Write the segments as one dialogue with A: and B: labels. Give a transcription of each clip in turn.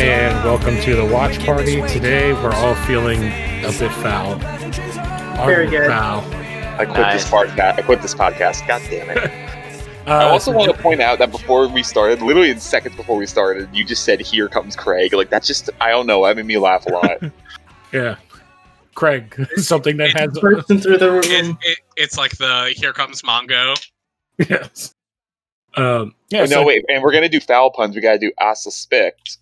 A: Welcome to the watch party. Today we're all feeling a bit foul.
B: Very good.
A: Foul.
C: I quit
D: Nice.
C: this podcast. I quit this podcast. God damn it.
A: Uh,
C: I also
A: so
C: want
A: Jo-
C: to point out that before we started, literally in seconds before we started, you just said, "Here comes Craig." Like that's just I don't know. That made me laugh a lot.
A: yeah, Craig, something that has
B: Bursting through the room.
E: it, it, it's like the here comes Mongo.
A: yes. Um, yeah,
C: no,
A: so-
C: wait. And we're gonna do foul puns. We gotta do I suspect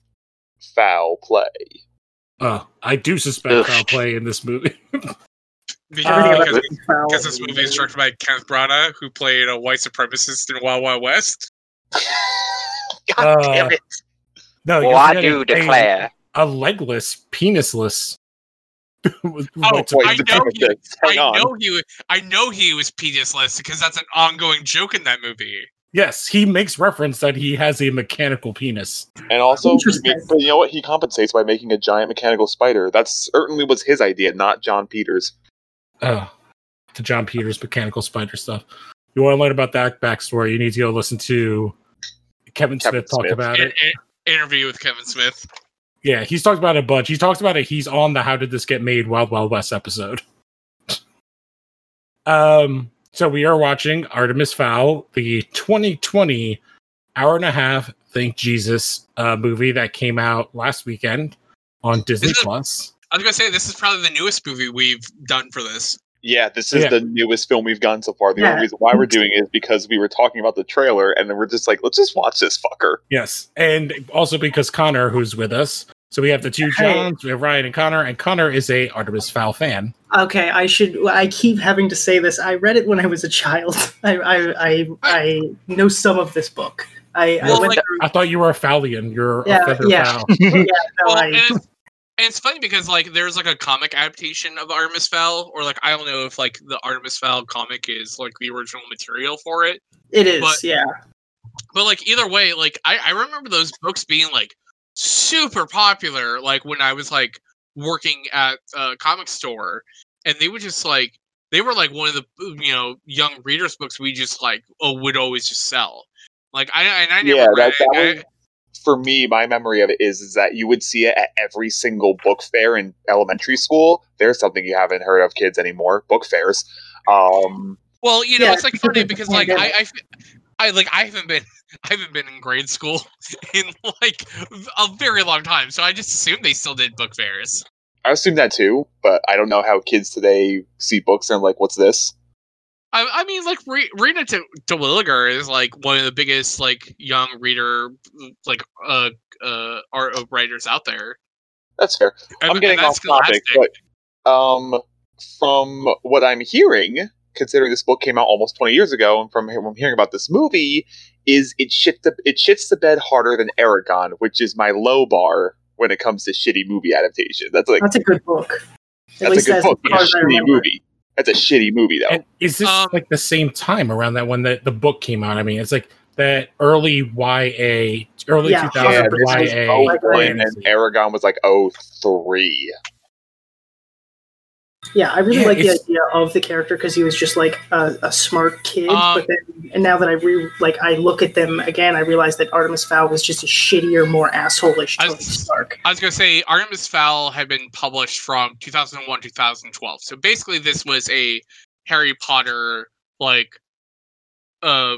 C: foul play.
A: uh, I do
D: Ugh.
A: suspect foul play in this movie.
E: Because,
A: Uh,
E: because,
B: Foul.
E: because this movie is directed by Kenneth Branagh, who played a white supremacist in Wild Wild West.
C: God
A: Uh,
C: damn it!
A: No,
D: Well,
A: you're
D: I
A: forgetting
D: do
A: a-
D: declare.
A: A legless, penisless.
E: Oh,
A: What's-
C: Wait,
E: I
C: the
E: know
C: premise
E: you-
C: is- Hang
E: I
C: on.
E: know he. wa- I know he was penisless because that's an ongoing joke in that movie.
A: yes, he makes reference that he has a mechanical penis.
C: And also, he
B: Interesting.
C: makes- but you know what? He compensates by making a giant mechanical spider. That certainly was his idea, not John Peters.
A: Oh, to John Peters' mechanical spider stuff. You want to learn about that backstory? You need to go listen to Kevin,
C: Kevin
A: Smith talk
C: Smith.
A: about
E: In,
A: it.
E: in- interview with Kevin Smith.
A: Yeah, he's talked about it a bunch. He talks about it. He's on the "How Did This Get Made?" Wild Wild West episode. um, so we are watching Artemis Fowl, the 2020 hour and a half Thank Jesus uh, movie that came out last weekend on Disney
E: Isn't it-
A: Plus.
E: I was gonna say this is probably the newest movie we've done for this.
C: Yeah, this is
A: Yeah.
C: the newest film we've gotten so far. The
B: Yeah.
C: only reason why we're doing it is because we were talking about the trailer, and then we're just like, let's just watch this fucker.
A: Yes, and also because Connor, who's with us, so we have the two
B: Hey.
A: Johns, we have Ryan and Connor, and Connor is a Artemis Fowl fan.
B: Okay, I should. I keep having to say this. I read it when I was a child. I I I, I know some of this book. I, I
E: Well,
B: went
E: like-
B: through.
A: I thought you were a Fowlian. You're
B: Yeah,
A: a feather
B: yeah.
A: fowl.
B: no,
E: Well, and,
B: I,
E: it's, and it's funny because like there's like a comic adaptation of Artemis Fowl, or like I don't know if like the Artemis Fowl comic is like the original material for it.
B: it is.
E: but-
B: yeah.
E: But like either way, like I, I remember those books being like super popular, like when I was like working at a comic store, and they would just like they were like one of the you know young readers books we just like oh would always just sell. Like I and I never
C: Yeah,
E: read
C: that, that
E: it.
C: was, for me, my memory of it is, is that you would see it at every single book fair in elementary school. There's something you haven't heard of, kids, anymore. Book fairs. Um,
E: Well, you know,
B: Yeah,
E: it's like
B: because of
E: funny
B: the
E: because like I,
B: pandemic.
E: I, f- I like I haven't been I haven't been in grade school in like a very long time, so I just assumed they still did book fairs.
C: I assume that too, but I don't know how kids today see books and I'm like, what's this?
E: I, I mean, like Re- Rita De- DeWilliger is like one of the biggest like young reader like uh uh art of writers out there.
C: That's fair.
E: And-
C: I'm
E: and
C: getting
E: that's
C: off topic,
E: Scholastic.
C: but um, from what I'm hearing, considering this book came out almost 20 years ago, and from what I'm hearing about this movie, is it shit the it shits the bed harder than Aragon, which is my low bar when it comes to shitty movie adaptation. That's like
B: That's a good book. At
C: that's a
B: least
C: good book, but
B: far
C: a
B: as I
C: shitty
B: remember.
C: movie. That's a shitty movie though.
A: And is this
E: Um,
A: like the same time around that when the, the book came out? I mean, it's like that early YA, early
B: Yeah,
A: 2000
B: this was
A: YA.
B: oh, like,
C: and
A: fantasy.
C: Aragon was like oh three.
B: Yeah, I really
A: Yeah,
B: like the
A: it's-
B: idea of the character because he was just like a, a smart kid.
E: Um,
B: but then, and now that I re- like I look at them again, I realize that Artemis Fowl was just a shittier, more assholeish
E: I
B: Tony
E: was-
B: Stark.
E: I was gonna say Artemis Fowl had been published from 2001 2012, so basically this was a Harry Potter like, uh,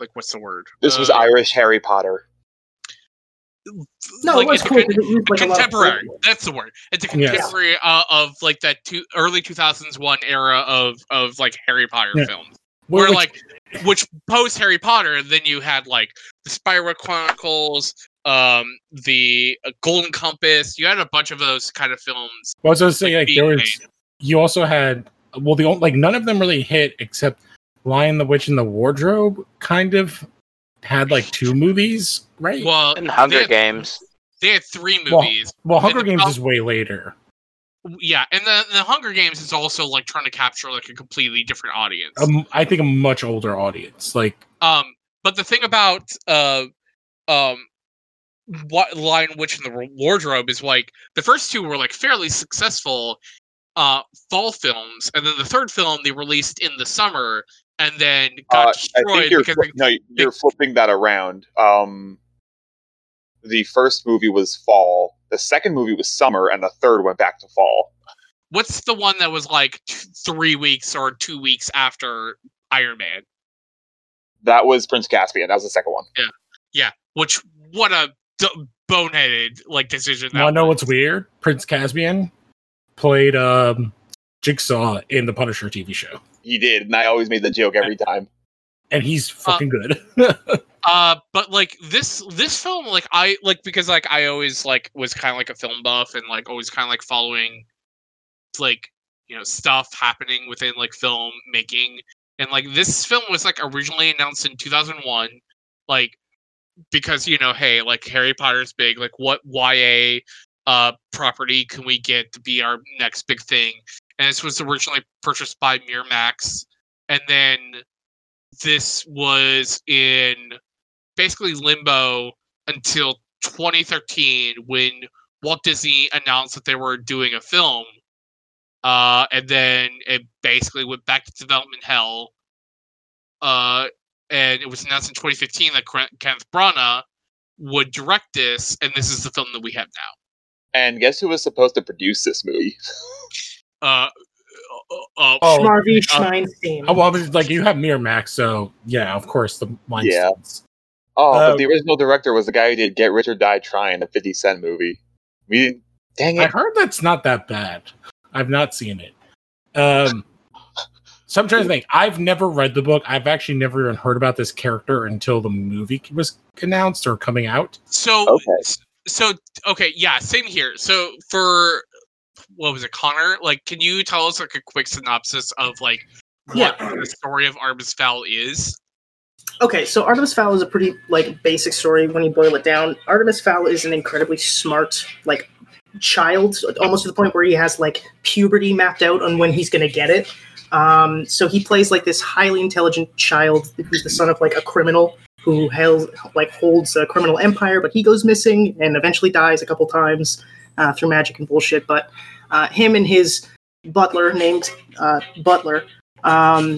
E: like what's the word?
C: This was
E: Uh,
C: Irish Harry Potter.
B: No,
E: like,
B: it was
E: it's a
B: cool.
E: con-
B: 'cause it used, like, a lot of-
E: contemporary. That's the word. It's a
A: Yes.
E: contemporary uh, of like that two, early 2001 era of of like Harry Potter
A: Yeah.
E: films,
A: Well,
E: where
A: which-
E: like which post Harry Potter, then you had like the Spiral Chronicles, um, the uh, Golden Compass. You had a bunch of those kind of films.
A: well, I was going to say, like,
E: being
A: there
E: made.
A: was, you also had, well, the only, like, none of them really hit except Lion, the Witch, and the Wardrobe kind of had like two movies, right? Well,
E: Well,
D: And Hunger
E: they,
D: Games.
E: they had three
A: Well-
E: movies.
A: Hunger
E: the
A: Games
E: prob-
A: is way later.
E: yeah, and the the Hunger Games is also like trying to capture like a completely different audience.
A: Um, I think a much older audience. Like,
E: Um, but the thing about uh, um, what Lion Witch in the Wa- Wardrobe is like the first two were like fairly successful uh fall films, and then the third film they released in the summer and then got
C: Uh, I
E: destroyed
C: think you're
E: because
C: fli- no, you're flipping that around. Um, the first movie was Fall. The second movie was summer, and the third went back to fall.
E: What's the one that was like t- three weeks or two weeks after Iron Man?
C: That was Prince Caspian. That was the second one.
E: Which what a d- boneheaded like decision.
A: Now, know
E: was.
A: what's weird? Prince Caspian played um, Jigsaw in the Punisher TV show,
C: He did, and I always made the joke every time.
A: and he's fucking good.
E: Uh, but like this this film, like I like because like I always like was kind of like a film buff and like always kind of like following, like you know stuff happening within like film making and like this film was like originally announced in 2001 like because you know hey like harry potter's big like what ya uh property can we get to be our next big thing and this was originally purchased by miramax and then this was in basically limbo until 2013 when walt disney announced that they were doing a film uh, and then it basically went back to development hell. Uh, and it was announced in 2015 that Ken- Kenneth Branagh would direct this, and this is the film that we have
C: And guess who was supposed to produce this movie?
E: now. Uh, uh,
A: Oh,
B: Marvy
A: uh,
B: Scheinstein.
A: Oh, well, I was like, you have Miramax, so yeah, of course the line
C: Yeah.
A: stands.
C: Oh,
A: Uh,
C: but the original director was the guy who did Get Rich or Die Trying, the 50 Cent movie. We didn't. Dang
A: I
C: it.
A: heard that's not that bad. I've not seen it. Um, so I'm trying to think. I've never read the book. I've actually never even heard about this character until the movie was announced or coming out.
E: So
C: Okay.
E: s- so okay, yeah, same here. So for what was it, Connor? Like, can you tell us like a quick synopsis of like what
B: Yeah.
E: the story of Artemis Fowl is?
B: Okay, so Artemis Fowl is a pretty like basic story when you boil it down. Artemis Fowl is an incredibly smart like child, almost to the point where he has like puberty mapped out on when he's going to get it. Um, so he plays like this highly intelligent child who's the son of like a criminal who held, like holds a criminal empire, but he goes missing and eventually dies a couple times uh, through magic and bullshit. But uh, him and his butler named uh, Butler. Um,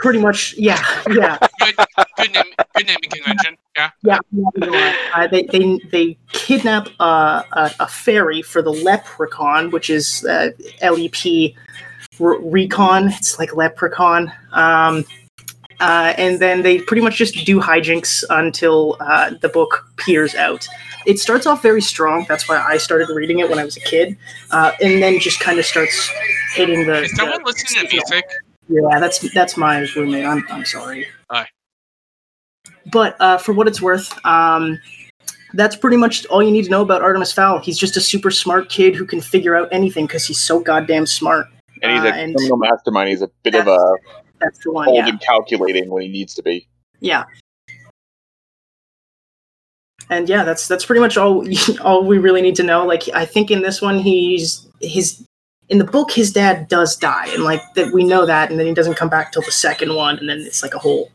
B: pretty much, yeah, yeah.
E: Good, good, name, good naming convention. Yeah.
B: Yeah, uh, they, they they kidnap uh, a, a fairy for the leprechaun, which is uh, LEP re- recon. It's like leprechaun, um, uh, and then they pretty much just do hijinks until uh, the book peers out. It starts off very strong. That's why I started reading it when I was a kid, uh, and then just kind of starts hitting the.
E: Is
B: the-
E: someone listening to music?
B: yeah, that's that's my roommate. I'm I'm sorry.
E: Aye.
B: But uh, for what it's worth, um, that's pretty much all you need to know about Artemis Fowl. He's just a super smart kid who can figure out anything because he's so goddamn smart.
C: And he's a
B: Uh, and-
C: criminal mastermind. He's a bit of
B: That's-
C: a
B: That's the one.
C: cold
B: Yeah.
C: and calculating when he needs to be.
B: Yeah. And yeah, that's that's pretty much all all we really need to know. Like I think in this one he's his in the book his dad does die and like that we know that and then he doesn't come back till the second one and then it's like a whole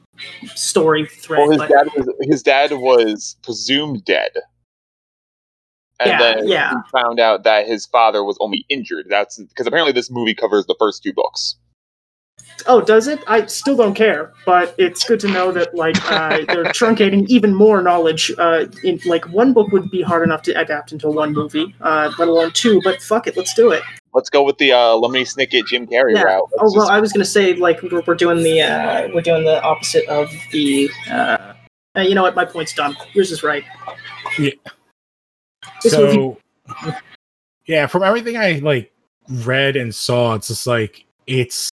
B: story thread.
C: Well, his
B: but-
C: dad was his dad was presumed dead, and
B: Yeah,
C: then
B: yeah.
C: he found out that his father was only injured. That's because apparently this movie covers the first two books.
B: Oh, does it? I still don't care, but it's good to know that like uh, they're truncating even more knowledge. Uh, in like one book would be hard enough to adapt into one movie, uh, let alone two. But fuck it, let's do it.
C: Let's go with the uh, Lemony Snicket Jim Carrey
B: Yeah.
C: route. Let's
B: Oh well,
C: just-
B: I was gonna say like we're, we're doing the uh, we're doing the opposite of the. Uh, uh, you know what? My point's done. Yours is right. This
A: so yeah from everything i like read and saw it's just like it's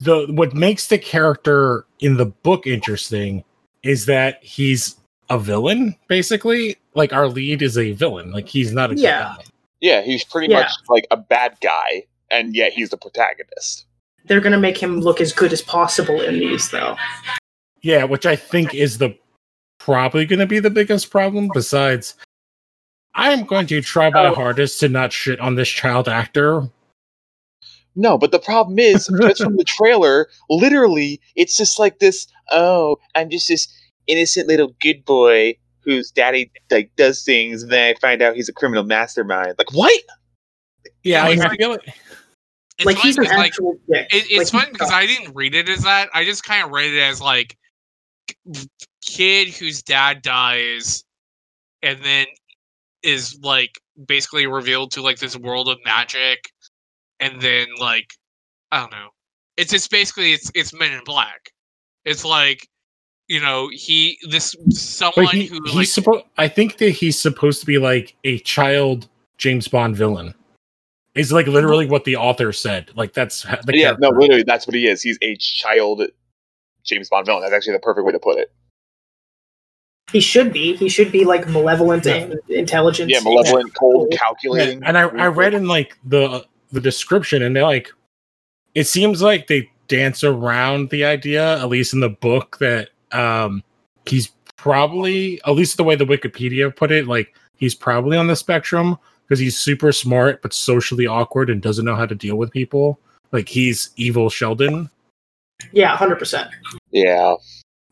A: the what makes the character in the book interesting is that he's a villain basically like our lead is a villain like he's not a good
B: Yeah.
A: guy.
C: yeah, he's pretty
B: Yeah.
C: much like a bad guy, and yet he's the protagonist.
B: They're gonna make him look as good as possible in these, though.
A: yeah which i think is the probably going to be the biggest problem besides i'm going to try my
B: Oh.
A: hardest to not shit on this child actor
C: No, but the problem is, just from the trailer, literally, it's just like this. Oh, I'm just this innocent little good boy whose daddy like does things, and then I find out he's a criminal mastermind. Like what?
A: yeah
E: Yeah,
A: like,
E: like-
A: i feel like
E: It's
B: like
E: funny
B: he's an
E: 'cause, like,
B: actual dick.
E: It, it's
B: Like,
E: fun because I didn't read it as that. I just kind of read it as like kid whose dad dies, and then is like basically revealed to like this world of magic, and then like I don't know. It's it's basically it's it's Men in Black. It's like you know he this someone
A: But he,
E: who
A: he's
E: like
A: supposed. I think that he's supposed to be like a child James Bond villain. Is like literally what the author said. Like that's h- the
C: yeah,
A: character.
C: no, literally, that's what he is. He's a child James Bond villain. That's actually the perfect way to put it.
B: He should be. He should be like malevolent
A: Yeah.
B: and intelligent.
C: Yeah, malevolent, cold, calculating.
A: Yeah, and I, I read in like the the description, and they're like, it seems like they dance around the idea, at least in the book, that um he's probably, at least the way the Wikipedia put it, like he's probably on the spectrum because he's super smart but socially awkward and doesn't know how to deal with people. Like he's evil Sheldon.
B: Yeah, hundred percent.
C: Yeah,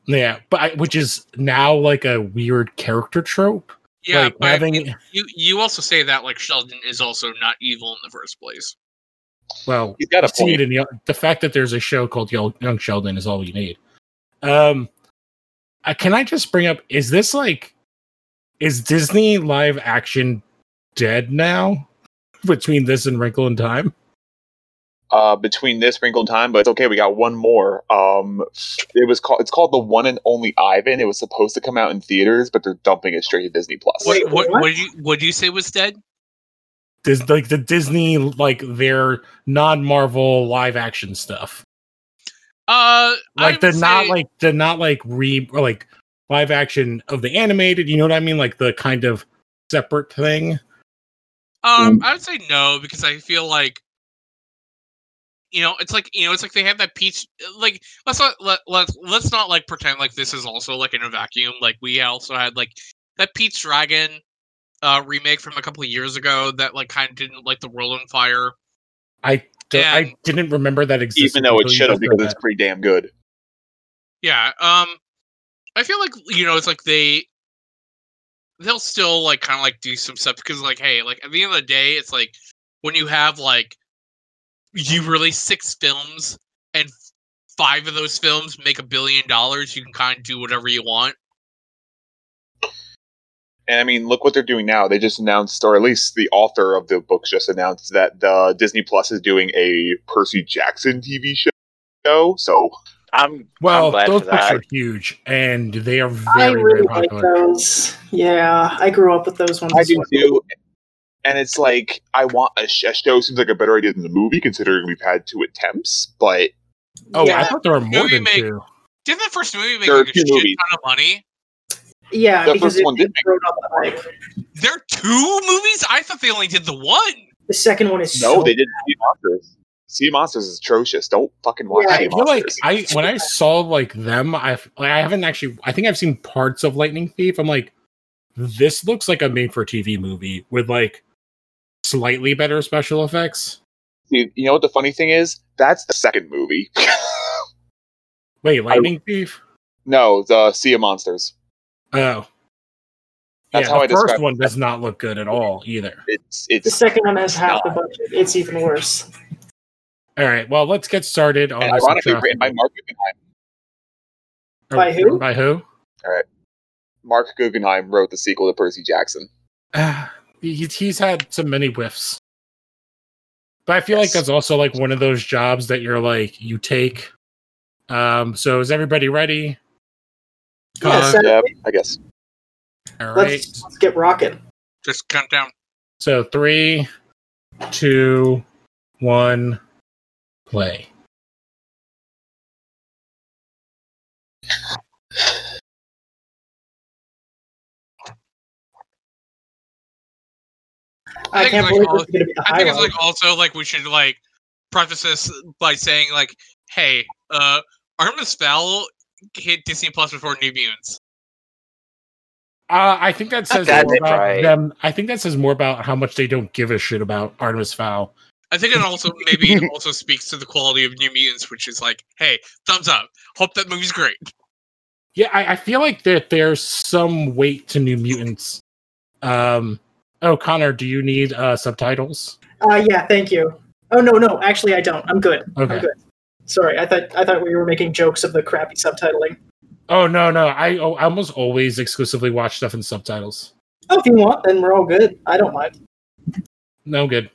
A: Yeah, but I, which is now like a weird character trope.
E: yeah.
A: like,
E: but I
A: having-
E: mean, you you also say that like Sheldon is also not evil in the first place.
A: Well,
C: he's got a
A: I've seen it
C: point.
A: in Young, the fact that there's a show called Young, Young Sheldon is all you need. Um, uh, can I just bring up? Is this like, is Disney live action dead now? Between this and Wrinkle in Time,
C: Uh, between this wrinkle in time, but it's okay. We got one more. Um, it was called. It's called the one and only Ivan. It was supposed to come out in theaters, but they're dumping it straight to Disney Plus.
B: Wait,
E: what, what
B: what?
E: what did you what did you say was dead?
A: Dis- like the Disney, like their non-Marvel live action stuff,
E: Uh,
A: like
E: I
A: the
E: would
A: not
E: say-
A: like the not like re or like live action of the animated. You know what I mean? Like the kind of separate thing. mm.
E: Um, I would say no because I feel like you know it's like you know it's like they have that peach like let's not let let's let's not like pretend like this is also like in a vacuum like we also had like that Peach Dragon uh remake from a couple of years ago that like kind of didn't like the world on fire.
A: I don't-
E: And-
A: I didn't remember that existed.
C: even though it
A: until you
C: should have
A: just said
C: because
A: that.
C: it's pretty damn good.
E: Yeah. Um, I feel like you know it's like they they'll still like kind of like do some stuff because like hey like at the end of the day it's like when you have like you release six films and five of those films make a billion dollars you can kind of do whatever you want
C: And I mean, look what they're doing now. They just announced, or at least the author of the books just announced that the Disney Plus is doing a Percy Jackson TV show. So
D: I'm I'm
A: Well,
D: glad
A: those
D: for
A: books
D: that.
A: are huge, and they are
B: I
A: very,
B: really
A: very
B: like
A: popular.
B: those. Yeah, I grew up with those ones.
C: I
B: as
C: do
B: well.
C: too. And it's like I want a, sh- a show. Seems like a better idea than the movie, considering we've had two attempts. But
A: Oh, I
B: yeah,
A: thought there were more
E: Movie
A: than
E: make-
A: two.
E: didn't the first movie make
C: There are
E: like, a
C: two
E: shit
C: movies.
E: ton of money
B: yeah,
C: the
B: because
C: first
B: it
C: one did make
B: wrote up the hype.
E: there are two movies i thought they only did the one
B: The second one is
C: no,
B: so
C: they didn't. Sea Monsters. Sea Monsters is atrocious. Don't fucking watch.
B: Yeah,
C: Sea
A: I feel like
C: Monsters.
A: I when I saw like them, I like, I haven't actually. I think I've seen parts of Lightning Thief. I'm like, this looks like a made-for-TV movie with like slightly better special effects.
C: you, you know what the funny thing is? That's the second movie.
A: Wait, Lightning Thief?
C: no, the Sea of Monsters.
A: Oh,
C: That's
A: yeah.
C: how
A: the
C: I
A: first
C: describe-
A: one does not look good at all either.
C: It's
B: the
C: it's
B: second one has half the budget. It's even worse.
A: All right, well, let's get started on
C: and
A: this
C: ironically
A: atrocity.
C: written by Mark Guggenheim.
A: Oh,
B: by who?
A: By who?
C: Mark Guggenheim wrote the sequel to Percy Jackson.
A: Ah, he's he's had so many whiffs. But I feel like
C: Yes.
A: that's also like one of those jobs that you're like you take. Um, so is everybody ready?
B: Yeah,
A: Uh,
B: so
C: Yeah, I guess.
A: All right.
B: let's, let's get rocking.
E: just count down
A: So three, two, one, play.
E: I
B: I,
E: think
B: can't
E: it's like
B: believe
E: all-
B: this is going to be a
E: I
B: high
E: think it's
B: roll.
E: like also like we should like preface this by saying like, hey, uh Artemis Fowl hit Disney Plus before New Mutants.
A: Uh, I think that says
D: That's
A: more about
D: right.
A: them. I think that says more about how much they don't give a shit about Artemis Fowl.
E: I think it also maybe it also speaks to the quality of New Mutants, which is like, hey, thumbs up. Hope that movie's great.
A: Yeah, I, I feel like that there's some weight to New Mutants. Um, oh, Connor, do you need uh, subtitles?
B: Uh, yeah, thank you. Oh no, no, actually I don't. I'm good.
A: Okay.
B: I'm good. Sorry, I thought I thought we were making jokes of the crappy subtitling.
A: Oh no, no. I, oh, I almost always exclusively watch stuff in subtitles.
B: Oh, if you want, then we're all good. I don't mind.
A: No I'm good.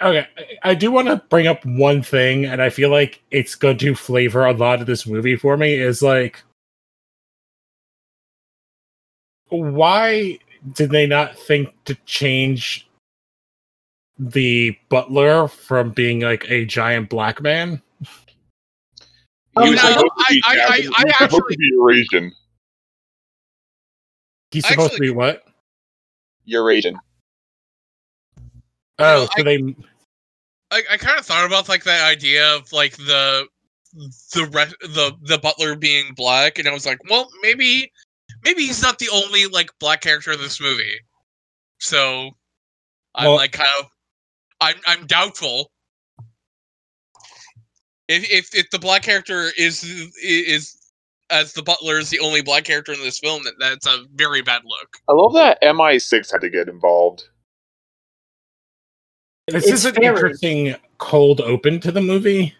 A: Okay, I- I do want to bring up one thing, and I feel like it's going to flavor a lot of this movie for me. Is like, why did they not think to change the butler from being like a giant black man?
B: Um,
C: He was
B: no,
C: supposed to be
E: I- I-
C: Japanese.
E: I-
C: He was
E: I
C: supposed to be Eurasian.
A: He's supposed
E: Actually-
A: to be what?
C: Eurasian.
A: Oh,
E: know,
A: so
E: I-
A: they
E: I, I kind of thought about like that idea of like the the re- the the butler being black, and I was like, well, maybe maybe he's not the only like black character in this movie. So I'm
A: Well-
E: like kind of I'm I'm doubtful. If if if the black character is is as the butler is the only black character in this film, that that's a very bad look.
C: I love that MI6 had to get involved.
A: This
B: It's
A: is an
B: fairy.
A: interesting cold open to the movie.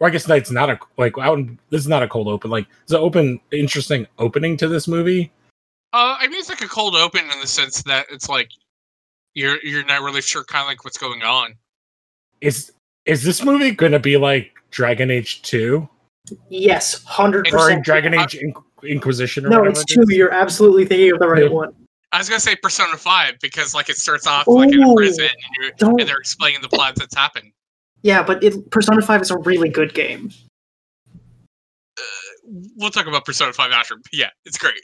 A: Or I guess that's not a like out. in- This is not a cold open. Like it's an open, interesting opening to this movie.
E: Uh, I mean, it's like a cold open in the sense that it's like you're you're not really sure, kind of like what's going on.
A: Is is this movie going to be like Dragon Age Two
B: Yes, hundred
A: or
B: percent.
A: Dragon Age Inqu- Inquisition? Or
B: No,
A: whatever
B: it's
A: it
B: two.
A: is?
B: You're absolutely thinking of the right
A: Two.
B: one.
E: I was gonna say Persona Five because like it starts off like in a
C: Oh.
B: Ooh.
E: prison and, you're,
B: Don't.
E: and they're explaining the plot that's happened.
B: Yeah, but it, Persona Five is a really good game.
E: We'll talk about Persona Five after. but Yeah, it's great.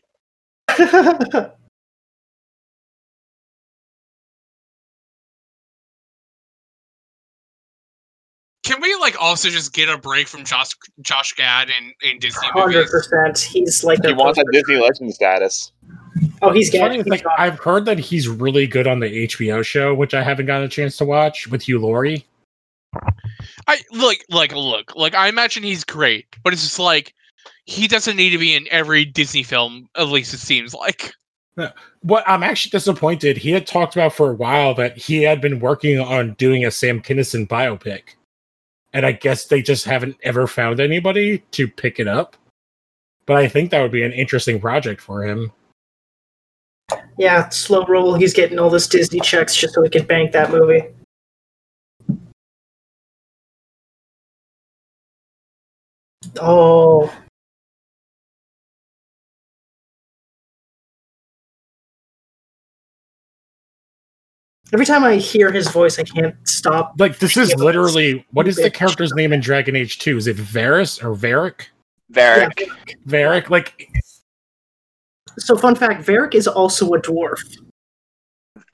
E: Can we like also just get a break from Josh Josh Gad and, and Disney
B: Hundred
E: movies?
B: percent. He's like
C: He
B: their
C: wants that
B: poster
C: Disney Legend status.
B: child. Oh, he's
A: It's funny,
B: getting.
A: it's like I've heard that he's really good on the HBO show, which I haven't gotten a chance to watch with Hugh Laurie.
E: I look like look like I imagine he's great, but it's just like he doesn't need to be in every Disney film. At least it seems like.
A: What I'm actually disappointed. He had talked about for a while that he had been working on doing a Sam Kinison biopic, and I guess they just haven't ever found anybody to pick it up. But I think that would be an interesting project for him.
B: yeah, slow roll. He's getting all this Disney checks just so he can bank that movie. Oh, every time I hear his voice, I can't stop.
A: Like this is
B: Yeah, but
A: literally what is the
B: bitch.
A: character's name in Dragon Age Two? Is it Varus or Varric?
B: Yeah.
D: Varric.
A: Varric, like
B: So, fun fact: Varric is also a dwarf.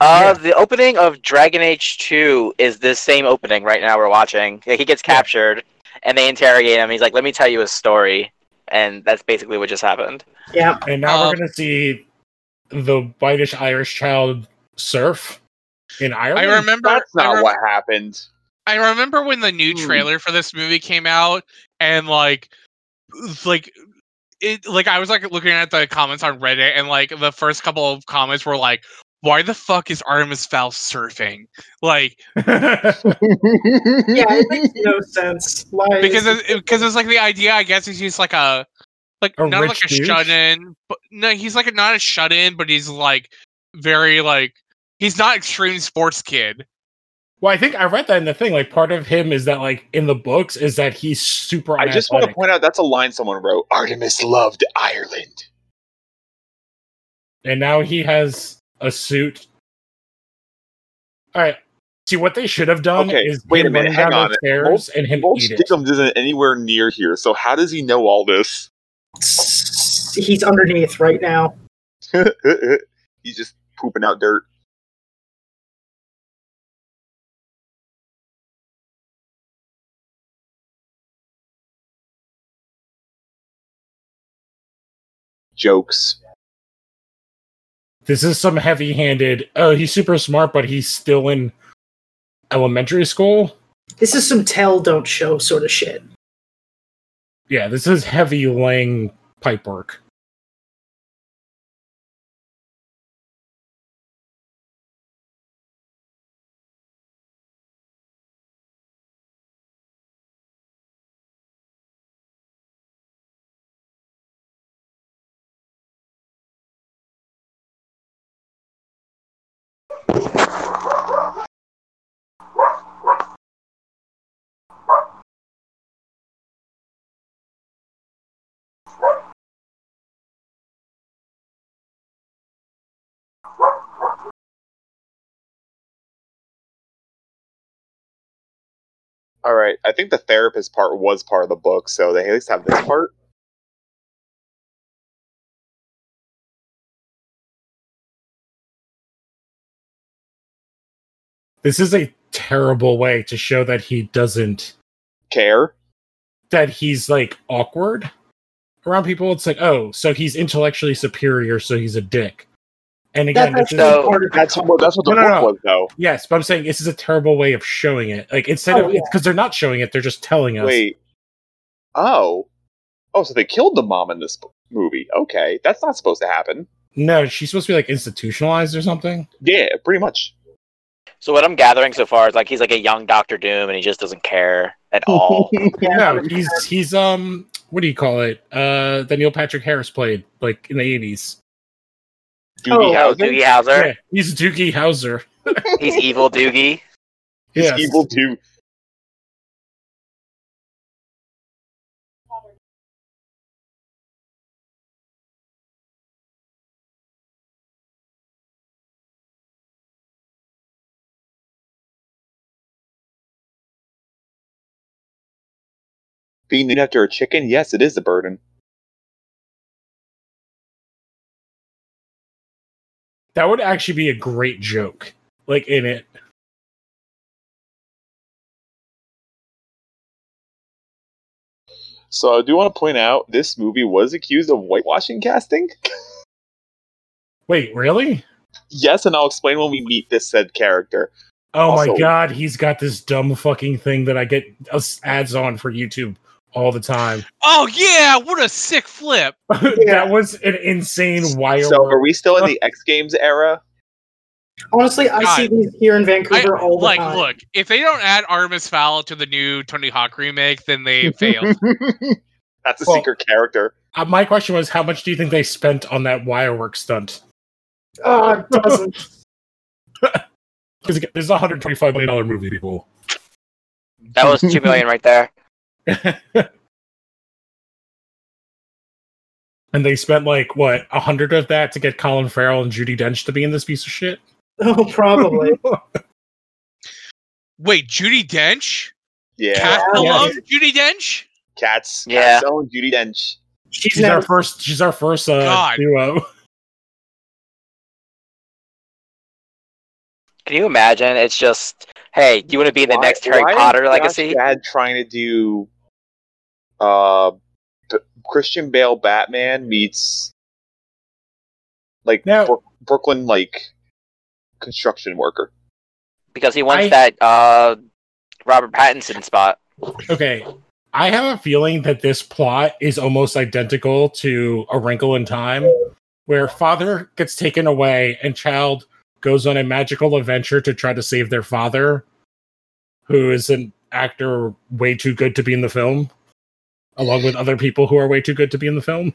D: Uh, the opening of Dragon Age 2 is this same opening right now we're watching. Like, he gets captured, and they interrogate him. He's like, let me tell you a story. And that's basically what just happened.
B: Yeah,
A: and now
E: Um,
A: we're gonna see the whitish Irish child Surf in Ireland.
E: I remember.
C: That's
E: I
C: not
E: remember-
C: what happened.
E: I remember when the new
C: Hmm.
E: trailer for this movie came out, and like, like it, like I was like looking at the comments on Reddit, and like the first couple of comments were like, "Why the fuck is Artemis Fowl surfing?" Like
B: yeah, it makes no sense. Why?
E: because it, because it's like the idea, I guess, is he's like a like
A: A
E: not like
A: rich
E: a
A: douche?
E: shut in, but no, he's like not a shut in, but he's like very like he's not extreme sports kid.
A: Well, I think I read that in the thing. Like part of him is that like in the books is that he's super.
C: I just want to
A: unathletic.
C: point out that's a line someone wrote. Artemis loved Ireland.
A: and now he has a suit. All right. See what they should have done
C: Okay,
A: is
C: wait a
A: him
C: minute,
A: running
C: hang
A: down
C: on.
A: the stairs and him
C: Mulch
A: eat it.
C: Dickums isn't anywhere near here, so how does he know all this?
B: he's underneath right now.
C: He's just pooping out dirt. Jokes.
A: This is some heavy-handed. Oh, he's super smart, but he's still in elementary school.
B: This is some tell don't show sort of shit.
A: Yeah, this is heavy laying pipe work.
C: All right. I think the therapist part was part of the book, so they at least have this part.
A: This is a terrible way to show that he doesn't
C: Care.
A: that he's like awkward around people. It's like, oh, so he's intellectually superior, so he's a dick. And again,
B: that's
A: this is,
D: so-
B: actually part of the
C: That's what that's what the
A: No, no,
C: book
A: no.
C: was though.
A: yes, but I'm saying this is a terrible way of showing it. Like instead
B: Oh,
A: of
B: yeah.
A: because they're not showing it, they're just telling us.
C: Wait. Oh. Oh, so they killed the mom in this b- movie. Okay. That's not supposed to happen.
A: No, she's supposed to be like institutionalized or something.
C: Yeah, pretty much.
D: So what I'm gathering so far is like he's like a young Doctor Doom, and he just doesn't care at all.
A: no, he's he's um what do you call it? Uh that Neil Patrick Harris played like in the eighties.
C: Doogie
B: Oh,
D: oh,
C: Howser?
D: Doogie Howser,
A: Yeah, he's Doogie Howser.
D: he's evil Doogie.
C: He's
A: Yes.
C: evil too. Being named after a chicken, yes, it is a burden.
A: That would actually be a great joke. Like in it.
C: So I do want to point out this movie was accused of whitewashing casting.
A: Wait, really?
C: Yes, and I'll explain when we meet this said character.
A: Oh my
C: Also-
A: god, he's got this dumb fucking thing that I get us ads on for YouTube all the time.
E: Oh yeah, what a sick flip!
B: Yeah.
A: that was an insane wire.
C: So are
A: work.
C: we still in the X Games era?
B: Honestly, I see these here in
E: I,
B: Vancouver all the
E: like,
B: time.
E: look, if they don't add Artemis Fowl to the new Tony Hawk remake, then they failed.
C: That's a
A: Well-
C: secret character.
A: Uh, my question was how much do you think they spent on that wire work stunt?
B: oh, it doesn't.
A: Because this is a hundred twenty five million dollar movie, people.
D: That was two million right there.
A: And they spent like what a hundred of that to get Colin Farrell and Judy Dench to be in this piece of shit.
B: Oh, probably.
E: Wait, Judy Dench?
C: Yeah,
E: Cats
B: Yeah.
E: love Judy Dench?
C: cats.
D: Yeah.
C: cats own Judy Dench.
B: She's
A: She's our
B: never.
A: first. She's our first uh,
E: God.
A: duo.
D: Can you imagine? It's just, hey, you want to be in the
C: Why-
D: next Harry
C: why is
D: Potter
C: Josh
D: legacy?
C: Gad trying to do, uh, B- Christian Bale Batman meets like
A: No.
C: Brook Brooklyn like construction worker.
D: Because he wants
A: I-
D: that uh, Robert Pattinson spot.
A: Okay, I have a feeling that this plot is almost identical to A Wrinkle in Time, where father gets taken away and child goes on a magical adventure to try to save their father, who is an actor way too good to be in the film, along with other people who are way too good to be in the film.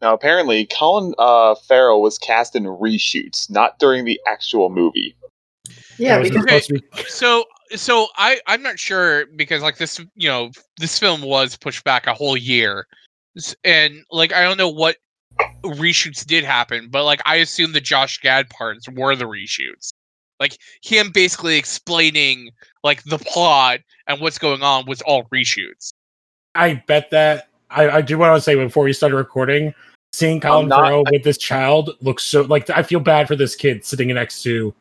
C: Now, apparently, Colin uh, Farrell was cast in reshoots, not during the actual movie.
B: Yeah,
A: That was
B: because
A: supposed to be-
E: So so I I'm not sure because like this you know this film was pushed back a whole year. S- And like I don't know what reshoots did happen, but like I assume the Josh Gad parts were the reshoots. Like him basically explaining like the plot and what's going on was all reshoots.
A: I bet that I, I do want to say before we started recording, seeing Colin
C: I'm not-
A: Farrell with this child looks so like I feel bad for this kid sitting next to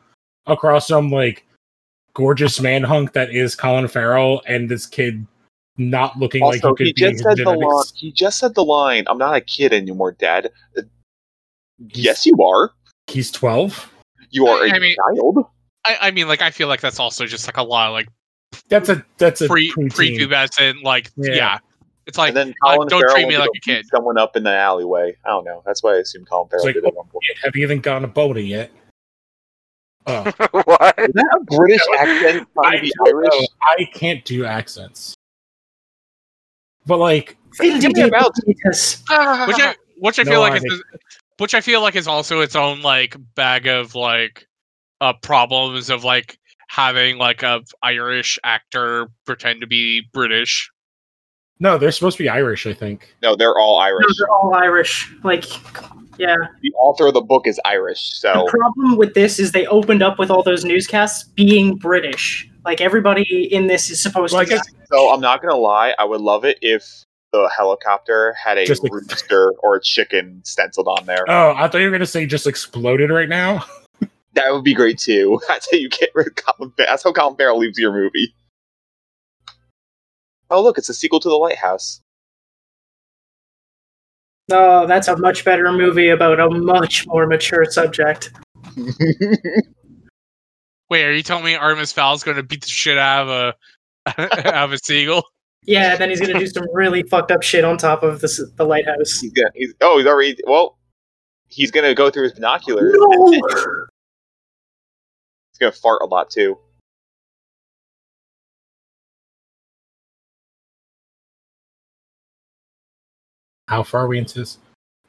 A: across some like gorgeous man hunk that is Colin Farrell and this kid not looking
C: Also,
A: like he could
C: he
A: be
C: just
A: his
C: said the line.
A: genetics.
C: He just said the line. I'm not a kid anymore, Dad.
A: He's-
C: Yes, you are.
A: he's twelve.
C: You are a
E: I- I mean-
C: child.
E: I, I mean like I feel like that's also just like a lot of like
A: That's a that's a
E: pre
A: preteen.
E: prepubescent like
A: Yeah.
E: yeah. It's like
C: and then
E: uh,
C: Colin
E: don't
C: Farrell
E: treat me
C: went to
E: like
C: go
E: a
C: beat
E: kid.
C: Someone up in the alleyway. I don't know. That's why I assume Colin Farrell
A: like, oh,
C: did it. at one point.
A: Have you even gotten a boner yet? Oh,
D: what?
C: Is that a British accent trying
A: I,
C: to be
A: don't know.
C: Irish?
A: I can't do accents. But like
B: Hey,
C: Give me
B: dude,
C: a mouth.
B: Jesus.
E: which I which I
A: No
E: feel like
A: idea.
E: is which I feel like is also its own like bag of like uh problems of like having like a Irish actor pretend to be British.
A: No, they're supposed to be Irish, I think.
C: No, they're all
B: No,
C: Irish.
B: they're all Irish. Like, yeah.
C: The author of the book is Irish, so
B: The problem with this is they opened up with all those newscasts being British. Like everybody in this is supposed
A: Well, I
B: to. be
A: guess-
C: so I'm not gonna lie. I would love it if the helicopter had a
A: Just like-
C: rooster or a chicken stenciled on there.
A: Oh, I thought you were gonna say just exploded right now.
C: that would be great too. That's how you get rid of Colin. Fa- That's how Colin Farrell leaves your movie. Oh look, it's a sequel to The Lighthouse.
B: Oh, that's a much better movie about a much more mature subject.
E: Wait, are you telling me Artemis Fowl's going to beat the shit out of a out of a seagull?
B: Yeah, then he's gonna do some really fucked up shit on top of this the lighthouse.
C: he's gonna, he's, oh, he's already well. He's gonna go through his binoculars.
B: No,
C: and he's gonna fart a lot too.
A: How far are we into this?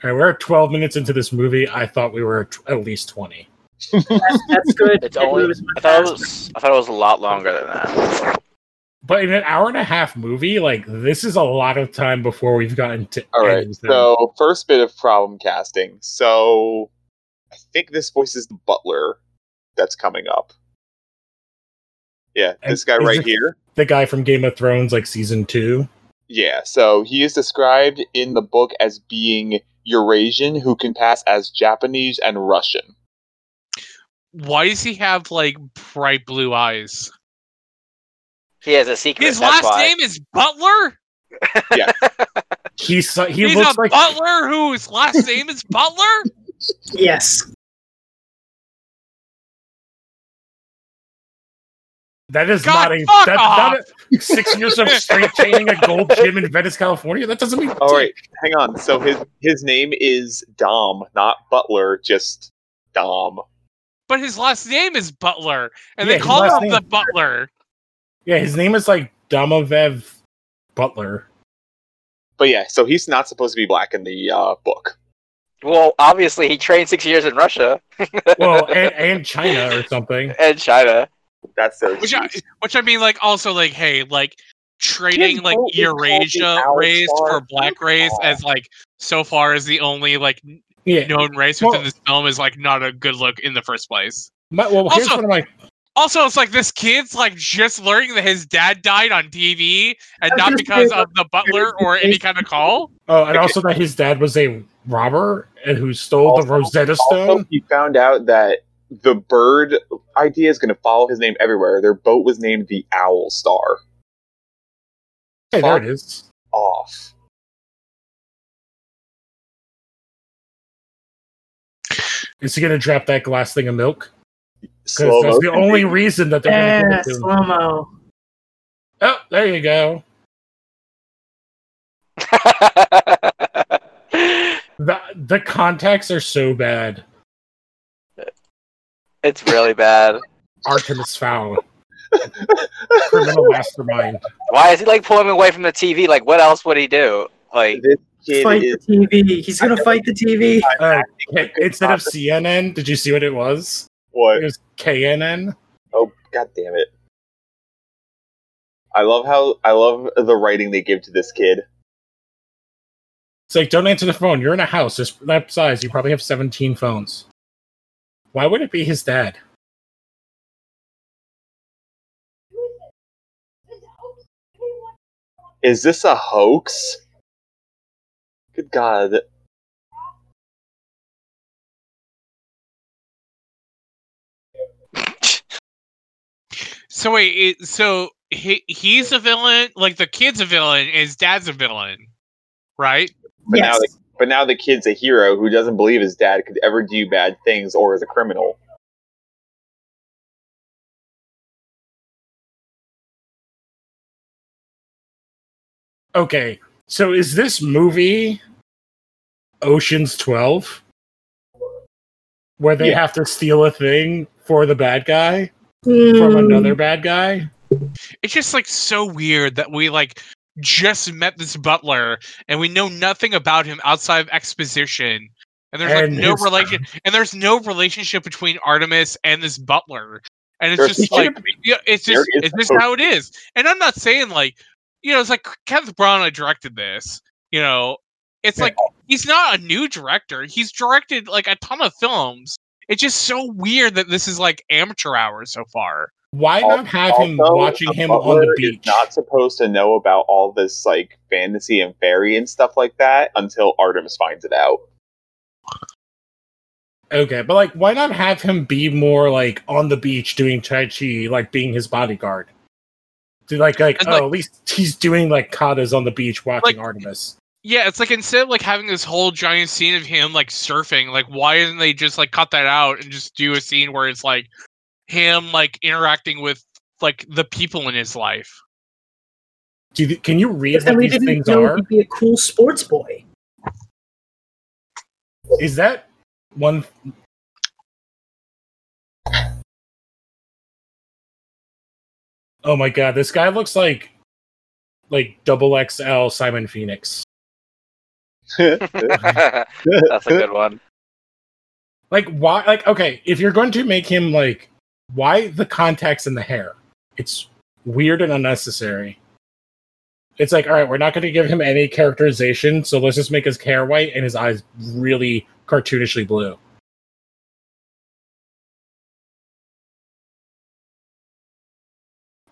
A: All right, we're 12 minutes into this movie. I thought we were t- at least 20.
B: that's, that's good.
D: It's
B: It
D: only.
B: moves
D: I thought it was. I thought it was a lot longer than that.
A: But in an hour and a half movie, like this is a lot of time before we've gotten to
C: All right.
A: anything.
C: So first bit of problem casting. So I think this voice is the butler that's coming up. Yeah,
A: And
C: this guy
A: is
C: right
A: it-
C: here.
A: the guy from Game of Thrones, like season two.
C: Yeah, so he is described in the book as being Eurasian who can pass as Japanese and Russian.
E: Why does he have like bright blue eyes?
D: He has a secret.
E: His
D: that's
E: last
D: why.
E: name is Butler.
A: He's so- he
E: He's
A: looks
E: a
A: like
E: butler whose last name is Butler.
B: Yes,
A: that is
E: God,
A: not a
E: fuck
A: that's not a six years of straight chaining a gold gym in Venice, California. That doesn't mean
C: All right, hang on. So his his name is Dom, not Butler, just Dom.
E: But his last name is Butler, and
A: Yeah,
E: they
A: his
E: call
A: last
E: him
A: name-
E: the Butler.
A: Yeah, his name is like Domovev Butler.
C: But yeah, so he's not supposed to be black in the uh, book.
D: Well, obviously he trained six years in Russia
A: Well, and, and China or something.
D: and China.
C: That's their
E: Which I, which I mean, like, also, like, hey, like, trading like
C: Bolton called the
E: Eurasia
C: Alex
E: race
C: Barr
E: for black race
C: goofball.
E: as like so far as the only like n-
A: Yeah.
E: known race
A: Well-
E: within this film is like not a good look in the first place.
A: My- well, here's
E: Also-
A: one of my
E: Also, it's like this kid's like just learning that his dad died on TV and
B: I
E: not
B: was gonna
E: because
B: say,
E: of the butler or any kind of call.
A: oh, and also that his dad was a robber and who stole
C: Also-
A: the Rosetta
C: Also,
A: Stone.
C: he found out that the bird idea is going to follow his name everywhere. Their boat was named the Owl Star.
A: Hey, there it is.
C: Off.
A: Is he gonna drop that glass thing of milk? Because
C: Slow
A: that's the
C: motion.
A: only reason that they're gonna
B: yeah,
A: give it to him.
B: slow mo.
A: Oh, there you go. The the contacts are so bad.
D: it's really bad.
A: Artemis Fowl, criminal mastermind.
D: Why is he like pulling him away from the TV? Like, what else would he do? Like,
C: This kid
B: Fight
C: is
B: the TV. He's gonna fight the TV.
A: Uh, K- instead of CNN, did you see what it was?
C: what?
A: It was KNN.
C: Oh, god damn it! I love how I love the writing they give to this kid.
A: It's like don't answer the phone. You're in a house this that size. You probably have 17 phones. Why would it be his dad?
C: Is this a hoax? Good god!
E: So wait, it, so he he's a villain. Like the kid's a villain. and His dad's a villain, right?
C: But now
B: yes.
C: the but now the kid's a hero who doesn't believe his dad could ever do bad things or is a criminal.
A: Okay, so is this movie Ocean's 12, where they
C: Yeah.
A: have to steal a thing for the bad guy from
B: Hmm.
A: another bad guy?
E: It's just like so weird that we like just met this butler and we know nothing about him outside of exposition. And there's
A: And
E: like no
A: his-
E: relation and there's no relationship between Artemis and this butler. and it's
C: There's
E: just
C: plenty
E: like
C: of-
E: yeah, it's
C: There
E: just
C: is
E: it's just
C: hope.
E: how it is. And I'm not saying like you know, it's like Kenneth Branagh directed this. You know, it's
A: Yeah.
E: like he's not a new director. He's directed like a ton of films. It's just so weird that this is like amateur hour so far.
A: Why not have him
C: Also,
A: watching
C: the
A: him on
C: butler
A: the
C: is
A: beach?
C: not supposed to know about all this like fantasy and fairy and stuff like that until Artemis finds it out.
A: Okay, but like, why not have him be more like on the beach doing tai chi, like being his bodyguard? Do like like
E: It's
A: oh,
E: like-
A: at least he's doing like katas on the beach watching
E: Like-
A: Artemis.
E: Yeah, it's like instead of like having this whole giant scene of him like surfing, like why didn't they just like cut that out and just do a scene where it's like him like interacting with like the people in his life?
A: Do you, can you read
B: But then
A: what
B: we
A: these
B: didn't
A: things
B: know
A: are?
B: he'd be a cool sports boy.
A: Is that one? Oh my god, this guy looks like like double XL Simon Phoenix.
D: That's a good one.
A: Like why like okay, if you're going to make him like why the contacts and the hair? It's weird and unnecessary. It's like, all right, we're not going to give him any characterization, so let's just make his hair white and his eyes really cartoonishly blue.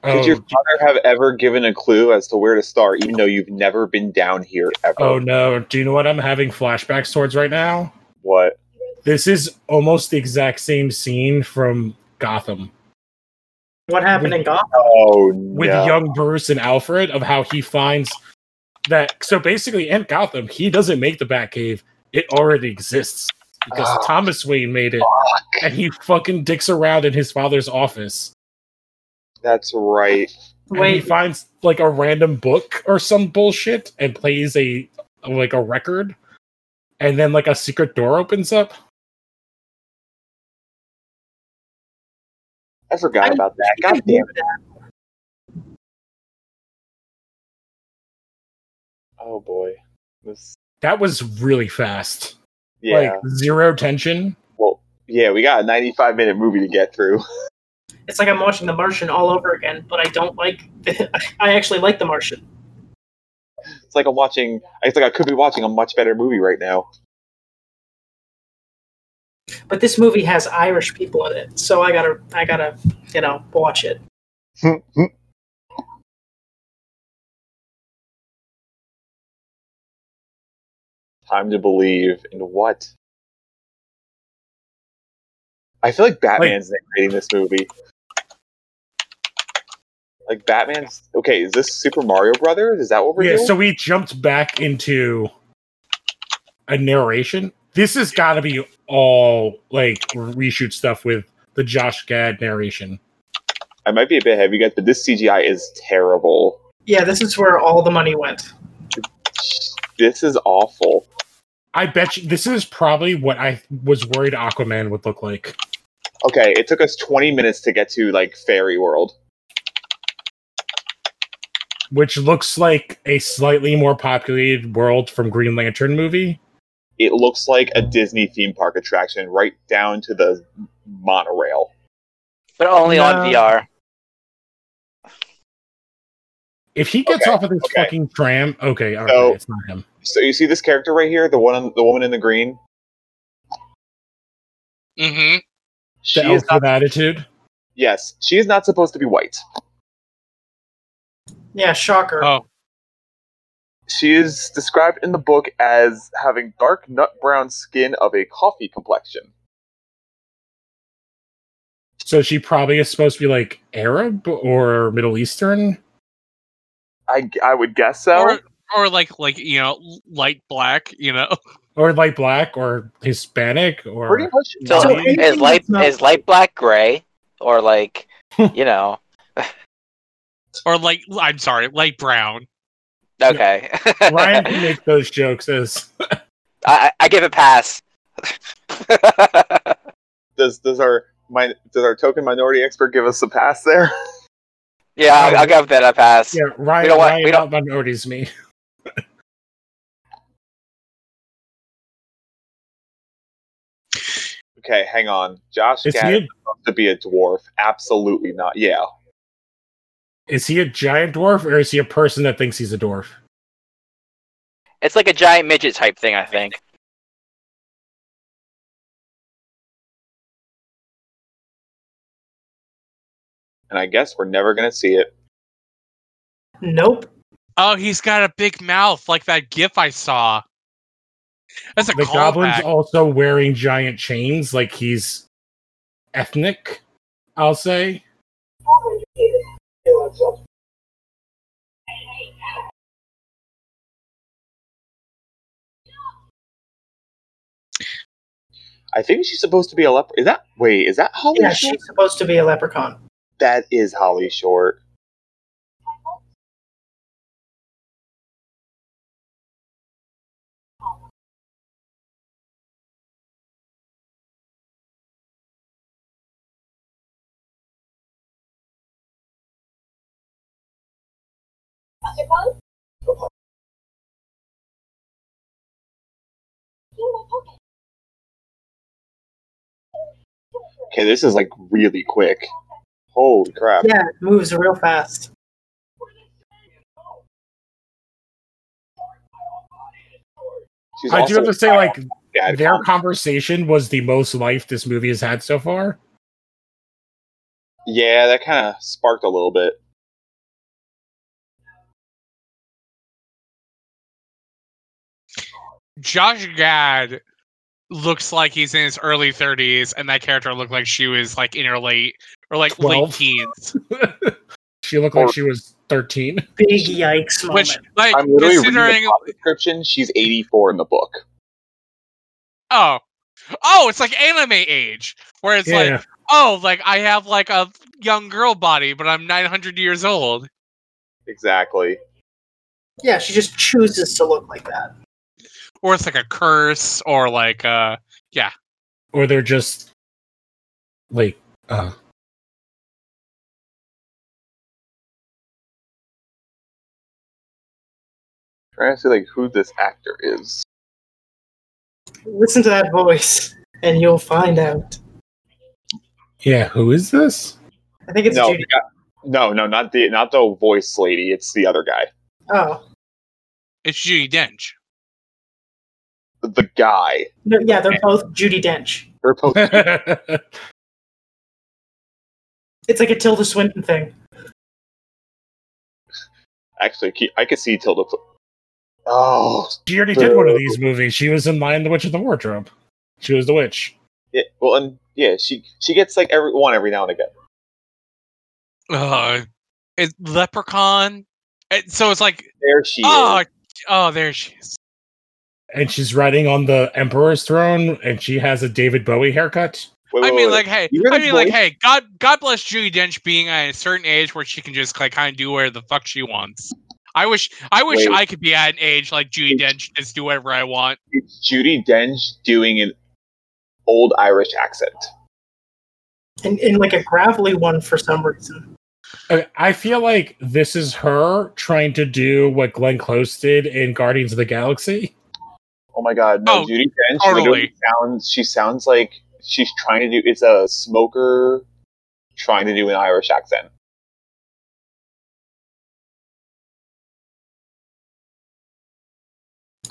C: Did your
A: Oh,
C: father have ever given a clue as to where to start, even though you've never been down here ever?
A: oh no. Do you know what I'm having flashbacks towards right now?
C: What?
A: This is almost the exact same scene from Gotham.
B: What happened in Gotham?
C: Oh
A: with
C: no!
A: young Bruce and Alfred of how he finds that. So basically, in Gotham, he doesn't make the Batcave; it already exists because
C: Ah.
A: Thomas Wayne made it,
C: Fuck.
A: and he fucking dicks around in his father's office.
C: That's right.
A: and he
B: Wait,
A: finds like a random book or some bullshit and plays a like a record, and then like a secret door opens up.
C: I forgot
B: I-
C: about that. God damn it! Oh boy. This.
A: That was really fast,
C: Yeah.
A: like zero tension.
C: well. Yeah, we got a 95 minute movie to get through.
B: it's like I'm watching The Martian all over again, but I don't like. I actually like The Martian.
C: It's like I'm watching. It's like I could be watching a much better movie right now.
B: But this movie has Irish people in it, so I gotta, I gotta, you know, watch it.
C: Time to believe in what? I feel like Batman's narrating this movie. Like Batman's okay. Is this Super Mario Brothers? Is that what we're
A: yeah,
C: doing?
A: so we jumped back into a narration. This has got to be all like reshoot stuff with the Josh Gad narration.
C: I might be a bit heavy, guys, but this CGI is terrible.
B: Yeah, this is where all the money went.
C: This is awful.
A: I bet you this is probably what I was worried Aquaman would look like.
C: Okay, it took us 20 minutes to get to like Fairy World.
A: Which looks like a slightly more populated world from Green Lantern movie.
C: It looks like a Disney theme park attraction, right down to the monorail.
D: But only
A: No.
D: on VR.
A: If he gets
C: Okay,
A: off of this
C: okay.
A: fucking tram, okay, all right,
C: So-
A: it's not him.
C: So you see this character right here, the one, the woman in the green.
E: Mm-hmm.
C: She
A: The elf
C: is not.
A: with attitude.
C: Yes, she is not supposed to be white.
B: Yeah, shocker.
E: Oh.
C: She is described in the book as having dark nut brown skin of a coffee complexion.
A: So she probably is supposed to be like Arab or Middle Eastern.
C: I, I would guess so.
E: Or or like like you know l- light black, you know.
A: or light black or Hispanic or
C: Pretty much.
D: So,
B: So
C: none.
B: anything
D: is light
B: that's not-
D: is light black gray or like you know?
E: Or like I'm sorry, light brown.
D: Okay.
A: Ryan can make those jokes as
D: I, I give it pass.
C: Does does our my does our token minority expert give us a pass there?
D: yeah, I'll, I'll give that a pass.
A: yeah, Ryan
D: We don't want-
A: Ryan
D: we don't-
A: minorities me.
C: Okay, hang on, Josh.
A: Is
C: Gad-
A: he a
C: to be a dwarf. Absolutely not. Yeah.
A: Is he a giant dwarf or is he a person that thinks he's a dwarf?
D: It's like a giant midget type thing, I think.
C: And I guess we're never gonna see it.
B: Nope.
E: Oh, he's got a big mouth like that GIF I saw. That's a
A: The goblin's
E: callback.
A: also wearing giant chains, like he's ethnic, I'll say.
C: I think she's supposed to be a leper. Is that wait? Is that Holly?
B: Yeah,
C: Short?
B: she's supposed to be a leprechaun.
C: That is Holly Short. Okay, this is like really quick. Holy crap!
B: Yeah, it moves real fast.
C: She's
A: I do
C: also
A: have to say, like,
C: bad
A: their
C: comp-
A: conversation was the most life this movie has had so far.
C: yeah, that kind of sparked a little bit.
E: Josh Gad looks like he's in his early 30s, and that character looked like she was like in her late or like late
A: 12.
E: teens.
A: She looked
C: Or-
A: like she was 13.
B: Big yikes moment.
E: Which, like,
C: I'm literally reading the
E: considering,
C: job description. She's 84 in the book.
E: oh, oh, it's like anime age, where it's like, oh, like I have like a young girl body, but I'm 900 years old.
C: Exactly.
B: yeah, she just chooses to look like that.
E: Or it's like a curse, or like, uh,
A: or they're just like uh
C: Trying to see like who this actor is.
B: Listen to that voice, and you'll find out.
A: yeah, who is this?
B: I think it's
C: no,
B: Judy.
C: the guy- no, no, not the not the voice lady. It's the other guy.
B: Oh,
E: it's Judy Dench.
C: The guy.
B: no, yeah, they're both Judy Dench.
C: They're both
A: That's
B: It's like a Tilda Swinton thing.
C: actually. keep- I could see Tilda. Fl- Oh,
A: she already did one of these movies. She was in Lion the Witch in the Wardrobe. She was the witch.
C: yeah, well, and yeah, she she gets like every one every now and again.
E: Uh, it's Leprechaun. And so it's like,
C: There she is.
E: oh, oh, there she is.
A: And she's riding on the Emperor's throne and she has a David Bowie haircut.
C: Wait,
E: I
C: wait,
E: mean,
C: wait.
E: like, hey,
C: You hear
E: I
C: the
E: mean, like,
C: voice?
E: hey, God, God bless Judy Dench being at a certain age where she can just like kind of do whatever the fuck she wants. I wish, I wish
C: Wait.
E: I could be at an age like Judy
C: It's-
E: Dench, just do whatever I want.
C: it's Judy Dench doing an old Irish accent.
B: And in like a gravelly one for some reason.
A: Okay, I feel like this is her trying to do what Glenn Close did in Guardians of the Galaxy.
C: Oh my god, no,
E: Oh,
C: Judy Dench
E: totally.
C: literally sounds she sounds like she's trying to do it's a smoker trying to do an Irish accent.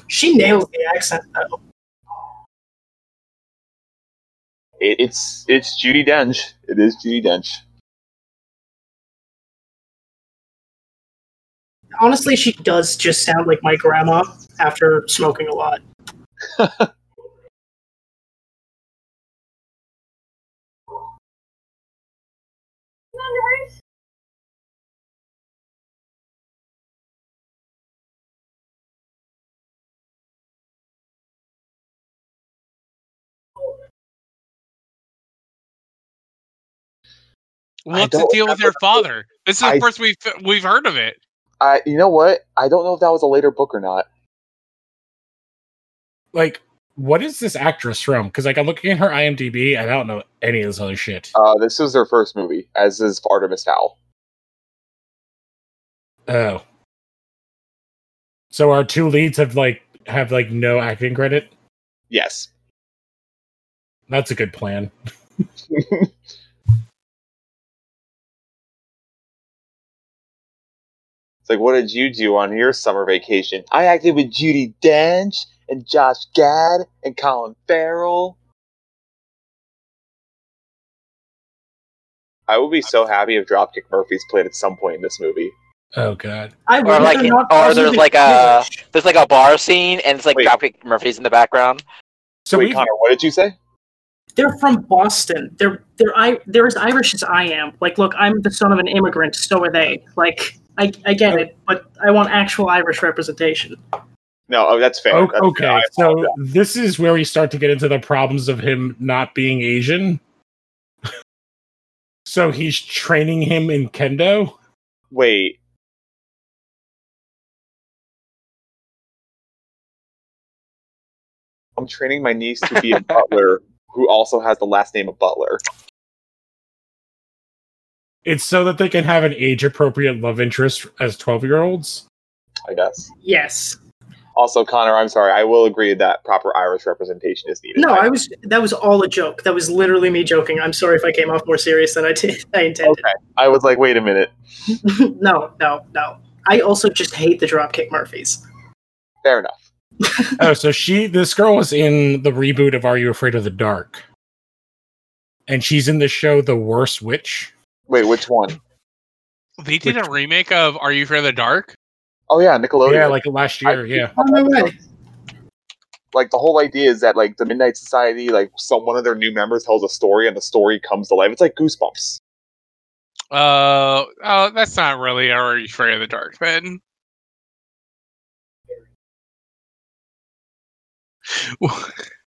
B: She nails the accent though.
C: It, it's it's Judy Dench. It is Judy Dench.
B: Honestly, she does just sound like my grandma after smoking a lot.
C: I
E: What's the
C: don't
E: deal with her
C: remember-
E: father? This is
C: I-
E: the first we've we've heard of it.
C: I you know what? I don't know if that was a later book or not.
A: Like, what is this actress from? Because like I'm looking at her IMDb and I don't know any of this other shit.
C: Uh, this is their first movie, as is Artemis Fowl.
A: Oh. So our two leads have like have like no acting credit.
C: Yes.
A: That's a good plan.
C: like, what did you do on your summer vacation? I acted with Judy Dench and Josh Gad and Colin Farrell. I would be so happy if Dropkick Murphys played at some point in this movie.
A: Oh god.
B: I
D: Or
B: would
D: like-
B: not
D: or
B: possibly
D: there's like a-
B: finish.
D: There's like a bar scene, and it's like
C: Wait.
D: Dropkick Murphys in the background.
A: So
C: Wait,
A: we
C: Connor, what did you say?
B: They're from Boston. They're they're I they're as Irish as I am. Like, look, I'm the son of an immigrant. So are they. Like, I I get it, but I want actual Irish representation.
C: No, oh, that's fair.
A: o-
C: That's fair.
A: okay.
C: I
A: So
C: apologize.
A: this is where we start to get into the problems of him not being Asian. so he's training him in kendo.
C: wait. I'm training my niece to be a butler who also has the last name of Butler.
A: It's so that they can have an age appropriate love interest as 12 year olds.
C: I guess.
B: Yes.
C: Also, Connor, I'm sorry. I will agree that proper Irish representation is needed.
B: No, I was. That was all a joke. That was literally me joking. I'm sorry if I came off more serious than I did. I intended.
C: I was like, wait a minute.
B: no, no, no. I also just hate the Dropkick Murphys.
C: Fair enough.
A: oh, so she, this girl was in the reboot of Are You Afraid of the Dark? And she's in the show The Worst Witch.
C: Wait, which one?
E: They did a remake of Are You Afraid of the Dark?
C: Oh yeah, Nickelodeon.
A: yeah, like last year. yeah.
B: Oh no way.
C: like the whole idea is that like the Midnight Society, like some one of their new members tells a story and the story comes to life. It's like Goosebumps.
E: Uh, oh, that's not really Are You Afraid of the Dark, then.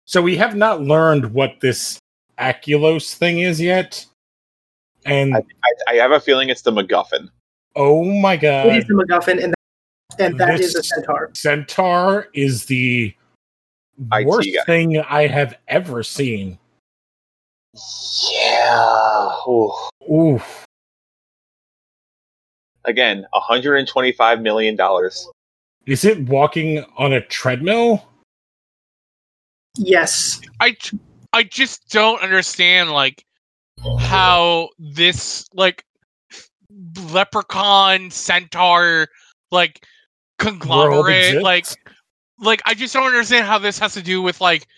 A: So we have not learned what this aculos thing is yet. And
C: I, I have a feeling it's the MacGuffin.
A: oh my
B: It
A: god.
B: is the MacGuffin, and and that is
A: This-
B: a centaur.
A: Centaur is the
C: IT
A: worst
C: guy.
A: thing I have ever seen.
C: Yeah. Ooh.
A: Ooh,
C: Again, 125 million dollars.
A: is it walking on a treadmill?
B: Yes.
E: I j- I just don't understand like how this like leprechaun centaur like
A: World
E: conglomerate
A: exists?
E: like like I just don't understand how this has to do with like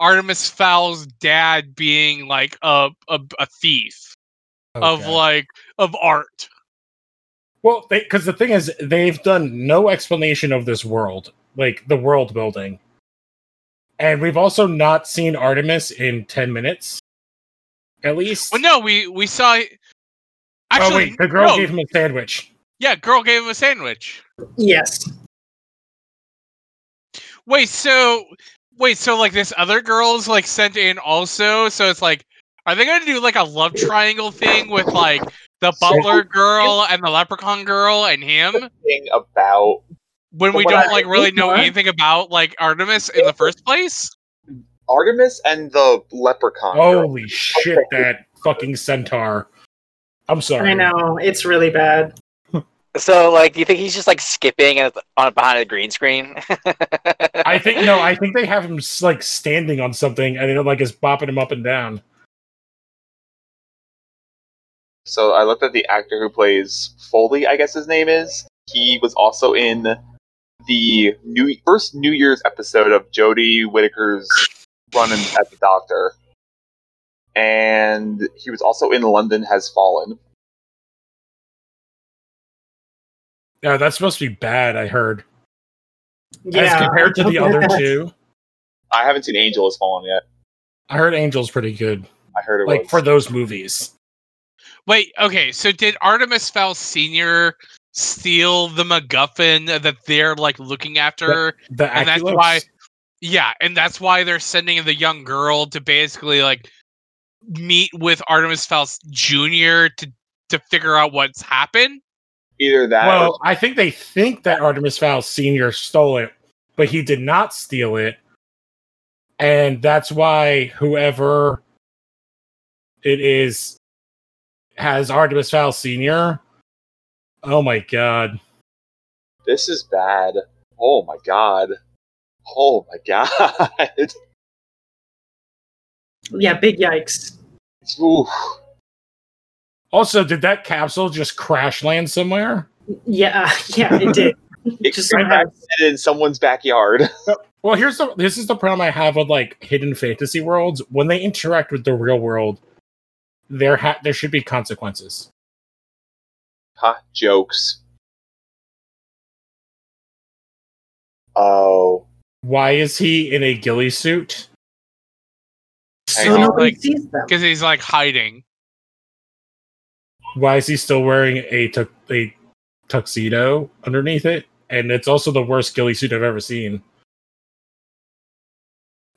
E: Artemis Fowl's dad being like a a, a thief
A: Oh,
E: of
A: God.
E: like of art.
A: well, because the thing is, they've done no explanation of this world, like the world building, and we've also not seen Artemis in ten minutes, at least.
E: Well, no, we we saw. Actually,
A: oh wait, the girl
E: no,
A: gave him a sandwich.
E: yeah, girl gave him a sandwich.
B: Yes.
E: Wait, so wait, so like this other girl's like sent in also, so it's like are they gonna do like a love triangle thing with like the
C: So-
E: butler girl and the leprechaun girl and him
C: Thing about
E: when we
C: What
E: don't
C: I
E: like really
B: think
E: know
B: was-
E: anything about like Artemis in the first place?
C: Artemis and the Leprechaun. girl.
A: Holy shit!
C: Okay.
A: That fucking centaur. I'm sorry.
B: I know it's really bad.
D: So, like, do you think he's just like skipping and- on behind a green screen?
A: I think no. I think they have him s- like standing on something, and it like is bopping him up and down.
C: So I looked at the actor who plays Foley, I guess his name is. He was also in the new first New Year's episode of Jodie Whittaker's run in, at the Doctor, and he was also in London Has Fallen.
A: Yeah, that's supposed to be bad. I heard.
B: Yeah.
A: As compared to the other two,
C: I haven't seen Angel Has Fallen yet.
A: I heard Angel's pretty good.
C: I heard it
A: Like
C: was
A: for those movies.
E: Wait, okay, so did Artemis Fowl Senior steal the MacGuffin that they're like looking after?
A: The
E: And that's
A: Aculos.
E: why- Yeah, and that's why they're sending the young girl to basically like meet with Artemis Faust Jr. to to figure out what's happened.
C: either that. or-
A: Well, I think they think that Artemis Fowl Senior stole it, but he did not steal it, and that's why whoever it is has Artemis Fowl Senior. Oh my god.
C: this is bad. Oh my god. Oh my god.
B: yeah, big yikes.
C: Oof.
A: Also, did that capsule just crash land somewhere?
B: Yeah, uh, yeah, it did.
C: It
B: Just
C: came
B: somehow-
C: back in someone's backyard.
A: Well, here's the this is the problem I have with like hidden fantasy worlds. When they interact with the real world, there ha- there should be consequences.
C: Ha, jokes. Oh.
A: Why is he in a ghillie suit?
C: Hang
B: so
C: on,
B: nobody
E: like-
B: sees them.
E: because he's like hiding.
A: Why is he still wearing a tu- a tuxedo underneath it? And it's also the worst ghillie suit I've ever seen.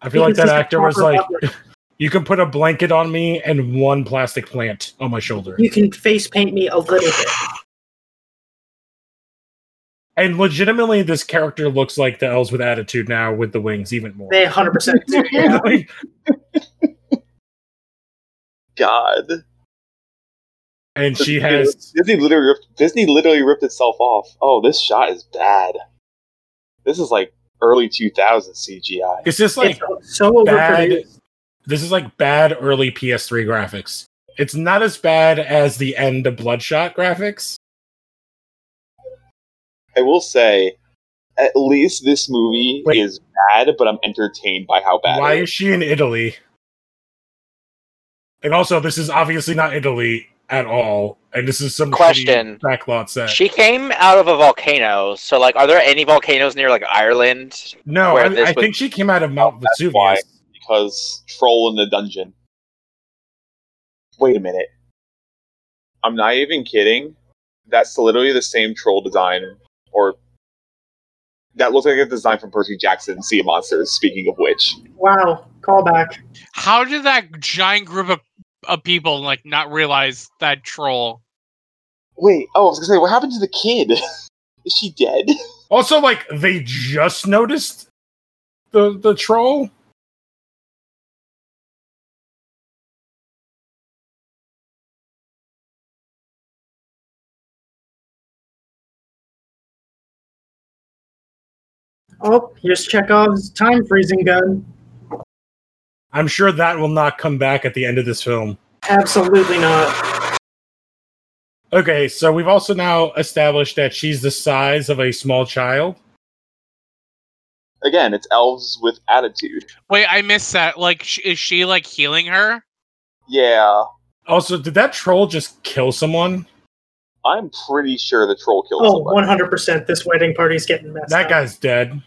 A: I feel like
B: Because
A: that
B: he's a
A: actor was
B: proper
A: like,
B: butler.
A: "You can put a blanket on me and one plastic plant on my shoulder."
B: you can face paint me a little bit.
A: And legitimately, this character looks like the elves with attitude now with the wings even more.
B: They 100 percent do. yeah.
A: Like,
C: God.
A: and she has
C: Disney literally ripped, Disney literally ripped itself off. Oh, this shot is bad. This is like early 2000s CGI.
A: it's just like
B: It's so overproduced.
A: bad this is like bad early ps3 graphics it's not as bad as the end of bloodshot graphics
C: I will say, at least this movie
A: Wait.
C: is bad, but I'm entertained by how bad.
A: why
C: it
A: is she in italy and also this is obviously not italy at all and this is some shitty
D: Question.
A: backlot set
D: She came out of a volcano, so like, are there any volcanoes near like Ireland?
A: no
D: where
A: i,
D: this
A: I
D: was-
A: think she came out of mount
C: That's why.
A: vesuvius
C: because troll in the dungeon. Wait a minute. I'm not even kidding. That's literally the same troll design, or that looks like a design from Percy Jackson, Sea of Monsters. Speaking of which,
B: Wow, callback.
E: How did that giant group of, of people like not realize that troll?
C: wait. Oh, I was gonna say, what happened to the kid? Is she dead?
A: also like they just noticed the the troll
B: Oh, here's Chekhov's time freezing gun.
A: i'm sure that will not come back at the end of this film
B: Absolutely not.
A: Okay, so we've also now established that she's the size of a small child.
C: Again, it's elves with attitude.
E: Wait, I missed that. Like, sh- is she like healing her?
C: Yeah,
A: Also, did that troll just kill someone?
C: I'm pretty sure the troll killed
B: Oh,
C: someone.
B: 100 percent. This wedding party's getting messed
A: That
B: up.
A: guy's dead.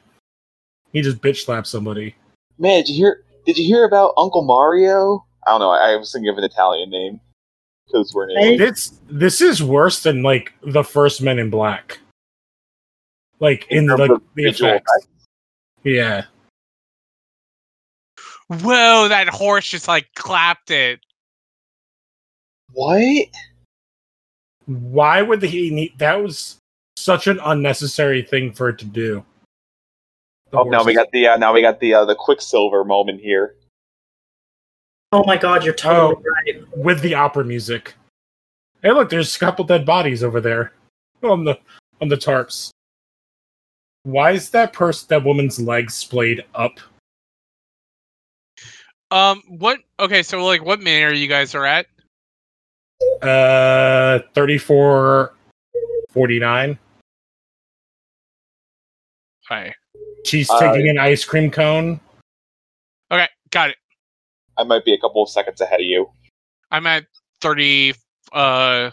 A: He just bitch slapped somebody.
C: Man, did you hear? Did you hear about Uncle Mario? I don't know. I, I was thinking of an Italian name. Code word name.
B: Hey.
A: This this is worse than like the first Men in Black. Like in
C: terms
A: the
C: of
A: the
C: visual
A: effects. Yeah.
E: Whoa, that horse just like clapped it.
C: What?
A: Why would he need that was such an unnecessary thing for it to do. The
C: Oh, now we
A: horses.
C: got the uh, now we got the uh, the Quicksilver moment here.
B: Oh my god, you're totally
A: Oh.
B: right.
A: with the opera music. Hey, look, there's a couple dead bodies over there Oh, on the on the tarps. Why is that person that woman's legs splayed up?
E: Um, what? Okay, so like, what manor you guys are at?
A: Uh, thirty-four, forty-nine.
E: Okay,
A: She's
C: Uh,
A: taking an ice cream cone.
E: okay, got it.
C: I might be a couple of seconds ahead of you.
E: I'm at thirty, uh,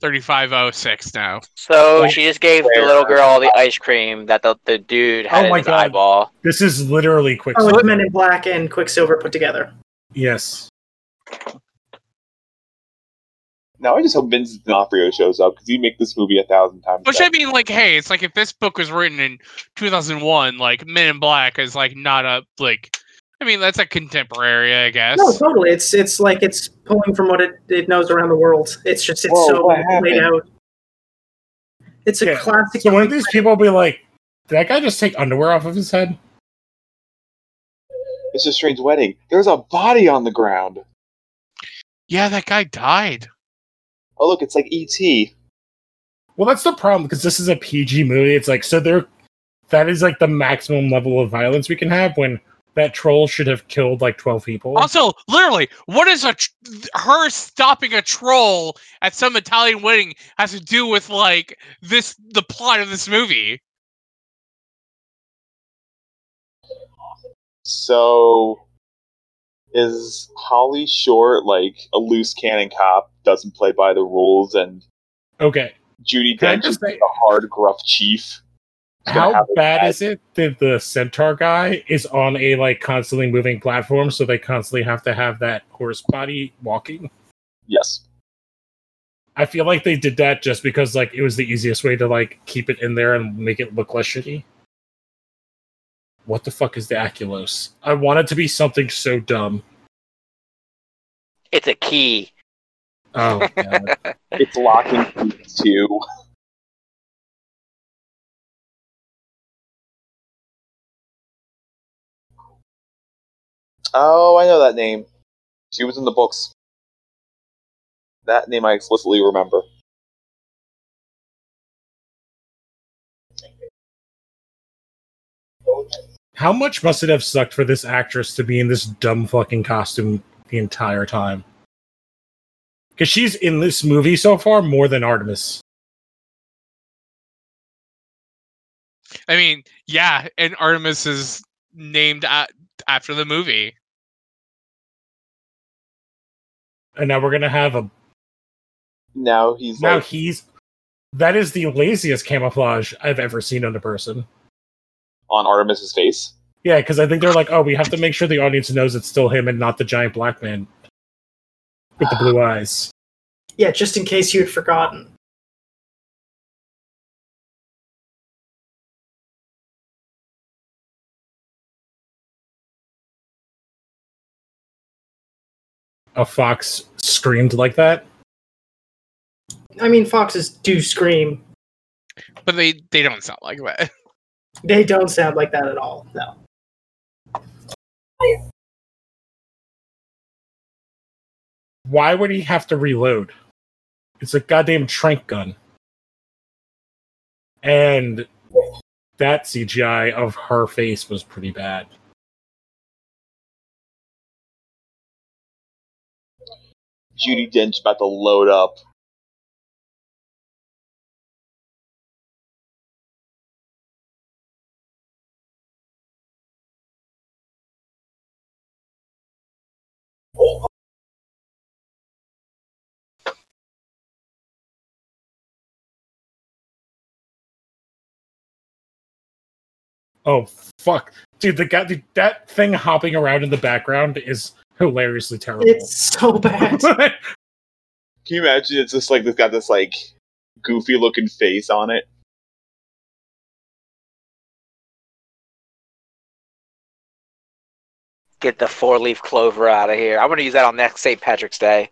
E: thirty-five oh six now.
A: Oh,
D: So she just gave the
C: Where?
D: little girl all the ice cream that the, the dude had
A: Oh
D: in
A: my
D: his
A: God.
D: eyeball.
A: This is literally quick.
B: Oh, it's Men in Black and Quicksilver put together.
A: yes.
C: Now I just hope Vincent D'Onofrio shows up because he'd make this movie a thousand times.
E: Which I
C: better.
E: mean, like, hey, it's like if this book was written in 2001, like Men in Black is like not a like. I mean, that's a contemporary, I guess.
B: No, totally. It's it's like it's pulling from what it, it knows around the world. It's just it's
C: Whoa, what
B: so laid
C: happened?
B: out. It's a
A: Yeah,
B: classic.
A: So one of these people be like, "Did that guy just take underwear off of his head?"
C: it's a strange wedding. There's a body on the ground.
E: Yeah, that guy died.
C: Oh look, it's like E.T.
A: Well, that's the problem because this is a PG movie. It's like so there, that is like the maximum level of violence we can have when that troll should have killed like 12 people.
E: Also, literally, what is a tr- her stopping a troll at some Italian wedding has to do with like this the plot of this movie?
C: So is Holly Short like a loose cannon cop, doesn't play by the rules, and
A: okay.
C: Judy
A: Can I
C: Dench
A: just
C: is
A: say-
C: a hard, gruff chief? He's gonna
A: How
C: have a
A: bad is it that the centaur guy is on a like constantly moving platform, so they constantly have to have that horse body walking?
C: Yes.
A: I feel like they did that just because like it was the easiest way to like keep it in there and make it look less shitty. What the fuck is the Aculos? I want it to be something so dumb.
D: It's a key.
A: Oh, God.
C: It's locking keys, too. Oh, I know that name. She was in the books. That name I explicitly remember.
A: how much must it have sucked for this actress to be in this dumb fucking costume the entire time? Because she's in this movie so far more than Artemis.
E: I mean, yeah, and Artemis is named a after the movie.
A: And now we're gonna have a
C: Now he's
A: now
C: like,
A: he's that is the laziest camouflage I've ever seen on a person.
C: on Artemis's face.
A: Yeah, because I think they're like, oh, we have to make sure the audience knows it's still him and not the giant black man with the blue eyes.
B: Yeah, just in case you had forgotten.
A: A fox screamed like that.
B: I mean, foxes do scream.
E: But they they don't sound like that.
B: They don't sound like that at all. No.
A: Why would he have to reload? It's a goddamn trank gun. And that CGI of her face was pretty bad.
C: Judy Dench about to load up.
A: Oh fuck, dude! The guy, dude, that thing hopping around in the background is hilariously terrible.
B: It's so bad.
C: Can you imagine? It's just like it's got this like goofy looking face on it.
D: Get the four leaf clover out of here. I'm gonna use that on next St. Patrick's Day.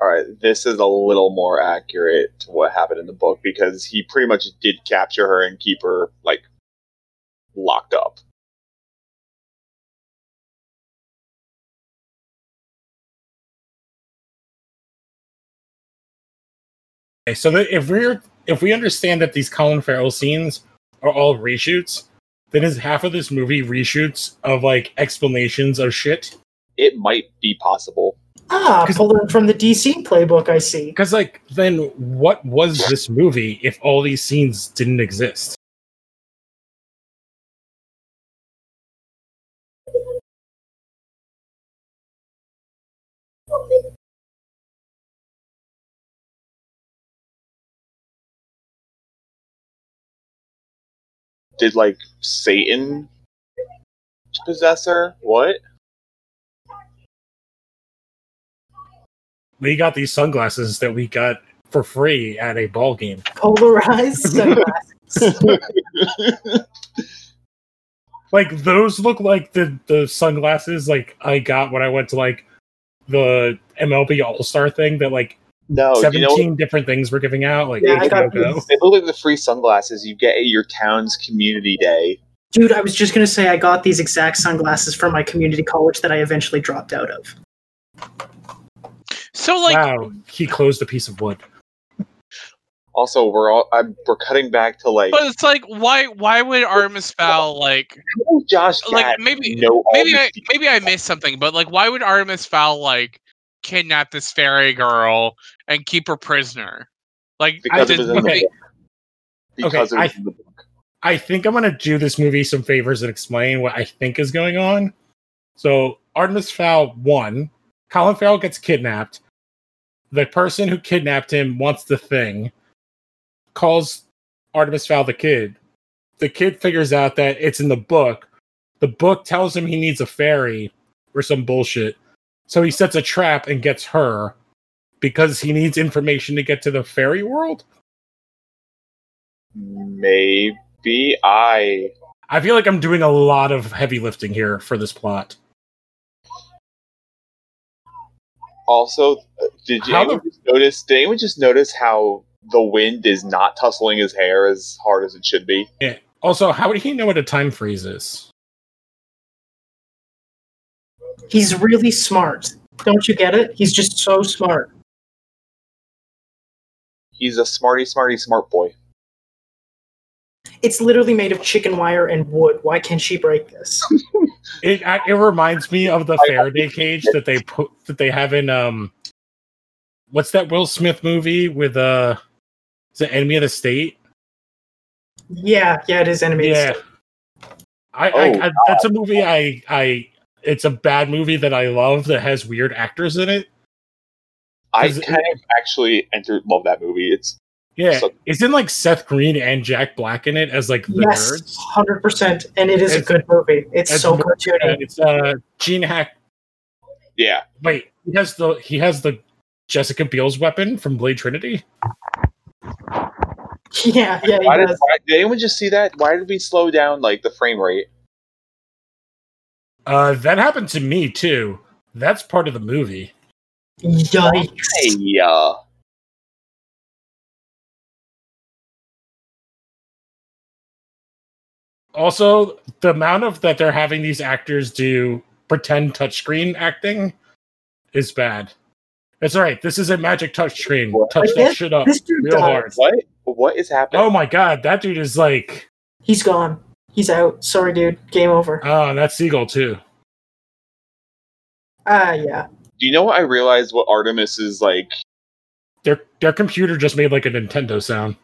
C: All right, this is a little more accurate to what happened in the book because he pretty much did capture her and keep her like locked up.
A: Okay, so that if we're if we understand that these Colin Farrell scenes are all reshoots, then is half of this movie reshoots of like explanations of shit?
C: It might be possible.
B: ah,
A: 'Cause-
B: pulled it from the DC playbook, I see.
A: Because like, then what was this movie if all these scenes didn't exist?
C: Did like Satan possess her? What?
A: We got these sunglasses that we got for free at a ball game.
B: Polarized sunglasses.
A: Like those look like the the sunglasses like I got when I went to like the MLB All Star thing that like
B: Oh,
C: no, you
A: seventeen
C: know
A: different things were giving out. Like
B: Yeah,
A: go,
B: I got
A: go.
C: they look like the free sunglasses you get at your town's community day.
B: Dude, I was just going to say I got these exact sunglasses from my community college that I eventually dropped out of.
E: So like
A: wow, he closed a piece of wood.
C: Also, we're all I'm, we're cutting back to like
E: But it's like, why? Why would Artemis Fowl like
C: how does Josh
E: like
C: Gad
E: maybe
C: know all
E: maybe
C: these
E: I
C: people?
E: maybe I missed something, but like, why would Artemis Fowl like kidnap this fairy girl and keep her prisoner? Like,
C: because
E: did-
C: it was in the
A: okay.
C: book. Because
A: Okay,
C: it was in the book.
A: I think I'm gonna do this movie some favors and explain what I think is going on. So Artemis Fowl one, Colin Farrell gets kidnapped. The person who kidnapped him wants the thing, calls Artemis Fowl the kid. The kid figures out that it's in the book. The book tells him he needs a fairy or some bullshit. So he sets a trap and gets her because he needs information to get to the fairy world.
C: Maybe I
A: I feel like I'm doing a lot of heavy lifting here for this plot.
C: also did you
A: How
C: anyone just notice? Did anyone just notice how the wind is not tussling his hair as hard as it should be?
A: Eh, Also, how would he know what a time freeze is?
B: He's really smart. Don't you get it? He's just so smart.
C: He's a smarty, smarty, smart boy.
B: It's literally made of chicken wire and wood. Why can't she break this?
A: It I- it reminds me of the Faraday cage that they put that they have in um, what's that Will Smith movie with uh, is it Enemy of the State?
B: yeah, yeah, it is animated.
A: Yeah, I,
C: Oh,
A: I, I that's a movie I I it's a bad movie that I love that has weird actors in it.
C: I
A: Is it-
C: kind of actually entered love that movie. It's
A: Yeah,
C: So-
A: isn't like Seth Green and Jack Black in it as like the
B: Yes,
A: nerds?
B: hundred percent, and it is a
A: It's-
B: good movie. It's
A: it's
B: so
A: more-
B: cartoony.
A: And it's uh Gene Hack
C: yeah.
A: Wait, he has the he has the Jessica Biel's weapon from Blade Trinity.
B: Yeah, yeah,
C: Why
B: he
C: did,
B: does.
C: why, did anyone just see that? Why did we slow down like the frame rate?
A: Uh, that happened to me too. That's part of the movie.
B: Yikes!
C: Yeah.
A: Also, the amount of that they're having these actors do pretend touchscreen acting is bad. It's all right. This is a magic touchscreen.
C: What?
A: Touch
B: Again?
A: that shit up
B: This dude
A: real
B: died.
A: hard.
C: What? What is happening?
A: Oh my god, that dude is like,
B: He's gone. He's out. Sorry, dude. Game over.
A: oh, and that's Seagull too.
B: Ah, yeah.
C: Do you know what I realized? What Artemis is like?
A: Their their computer just made like a Nintendo sound.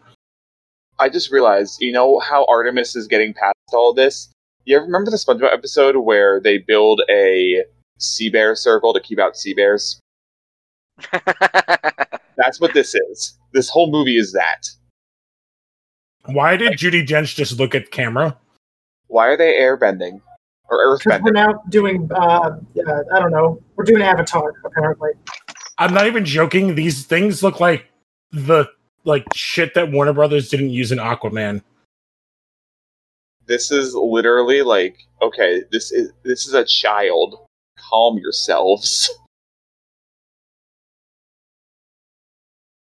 C: I just realized. You know how Artemis is getting past all this? You ever remember the SpongeBob episode where they build a sea bear circle to keep out sea bears? That's what this is. This whole movie is that.
A: Why did Judy Dench just look at camera?
C: Why are they airbending or
B: Because
C: earthbending?
B: we're now doing, uh, uh, I don't know, we're doing Avatar apparently.
A: I'm not even joking. These things look like the like shit that Warner Brothers didn't use in Aquaman.
C: This is literally like okay. This is this is a child. Calm yourselves.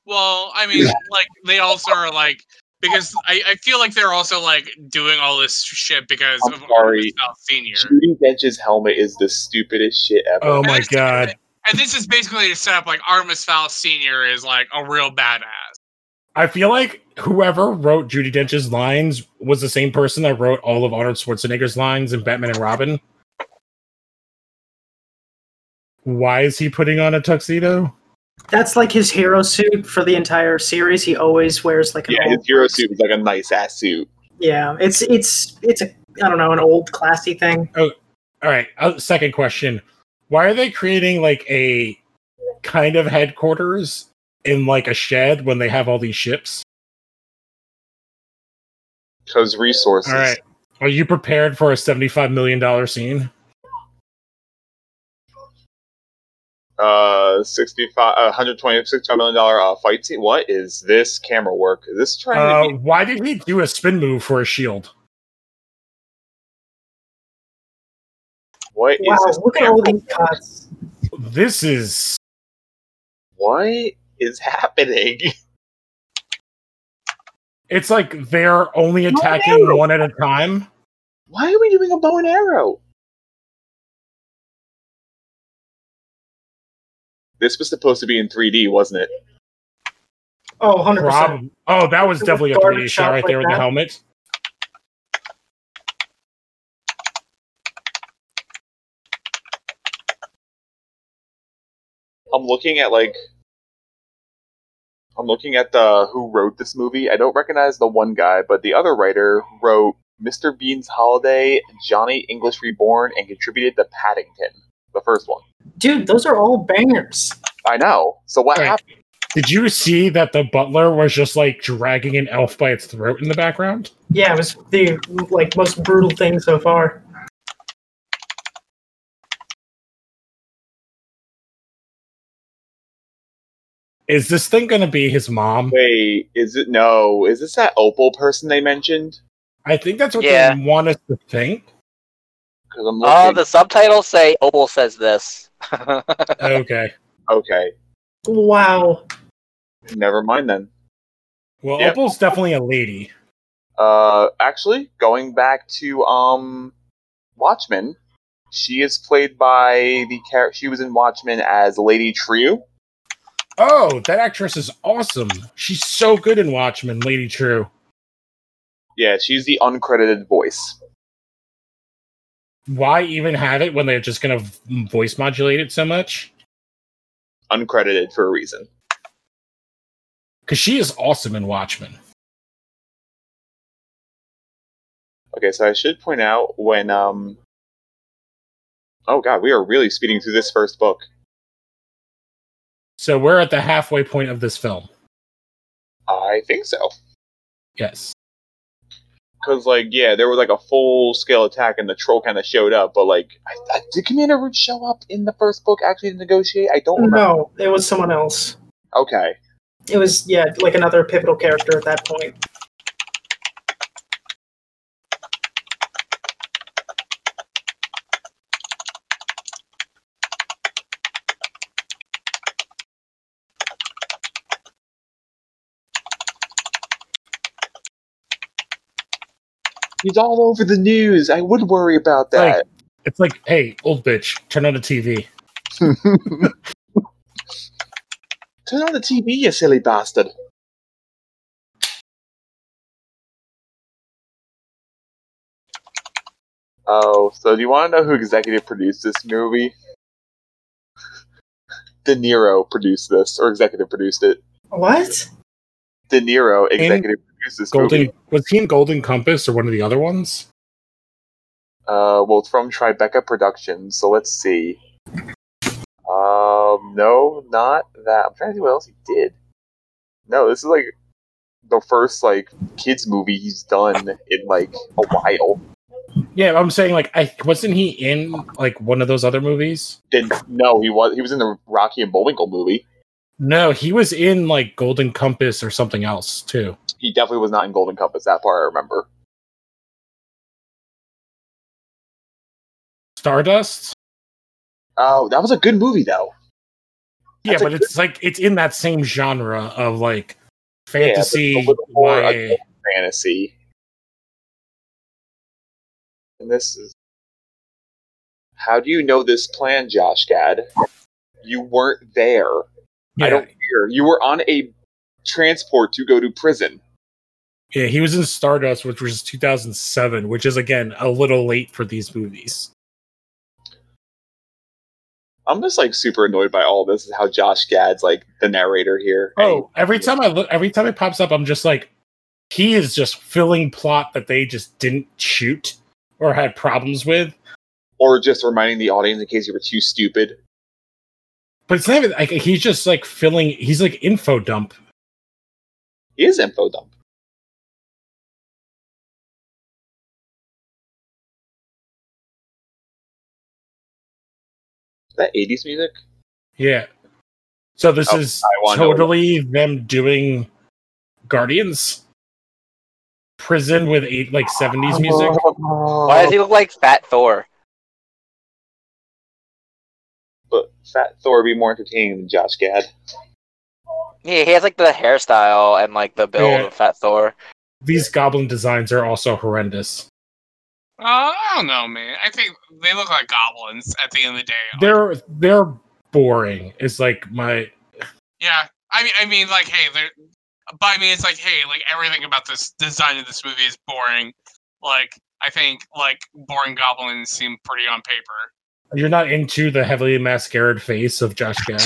E: Well, I mean, like they also are like because I, I feel like they're also like doing all this shit because
C: I'm
E: of
C: sorry.
E: Artemis Fowl Senior.
C: Judy Dench's helmet is the stupidest shit ever.
A: Oh my
E: That's-
A: god.
E: And this is basically to set up like Artemis Fowl Senior is like a real badass.
A: I feel like whoever wrote Judy Dench's lines was the same person that wrote all of Arnold Schwarzenegger's lines in Batman and Robin. Why is he putting on a tuxedo?
B: That's like his hero suit for the entire series. He always wears like an
C: yeah,
B: old,
C: his hero suit is like a nice ass suit.
B: yeah. It's it's it's a I don't know an old classy thing.
A: All right, uh, second question. Why are they creating like a kind of headquarters in like a shed when they have all these ships?
C: Because resources.
A: All right. Are you prepared for a seventy-five million dollar scene?
C: Uh, 65, uh, 120, $65 million dollar uh, fight scene. What is this camera work? Is this trying
A: Uh,
C: to be
A: why did he do a spin move for a shield?
C: what is
B: Wow,
C: this?
B: look at
C: camera-
B: all these cuts.
A: This is
C: What is happening?
A: it's like they're only attacking
C: no.
A: one at a time.
C: Why are we doing a bow and arrow? This was supposed to be in 3D, wasn't it?
B: Oh, 100 percent.
A: Prob- oh, that was
B: It was
A: definitely a
B: barred
A: 3D
B: shot
A: shot right
B: like
A: there with the
B: that.
A: helmet.
C: I'm looking at like I'm looking at the who wrote this movie. I don't recognize the one guy, but the other writer wrote Mr. Bean's Holiday, Johnny English Reborn, and contributed to Paddington, the first one.
B: Dude, those are all bangers.
C: I know. So what
A: Right.
C: happened?
A: Did you see that the butler was just like dragging an elf by its throat in the background?
B: Yeah, it was the like most brutal thing so far.
A: Is this thing going to be his mom?
C: Wait, is it no? Is this that Opal person they mentioned?
A: I think that's what
D: Yeah.
A: they want us to think.
C: Because I'm
D: Oh,
C: looking.
D: the subtitles say Opal says this.
A: Okay.
C: okay,
B: Wow.
C: never mind then.
A: Well,
C: Yep.
A: Opal's definitely a lady.
C: Uh, actually, going back to um, Watchmen, she is played by the character. She was in Watchmen as Lady Triu.
A: Oh, that actress is awesome. She's so good in Watchmen, Lady True.
C: Yeah, she's the uncredited voice.
A: Why even have it when they're just going to voice modulate it so much?
C: Uncredited for a reason.
A: Because she is awesome in Watchmen.
C: Okay, so I should point out when um. Oh God, we are really speeding through this first book.
A: So we're at the halfway point of this film.
C: I think so.
A: Yes.
C: Cause like yeah, there was like a full scale attack, and the troll kind of showed up. But like, I, I, did Commander Root show up in the first book actually to negotiate? I don't remember.
B: No, it was someone else.
C: Okay,
B: It was yeah, like another pivotal character at that point.
C: he's all over the news. I would worry about that.
A: It's like, hey, old bitch, turn on the TV.
C: Turn on the TV, you silly bastard. Oh, so do you want to know who executive produced this movie? De Niro produced this, or executive produced it.
B: What?
C: De Niro executive produced this movie.
A: Golden was he in Golden Compass or one of the other ones?
C: Uh, well, it's from Tribeca Productions, so let's see. Um, no, not that. I'm trying to see what else he did. No, this is like the first like kids movie he's done in like a while.
A: Yeah, I'm saying like I wasn't he in like one of those other movies?
C: Did no, he was he was in the Rocky and Bullwinkle movie.
A: No, he was in like Golden Compass or something else too.
C: He definitely was not in Golden Compass. That part I remember.
A: Stardust?
C: Oh, that was a good movie though.
A: Yeah,
C: That's a
A: but it's like it's in that same genre of like fantasy.
C: Yeah, but it's a little more
A: YA.
C: adult fantasy. And this is. How do you know this plan, Josh Gad? You weren't there.
A: Yeah.
C: I don't care. You were on a transport to go to prison.
A: yeah, he was in Stardust, which was 2007, which is again a little late for these movies.
C: I'm just like super annoyed by all this. Is how Josh Gad's like the narrator here. And
A: Oh, every time I look, every time it pops up, I'm just like, he is just filling plot that they just didn't shoot or had problems with.
C: or just reminding the audience in case you were too stupid.
A: But it's not even like he's just like filling. He's like info dump.
C: He is info dump. Is that 80s music?
A: Yeah. So this
C: Oh,
A: is
C: wanna know.
A: totally them doing Guardians prison with eight like
C: Uh-huh.
A: 70s music.
D: Why
A: Oh.
D: does he look like Fat Thor?
C: But Fat Thor would be more entertaining than Josh Gad.
D: Yeah, he has like the hairstyle and like the build
A: Yeah.
D: of Fat Thor.
A: These goblin designs are also horrendous.
E: Uh, I don't know, man. I think they look like goblins at the end of the day. Like,
A: They're they're boring. Is like my
E: yeah. I mean, I mean, like, hey, they're but I mean, it's like, hey, like everything about this design of this movie is boring. Like, I think like boring goblins seem pretty on paper.
A: You're not into the heavily mascaraed face of Josh Gad.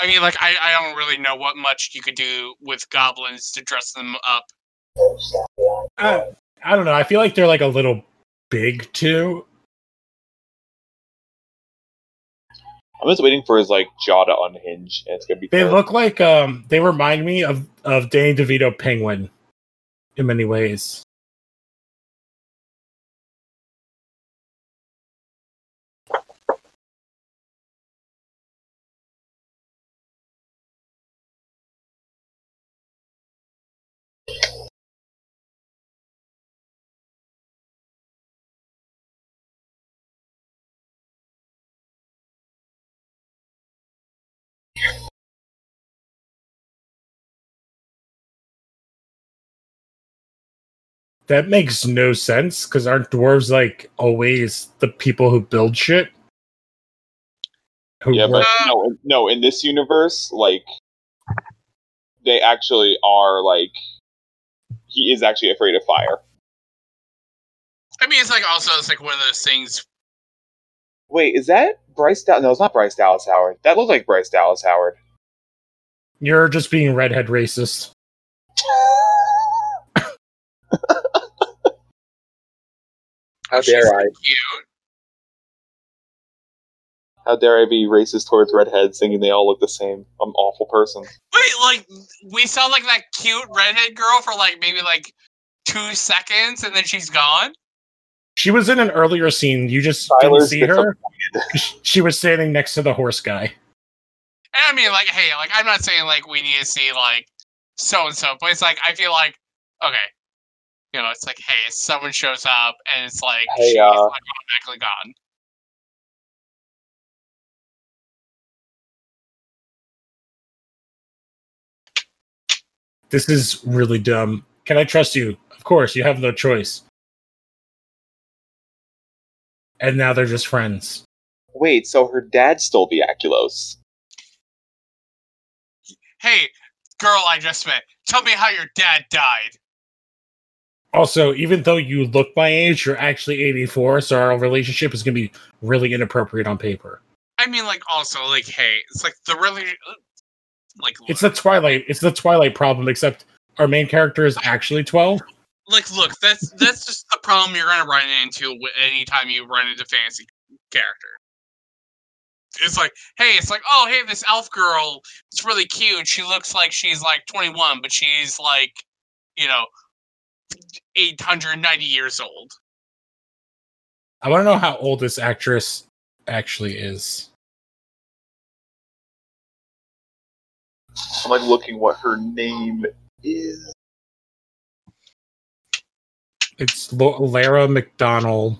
E: I mean, like, I, I don't really know what much you could do with goblins to dress them up.
A: I, I don't know. I feel like they're like a little big too.
C: I'm just waiting for his like jaw to unhinge, and it's gonna be.
A: They
C: terrible.
A: look like um they remind me of of Danny DeVito Penguin in many ways. That makes no sense because aren't dwarves like always the people who build shit? Who
C: Yeah, but
A: work-
C: no, in- no. In this universe, like they actually are like he is actually afraid of fire.
E: I mean, it's like also it's like one of those things.
C: Wait, is that Bryce? Dal- no, it's not Bryce Dallas Howard. That looked like Bryce Dallas Howard.
A: you're just being redhead racist.
C: How
E: She's
C: dare I?
E: Cute.
C: How dare I be racist towards redheads, thinking they all look the same? I'm an awful person.
E: Wait, like we saw like that cute redhead girl for like maybe like two seconds, and then she's gone.
A: She was in an earlier scene. You just
C: Tyler's
A: didn't see her. She was standing next to the horse guy.
E: And I mean, like, hey, like I'm not saying like we need to see like so and so, but it's like I feel like okay, you know, it's like hey, someone shows up and it's like
C: Hey,
E: she's
C: uh,
E: like automatically gone.
A: This is really dumb. Can I trust you? Of course, you have no choice. And now they're just friends.
C: Wait, so her dad stole the Aculos.
E: Hey, girl, I just met. Tell me how your dad died.
A: Also, even though you look my age, you're actually 84, so our relationship is going to be really inappropriate on paper.
E: I mean, like, also, like, hey, it's like the really, like,
A: It's the Twilight. It's the Twilight problem, except our main character is actually 12.
E: like look that's that's just the problem you're gonna run into wi- anytime you run into fantasy character it's like hey it's like oh hey this elf girl it's really cute she looks like she's like 21 but she's like you know 890 years old
A: I want to know how old this actress actually is.
C: I'm like looking what her name is.
A: It's Lo- Lara McDonald.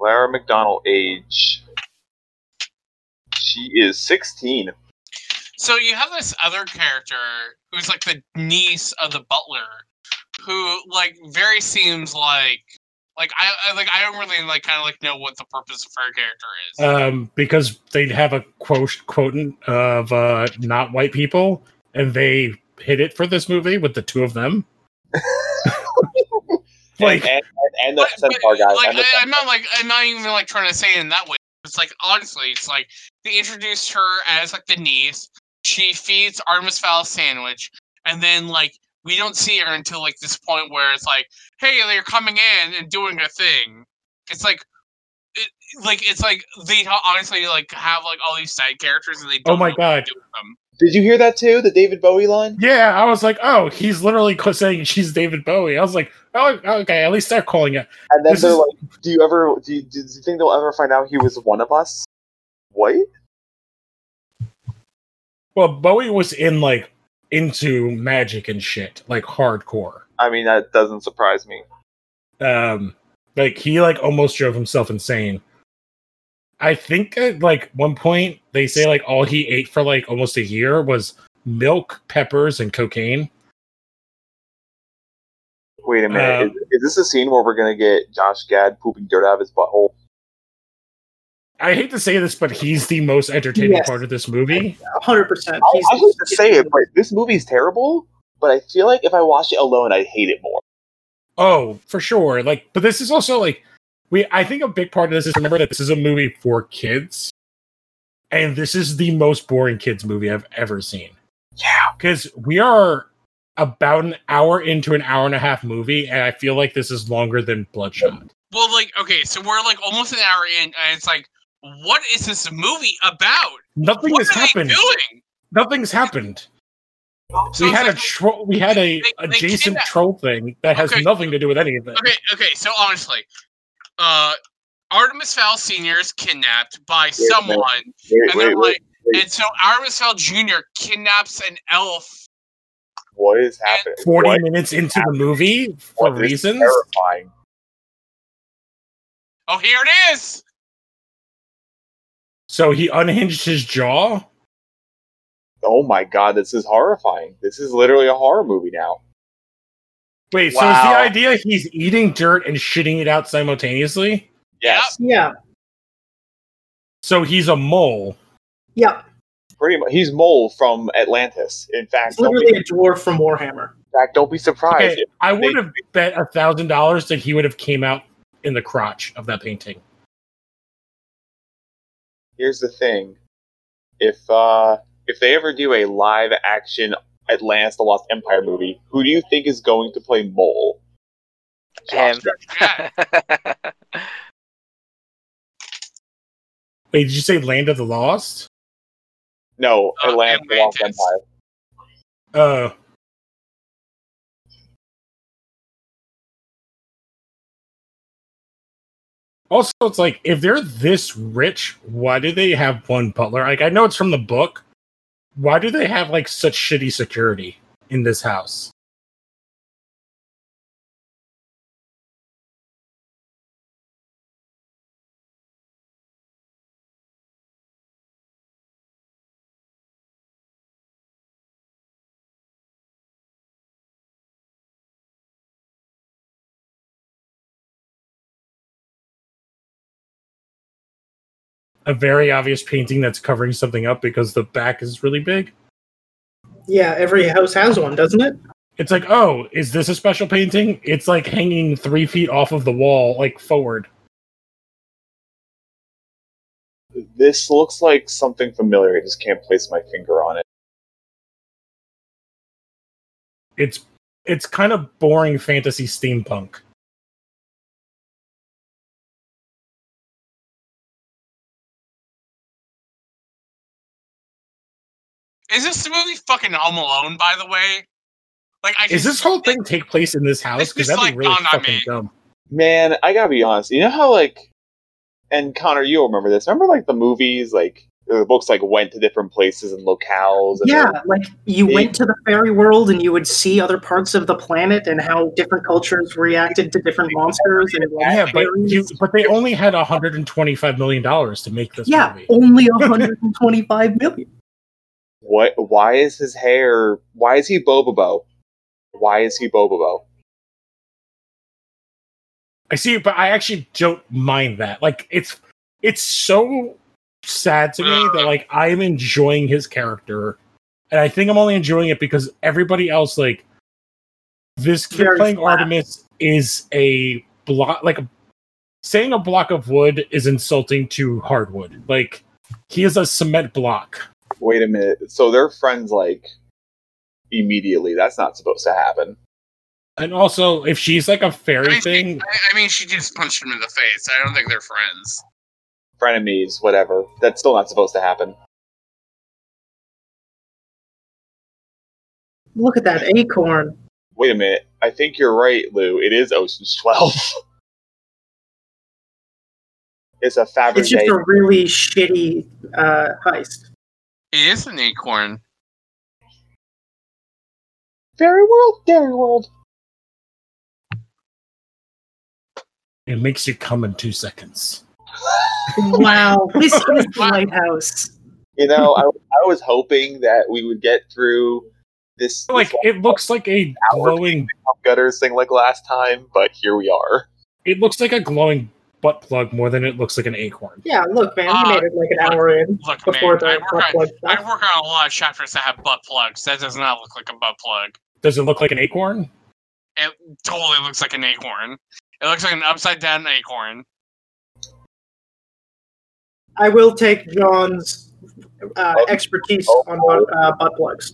C: Lara McDonald age. She is 16.
E: so you have this other character who's like the niece of the butler who like very seems like like I, I like I don't really like kind of like know what the purpose of her character is.
A: um, because they'd have a quote quotient of uh, not white people, and they hit it for this movie with the two of them. like,
C: and, and, and the
E: But-
C: centaur guy.
E: like,
C: and the
E: I, I'm not like I'm not even like trying to say it in that way. It's like honestly, it's like they introduced her as like the niece. She feeds Artemis Fowl sandwich, and then like we don't see her until like this point where it's like, hey, they're coming in and doing a thing. It's like. It, like it's like they ho- honestly like have like all these side characters and they don't
A: Oh my
E: know what to
A: God.
E: do with them.
C: Did you hear that too? The David Bowie line?
A: yeah, I was like, oh, he's literally co- saying she's David Bowie. I was like, oh, okay, at least they're calling it.
C: And then
A: This
C: they're
A: is-
C: like, "Do you ever? Do you, do you think they'll ever find out he was one of us?" What?
A: Well, Bowie was in like into magic and shit, like hardcore.
C: I mean, that doesn't surprise me.
A: um like he like almost drove himself insane i think at like one point they say like all he ate for like almost a year was milk peppers and cocaine
C: Wait a
A: Uh,
C: minute. is, is this a scene where we're gonna get Josh Gad pooping dirt out of his butthole?
A: I hate to say this, but he's the most entertaining
B: Yes.
A: part of this movie.
B: hundred percent.
C: I, I hate to say it, but this movie's terrible. But I feel like if I watched it alone, I'd hate it more.
A: Oh, for sure. Like, but this is also like we. I think a big part of this is remember that this is a movie for kids, and this is the most boring kids movie I've ever seen.
C: Yeah.
A: because we are about an hour into an hour and a half movie, and I feel like this is longer than Bloodshot.
E: Well, like okay, so we're like almost an hour in, and it's like, what is this movie about?
A: Nothing
E: What
A: has
E: are
A: happened.
E: they doing?
A: Nothing's happened.
E: So
A: We
E: it's
A: had a
E: like,
A: tro- we had a
E: they- they
A: adjacent
E: kidnapped-
A: troll thing that has
E: Okay.
A: nothing to do with any of it.
E: Okay, okay. So honestly, uh, Artemis Fowl Senior is kidnapped by
C: Yeah, man.
E: someone,
C: Wait,
E: and they're like, and so Artemis Fowl Junior kidnaps an elf.
C: what is happening?
A: Forty
C: What-
A: minutes into the movie for
C: what is
A: reasons.
C: terrifying.
E: Oh, here it is.
A: So he unhinged his jaw.
C: Oh my god, this is horrifying. This is literally a horror movie now.
A: Wait, so is
D: Wow.
A: the idea he's eating dirt and shitting it out simultaneously?
C: Yes,
B: Yeah,
A: So he's a mole.
B: yeah.
C: pretty much. He's Mole from Atlantis. In fact,
B: It's
C: don't be,
B: literally a dwarf from Warhammer.
C: in fact, don't be surprised.
A: Okay, I would have bet a thousand dollars that he would have came out in the crotch of that painting.
C: Here's the thing: if uh, if they ever do a live action Atlantis: The Lost Empire movie, who do you think is going to play Mole?
D: Him.
E: Yeah.
A: Wait, did you say Land of the Lost?
C: No,
E: Uh,
C: Atlantis: The Lost
E: Atlantis.
C: Empire.
A: Uh Also, it's like if they're this rich, why do they have one butler? Like I know it's from the book. Why do they have like such shitty security in this house? A very obvious painting that's covering something up because the back is really big.
B: Yeah, every house has one, doesn't it?
A: It's like, oh, is this a special painting? It's like hanging three feet off of the wall, like forward.
C: This looks like something familiar. I just can't place my finger on it.
A: It's it's kind of boring fantasy steampunk.
E: is this the movie fucking Home Alone? By the way, like, I
A: Is
E: just-
A: this whole thing take place in this house?
E: It's
A: Because
E: just
A: that'd
E: like
A: be really
E: dawned on
A: fucking
E: me.
A: dumb.
C: Man, I gotta be honest. You know how like, and Connor, you'll remember this. Remember like the movies, like or the books, like went to different places and locales. And
B: Yeah, like you
C: They-
B: went to the fairy world and you would see other parts of the planet and how different cultures reacted to different monsters and like,
A: Yeah, but
B: fairies.
A: you, but they only had 125 million dollars to make this
B: yeah,
A: movie.
B: only 125 million.
C: What? Why is his hair? Why is he Bobobo? Why is he Bobobo?
A: I see, but I actually don't mind that. Like it's it's so sad to me that like I am enjoying his character, and I think I'm only enjoying it because everybody else like this kid
B: Very
A: playing
B: flat.
A: Artemis is a block like saying a block of wood is insulting to hardwood. Like he is a cement block.
C: Wait a minute. So they're friends like immediately. That's not supposed to happen.
A: And also, if she's like a fairy
E: Right.
A: thing,
E: I, I mean, she just punched him in the face. I don't think they're friends.
C: Frenemies, whatever. That's still not supposed to happen.
B: Look at that acorn.
C: Wait a minute. I think you're right, Lou. It is Ocean's Twelve. it's a Fabergé.
B: It's just a really shitty uh, heist.
E: It is an acorn.
C: Fairy World, Dairy World.
A: it makes you come in two seconds.
B: Wow, this is the lighthouse.
C: You know, I, I was hoping that we would get through this this
A: Like it looks like a
C: Outward.
A: glowing
C: gutters thing like last time, but here we are.
A: it looks like a glowing butt plug more than it looks like an acorn.
B: Yeah, look, man,
E: Uh,
B: we made it like an hour in
E: Look,
B: before
E: man, I
B: the butt
E: work, on,
B: plug
E: I
B: stuff.
E: work on a lot of chapters that have butt plugs. That does not look like a butt plug.
A: Does it look like an acorn?
E: It totally looks like an acorn. It looks like an upside down acorn.
B: I will take John's uh,
C: Oh.
B: expertise
C: Oh.
B: on butt, uh, butt plugs.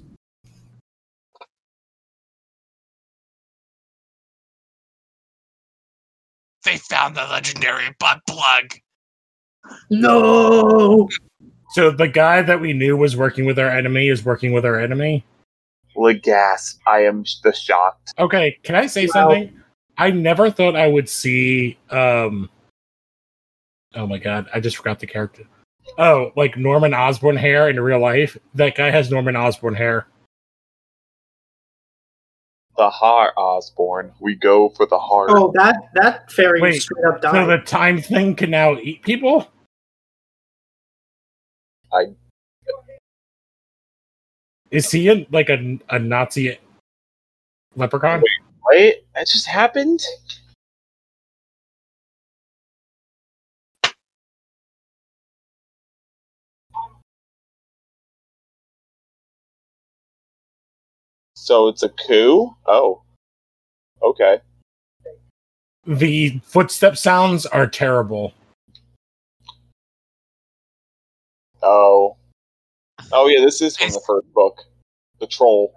E: They found the legendary butt plug.
B: No,
A: So the guy that we knew was working with our enemy is working with our enemy.
C: Like gasp! I am sh- the shocked.
A: Okay, can I say
B: Wow.
A: something? I never thought I would see um Oh my god, I just forgot the character. Oh, like Norman Osborn hair in real life. That guy has Norman Osborn hair.
C: The heart, Osborne. We go for the heart.
B: oh that that fairy
A: Wait,
B: straight up died.
A: So the time thing can now eat people?
C: I-
A: Is he in like a, a Nazi leprechaun?
C: Wait, that just happened. So it's a coup. Oh, okay.
A: The footstep sounds are terrible.
C: Oh, oh yeah. This is from the first book, the troll.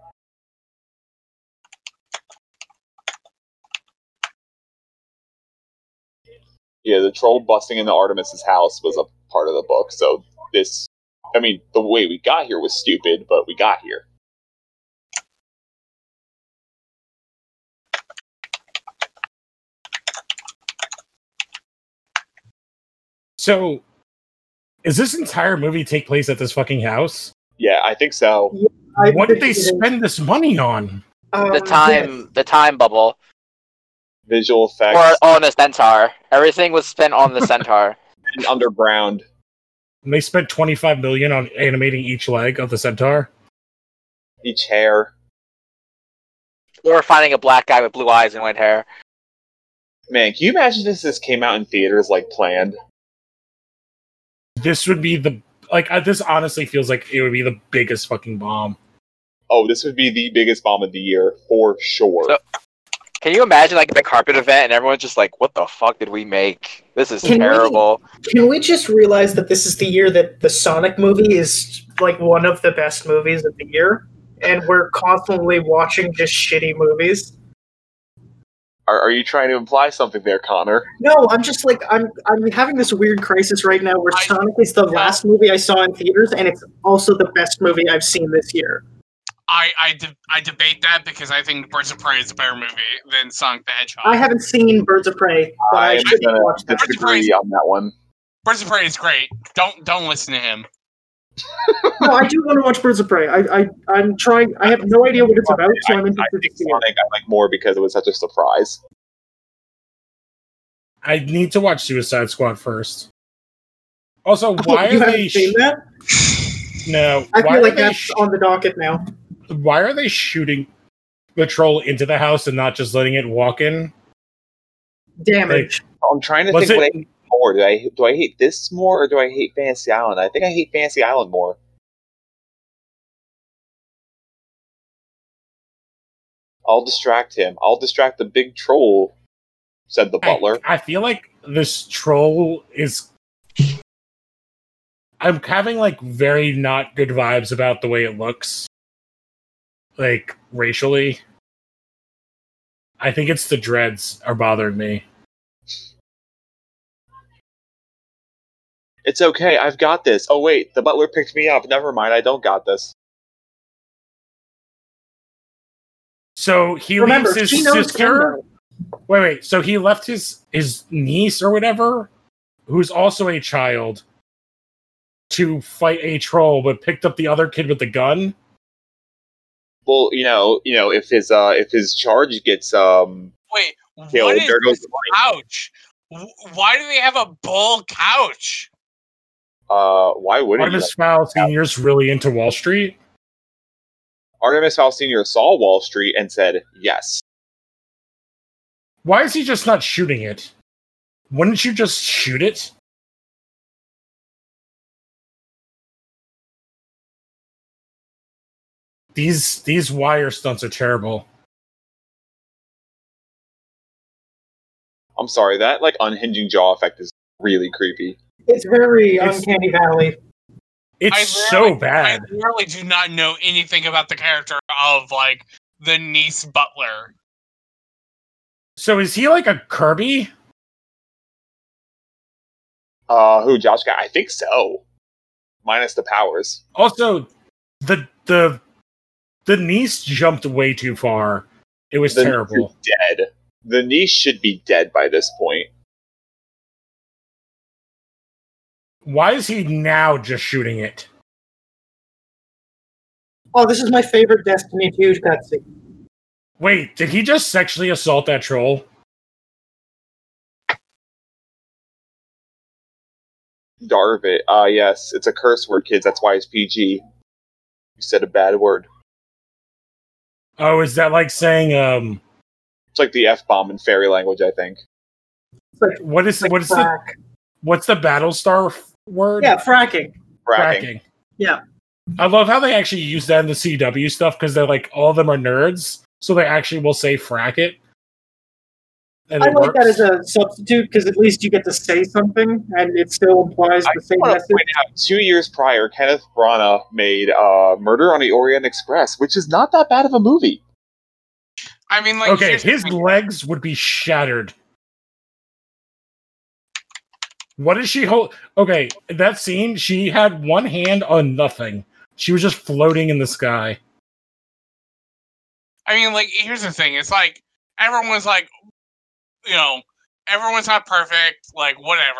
C: Yeah, the troll busting into Artemis's house was a part of the book. So this, I mean, the way we got here was stupid, but we got here.
A: So, is this entire movie take place at this fucking house?
C: Yeah, I think so.
B: I-
A: what did they spend this money on?
B: Um,
D: the time, the time bubble,
C: Visual effects
D: or on the centaur. Everything was spent on the centaur.
C: and underground.
A: And they spent twenty five million on animating each leg of the centaur.
C: Each hair,
D: or finding a black guy with blue eyes and white hair.
C: man. Can you imagine if this came out in theaters like planned?
A: This would be the like uh, this honestly feels like it would be the biggest fucking bomb.
C: Oh, this would be the biggest bomb of the year for sure.
D: So- Can you imagine like the carpet event and everyone's just like, "What the fuck did we make? This is
B: Can we-
D: terrible."
B: Can we just realize that this is the year that the Sonic movie is like one of the best movies of the year, and we're constantly watching just shitty movies?
C: Are, are you trying to imply something there, Connor?
B: No, I'm just like I'm. I'm having this weird crisis right now where
E: I-
B: Sonic is the
E: Yeah.
B: last movie I saw in theaters, and it's also the best movie I've seen this year.
E: I I, de- I debate that because I think Birds of Prey is a better movie than Sonic the Hedgehog.
B: I haven't seen Birds of Prey, but I
C: I'm
B: should
C: gonna
B: watch that.
C: disagree on that one.
E: Birds of Prey is great. Don't don't listen to him.
B: No, I do want to watch Birds of Prey. I, I, I'm trying. I have no idea what it's about, so I'm
C: I
B: interested
C: think
B: to see it.
C: Sonic I like more because it was such a surprise.
A: I need to watch Suicide Squad first. Also,
B: Oh,
A: why
B: you
A: are
B: haven't
A: they sh-
B: seen that?
A: no?
B: I
A: why
B: feel
A: are
B: like
A: they
B: that's
A: sh-
B: on the docket now.
A: why are they shooting the troll into the house and not just letting it walk in?
B: Damage.
C: I'm trying to
A: Was
C: think what
A: it-
C: I hate more. Do I do I hate this more or do I hate Fantasy Island? I think I hate Fantasy Island more. I'll distract him. I'll distract the big troll," said the
A: I-
C: butler.
A: I, feel like this troll is. I'm having like very not good vibes about the way it looks, like racially. I think it's the dreads are bothering me.
C: It's okay. I've got this. Oh wait, the butler picked me up. Never mind. I don't got this.
A: So he
B: Remember,
A: leaves
B: she
A: his
B: knows
A: sister.
B: Kendo.
A: Wait, wait. So he left his his niece or whatever, who's also a child, to fight a troll, but picked up the other kid with the gun.
C: Well, you know, you know, if his uh if his charge gets um
E: Wait,
C: killed,
E: what is
C: there goes
E: this
C: the money.
E: couch? W- Why do they have a bull couch?
C: Uh, why wouldn't you?
A: Artemis Fowl Senior's really into Wall Street.
C: Artemis Fowl Sr. saw Wall Street and said, yes.
A: Why is he just not shooting it? Wouldn't you just shoot it? These these wire stunts are terrible.
C: I'm sorry, that like unhinging jaw effect is really creepy.
B: It's very
A: It's-
B: uncanny valley.
A: It's
E: I
A: so
E: literally-
A: bad.
E: I really do not know anything about the character of like the niece butler.
A: So is he like a Kirby?
C: Uh, who Josh got? I think so. Minus the powers.
A: Also, the the the niece jumped way too far. It was
C: The niece
A: terrible.
C: is Dead. The niece should be dead by this point.
A: Why is he now just shooting it?
B: Oh, this is my favorite Destiny 2 cutscene.
A: Wait, did he just sexually assault that troll?
C: Darvit. Ah, yes, it's a curse word, kids. That's why it's PG. You said a bad word.
A: Oh, is that like saying um
C: It's like the f bomb in fairy language. I think.
A: what is
B: It's like
A: what is the
B: frack.
A: what's the Battlestar f- word?
B: Yeah, fracking.
C: Fracking.
A: Fracking.
B: Yeah.
A: I love how they actually use that in the CW stuff because they're like all of them are nerds, so they actually will say frack it. And
B: I
A: it
B: like that
A: works.
B: as a substitute because at least you get to say something and it still implies
C: I
B: the
C: just
B: same
C: want to
B: message.
C: point out, two years prior, Kenneth Branagh made uh, Murder on the Orient Express, which is not that bad of a movie.
E: I mean, like
A: Okay,
E: here's the
A: his
E: thing.
A: legs would be shattered. What is she hold? Okay, that scene, she had one hand on nothing. She was just floating in the sky.
E: I mean, like, here's the thing. It's like everyone's like, you know, everyone's not perfect, like whatever.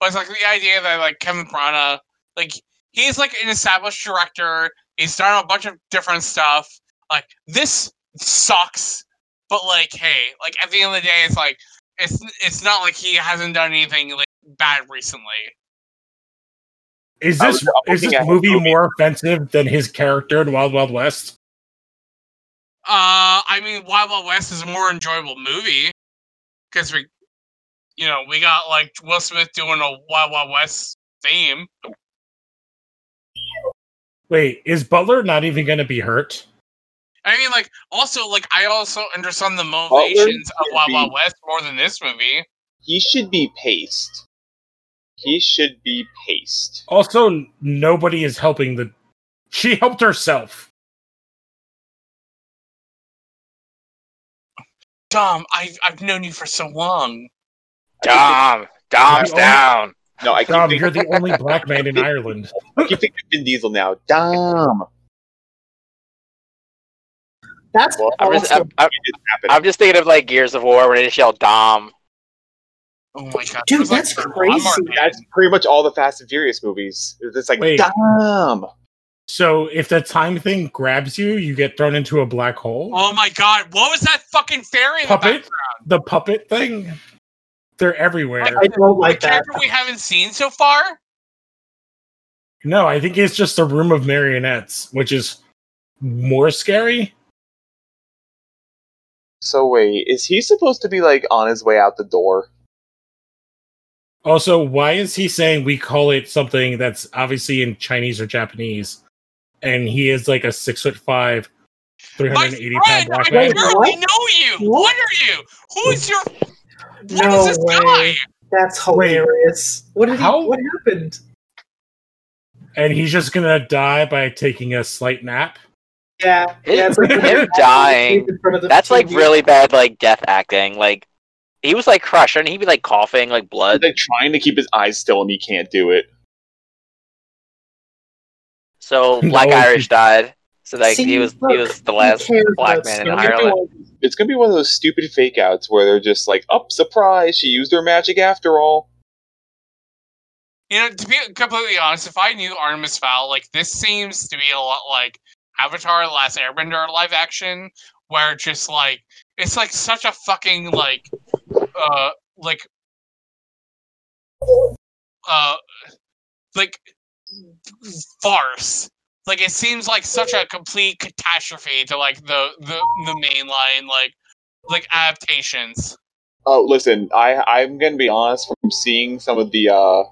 E: But it's like the idea that like Kevin Prana, like he's like an established director. He's done a bunch of different stuff. Like this sucks, but like, hey, like at the end of the day, it's like it's it's not like he hasn't done anything like bad recently.
A: Is
C: I
A: this
C: was- I'm
A: is this
C: looking at
A: movie
C: his movie.
A: more offensive than his character in Wild Wild West?
E: Uh, I mean, Wild Wild West is a more enjoyable movie because we, you know, we got like Will Smith doing a Wild Wild West theme.
A: Wait, is Butler not even going to be hurt?
E: I mean, like, also, like, I also understand the
C: Butler
E: motivations of
C: should
E: Wild
C: be-
E: Wild West more than this movie.
C: He should be paced. He should be paced.
A: Also, n- nobody is helping the. She helped herself.
E: Dom, I, I've known you for so long.
D: Dom, Dom's
A: Oh.
D: down.
C: No, I keep,
A: Dom,
C: thinking,
A: you're the only black man in Ireland.
C: I keep thinking Vin Diesel now. Dom.
B: That's
C: Well,
D: I'm just,
B: awesome.
D: I'm, I'm,
C: It didn't happen.
D: I'm just thinking of like Gears of War when they just yell Dom.
E: Oh my god,
B: Dude,
E: it was, like,
B: that's
E: Walmart,
B: crazy.
E: man.
C: That's pretty much all the Fast and Furious movies. It's like,
A: Wait.
C: Dom.
A: So, if the time thing grabs you, you get thrown into a black hole.
E: Oh my god, what was that fucking fairy in the
A: puppet,
E: background?
A: the puppet thing. They're everywhere.
B: I don't like
E: the
B: that.
E: character we haven't seen so far?
A: No, I think it's just a room of marionettes, which is more scary.
C: So wait, is he supposed to be like on his way out the door?
A: Also, why is he saying we call it something that's obviously in Chinese or Japanese? And he is like a six foot five, 380
E: My
A: pound
E: friend,
A: black
E: I
A: man.
B: Wait, what?
E: barely know you. What
B: What?
E: are you? Who is your? What is
B: No
E: this
B: way.
E: guy?
B: That's
A: Wait.
B: hilarious. what did
A: How-
B: he, what happened?
A: And he's just gonna die by taking a slight nap.
B: Yeah, yeah. it's when
D: Him
B: they're
D: dying,
B: in front of the
D: That's like
B: TV.
D: really bad, like death acting. Like he was like crushed, and he'd be like coughing, like
C: He's
D: blood.
C: like Uh, trying to keep his eyes still and he can't do it.
D: So
A: No.
D: Black Irish died. So like
B: See,
D: he was, he
B: look,
D: was the
B: Who
D: last
B: cares
D: black
B: about
D: man in
B: Snoop
D: Ireland.
B: Dogg?
C: It's gonna be one of those stupid fake outs where they're just like, "Up, surprise! She used her magic after all."
E: You know, to be completely honest, if I knew Artemis Fowl, like this seems to be a lot like Avatar: The Last Airbender live action, where it's just like it's like such a fucking like, uh, like, uh, like farce. Like it seems like such a complete catastrophe to like the the the mainline like like adaptations.
C: Oh, listen, I I'm gonna be honest. From seeing some of the, uh,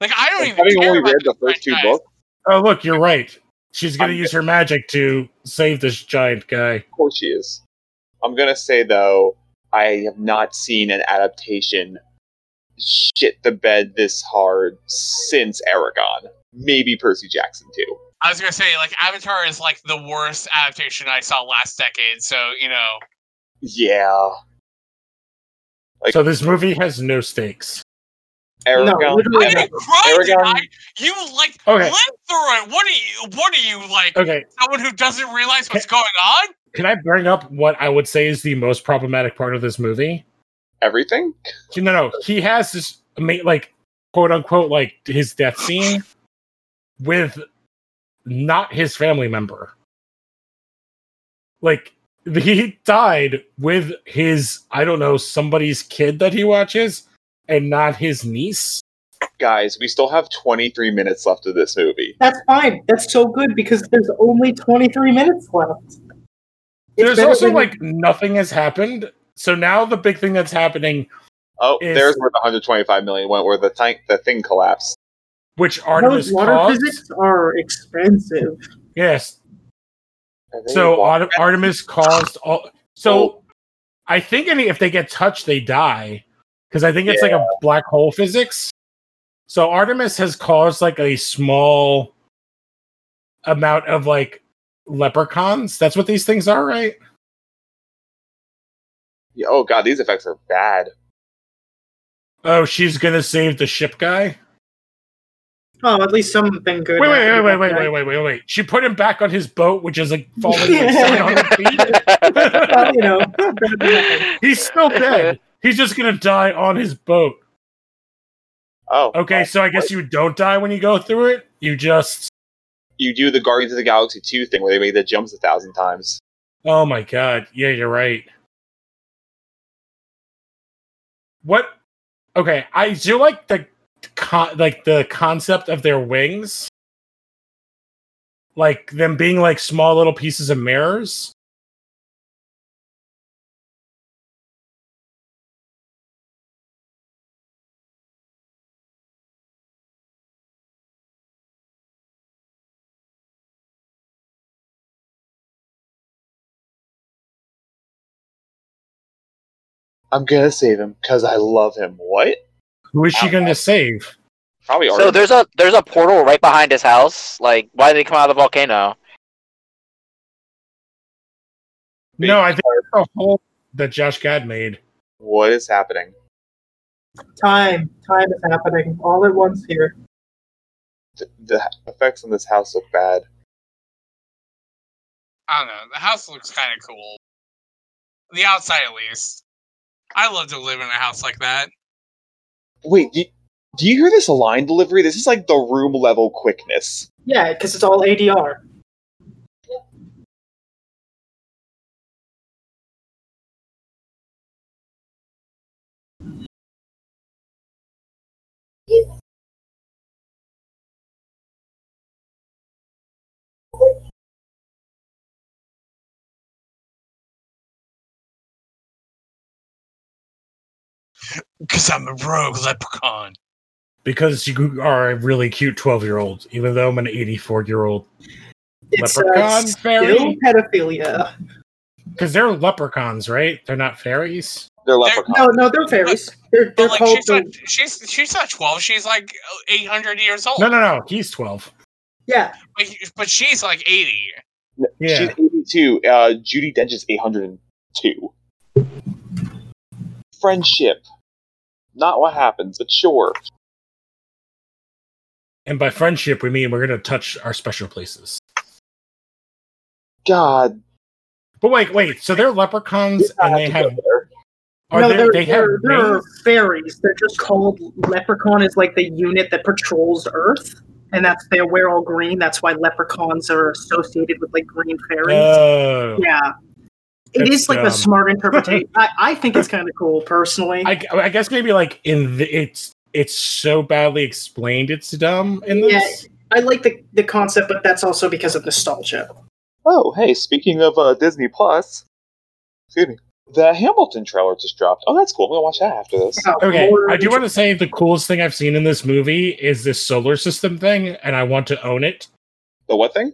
E: Like I don't even
C: having
E: care
C: only
E: about
C: read the
E: this
C: first two
E: franchise.
C: books,
A: Oh, look, you're right. She's going to
C: I'm
A: use her magic to save this giant guy.
C: of course she is. I'm gonna say though, I have not seen an adaptation shit the bed this hard since Aragon. Maybe Percy Jackson too.
E: I was gonna say like Avatar is like the worst adaptation I saw last decade. So you know,
C: Yeah, Like-
A: so this movie has no stakes.
C: Aragon.
B: literally
E: I
B: Yeah.
E: didn't cry. did
C: Aragon-
E: I? You like
A: Okay.
E: lived through it. What are you? What are you like?
A: Okay,
E: Someone who doesn't realize what's going on?
A: can I bring up what I would say is the most problematic part of this movie?
C: everything.
A: No, no, he has this ama- like quote unquote like his death scene with not his family member. Like he died with his I don't know somebody's kid that he watches and not his niece.
C: Guys, we still have 23 minutes left of this movie.
B: That's fine. That's so good because there's only 23 minutes left. It's
A: There's
B: better
A: also
B: than-
A: like nothing has happened. So now the big thing that's happening,
C: Oh,
A: Is-
C: there's where the 125 million went, where the tank, the thing collapsed.
A: which
B: those
A: Artemis
B: water
A: caused,
B: physics are expensive.
A: yes.
C: And they
A: So
E: uh,
C: walked
A: Ar- Artemis caused all. So I think any if they get touched, they die because I think it's like a black hole physics. So Artemis has caused like a small amount of like leprechauns. That's what these things are, right?
C: Yeah, Oh god, these effects are bad.
A: Oh, she's gonna save the ship guy.
B: Oh, at least something good.
A: Wait, wait, wait,
B: happened
A: wait,
B: to
A: wait,
B: that
A: wait,
B: guy.
A: wait, wait, wait. She put him back on his boat, which is like falling like
B: Yeah.
A: 700 feet.
B: Well, you know, better than nothing.
A: He's still dead. He's just gonna die on his boat.
C: Oh,
A: Okay,
C: well,
A: so I guess you don't die when you go through it. You just
C: you do the Guardians of the Galaxy 2 thing where they made the jumps a thousand times.
A: Oh my god. Yeah, you're right. What Okay, I do like the con- like the concept of their wings. Like them being like small little pieces of mirrors.
C: I'm gonna save him because I love him. What?
A: Who is she going to save?
C: Probably
D: so
C: Artemis.
D: there's a there's a portal right behind his house. Like, why did he come out of the volcano?
A: No, I think the hole that Josh Gad made.
C: What is happening?
B: Time, time is happening all at once here.
C: The, the effects on this house look bad.
E: I don't know. The house looks kind of cool. The outside, at least. I love to live in a house like that.
C: Wait, do, do you hear this line delivery? This is like the room level quickness.
B: Yeah, because it's all ADR.
E: Because I'm a rogue leprechaun.
A: because you are a really cute 12 year old, even though I'm an 84 year old
B: It's uh,
A: leprechaun
B: still
A: fairy.
B: pedophilia.
A: Because they're leprechauns, right? They're not fairies.
C: They're
B: No,
C: leprechauns.
B: no, they're fairies. They're they're
E: But like
B: called.
E: she's not, she's she's not twelve. She's like eight hundred years old.
A: No, no, no. He's 12.
B: yeah,
E: But, he- but she's like eighty.
A: Yeah.
C: She's 82. Uh, Judy Dench is 802. Friendship. Not what happens, but sure.
A: And by friendship, we mean we're going to touch our special places.
C: God.
A: But wait, wait. So they're leprechauns and they have.
C: There.
A: Are
B: no,
A: they,
B: they're,
A: they have
B: they're, they're
A: rings?
B: fairies. They're just called leprechaun. Is like the unit that patrols Earth, and that's they wear all green. That's why leprechauns are associated with like green fairies.
A: Oh.
B: yeah, it
A: That's
B: is like
A: dumb.
B: a smart interpretation. I, I think it's kind of cool personally.
A: I, I guess maybe like in the. It's. It's so badly explained. It's dumb in this.
B: I like the, the concept, but that's also because of nostalgia.
C: Oh, hey, speaking of uh, Disney Plus, excuse me, The Hamilton trailer just dropped. Oh, that's cool. I'm gonna watch that after this.
B: Wow,
A: Okay,
B: more
A: I do want to
B: interest-
A: say the coolest thing I've seen in this movie is this solar system thing, and I want to own it.
C: The what thing?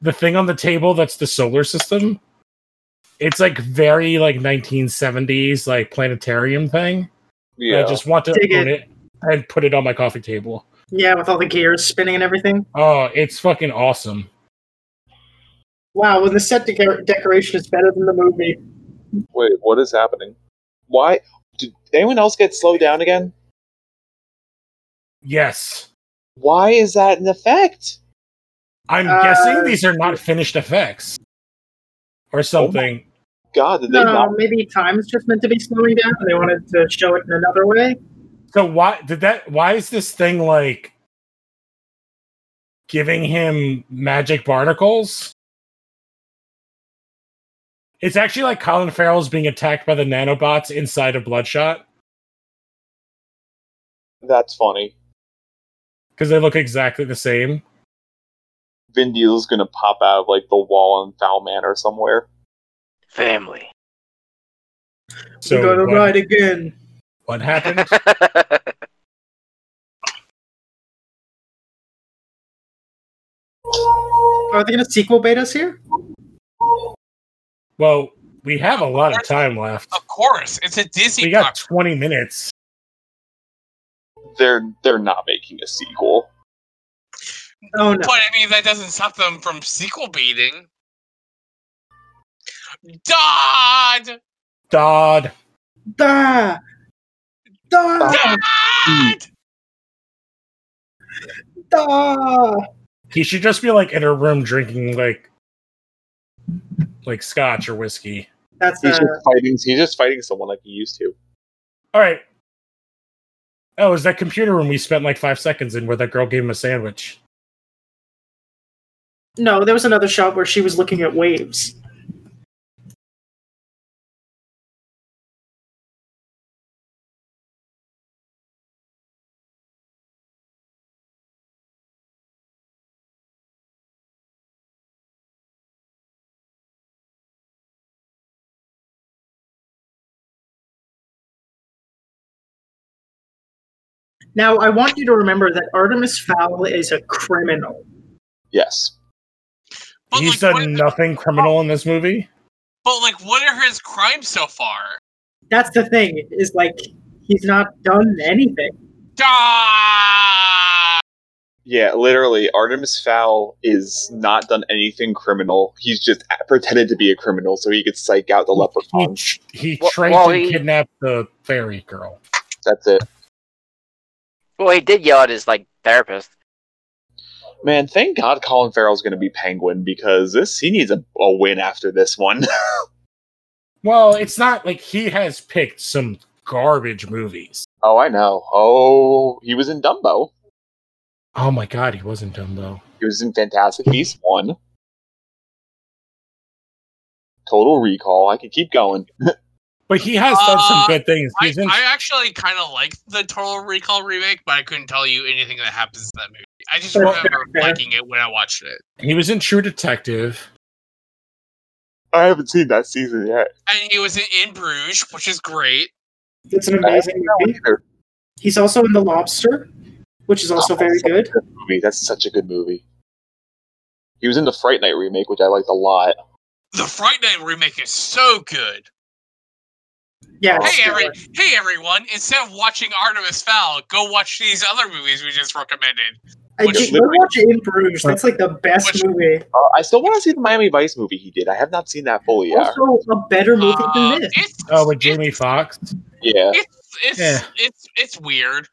A: The thing on the table that's the solar system. It's like very like 1970s like planetarium thing. and
C: Yeah.
A: I just want to
B: Dig
A: own it and put it on my coffee table.
B: Yeah, with all the gears spinning and everything.
A: Oh, it's fucking awesome.
B: Wow, when the set decor decoration is better than the movie.
C: Wait, what is happening? Why did anyone else get slowed down again?
A: Yes.
C: Why is that an effect?
A: I'm
B: Uh,
A: guessing these are not finished effects or something.
C: God, did they
B: No,
C: not?
B: maybe time's just meant to be slowing down, and they wanted to show it in another way.
A: So why did that why is this thing like giving him magic barnacles? It's actually like Colin Farrell's being attacked by the nanobots inside of Bloodshot
C: That's funny.
A: because they look exactly the same.
C: Vin Diesel's gonna pop out of like the wall in Foul Manor somewhere.
D: Family.
A: So
B: we gotta
A: what,
B: ride again.
A: what happened?
B: Are they gonna sequel bait us here?
A: well, we have a lot of time left.
E: Of course, it's a Disney.
A: We got
E: property.
A: 20 minutes.
C: They're they're not making a sequel.
B: Oh no.
E: But I mean, that doesn't stop them from sequel beating. Dodd!
A: Dodd.
B: Da! Da!
E: Dodd!
B: Da!
A: He should just be like in a room drinking like like scotch or whiskey.
B: That's
C: He's
B: uh,
C: just fighting. He's just fighting someone like he used to.
A: All right. Oh, it was that computer room we spent like five seconds in where that girl gave him a sandwich?
B: no. There was another shot where she was looking at waves. Now, I want you to remember that Artemis Fowl is a criminal.
C: Yes.
E: But
A: He's
E: like, what
A: done
E: is-
A: nothing criminal in this movie.
E: but like, what are his crimes so far?
B: That's the thing, is like, he's not done anything.
E: Dodd!
C: Yeah. Literally, Artemis Fowl is not done anything criminal. He's just a- pretended to be a criminal so he could psych out the
A: He,
C: leprechaun.
A: tr- he
D: Well-
A: trained
D: well,
A: and
D: he-
A: kidnapped the fairy girl.
C: That's it.
D: well, he did yell at his like therapist.
C: Man, thank God Colin Farrell's going to be Penguin because this he needs a, a win after this one.
A: Well, it's not like he has picked some garbage movies.
C: oh, I know. Oh, he was in Dumbo.
A: Oh my god, he wasn't Dumbo.
C: He was in Fantastic Beasts one. Total Recall. I could keep going.
A: But he has done some
E: Uh,
A: good things.
E: I,
A: He's in
E: I actually kind of like the Total Recall remake, but I couldn't tell you anything that happens in that movie. I just
B: Well,
E: remember
B: fair.
E: liking it when I watched it.
A: he was in True Detective.
C: I haven't seen that season yet.
E: And he was in, in Bruges, which is great.
B: It's an
C: I
B: amazing movie.
C: Either
B: He's also in The Lobster, which is also very good.
C: movie. That's such a good movie. He was in the Fright Night remake, which I liked a lot.
E: The Fright Night remake is so good.
B: Yeah. it's
E: Hey,
B: good.
E: every, hey everyone! Instead of watching Artemis Fowl, go watch these other movies we just recommended.
B: I
E: which
B: did- go
C: literally-
B: watch In Bruges. That's like the best
E: Which-
B: movie.
C: Uh, I still want to see the Miami Vice movie he did. I have not seen that fully yet.
B: Also, a better movie
E: Uh,
B: than this.
E: it's,
A: Oh, with
E: it's,
A: Jamie Foxx.
C: Yeah,
E: it's it's,
A: Yeah.
E: it's it's weird.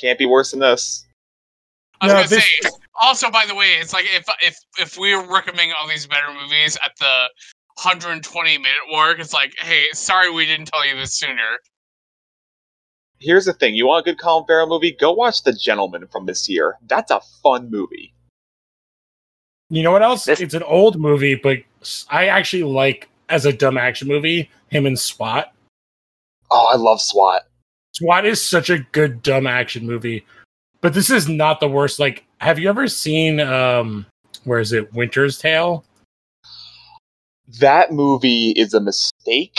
C: can't be worse than this.
E: I was
A: No,
E: gonna
A: this-
E: say. Also, by the way, it's like if if if we were recommending all these better movies at the 120 minute mark, it's like, hey, sorry we didn't tell you this sooner.
C: Here's the thing: you want a good Colin Farrell movie? Go watch The Gentleman from this year. That's a fun movie.
A: You know what else?
D: This-
A: it's an old movie, but s- I actually like as a dumb action movie him and SWAT.
C: Oh, I love SWAT.
A: SWAT is such a good dumb action movie, but this is not the worst. Like, have you ever seen um, where is it? Winter's Tale.
C: that movie is a mistake.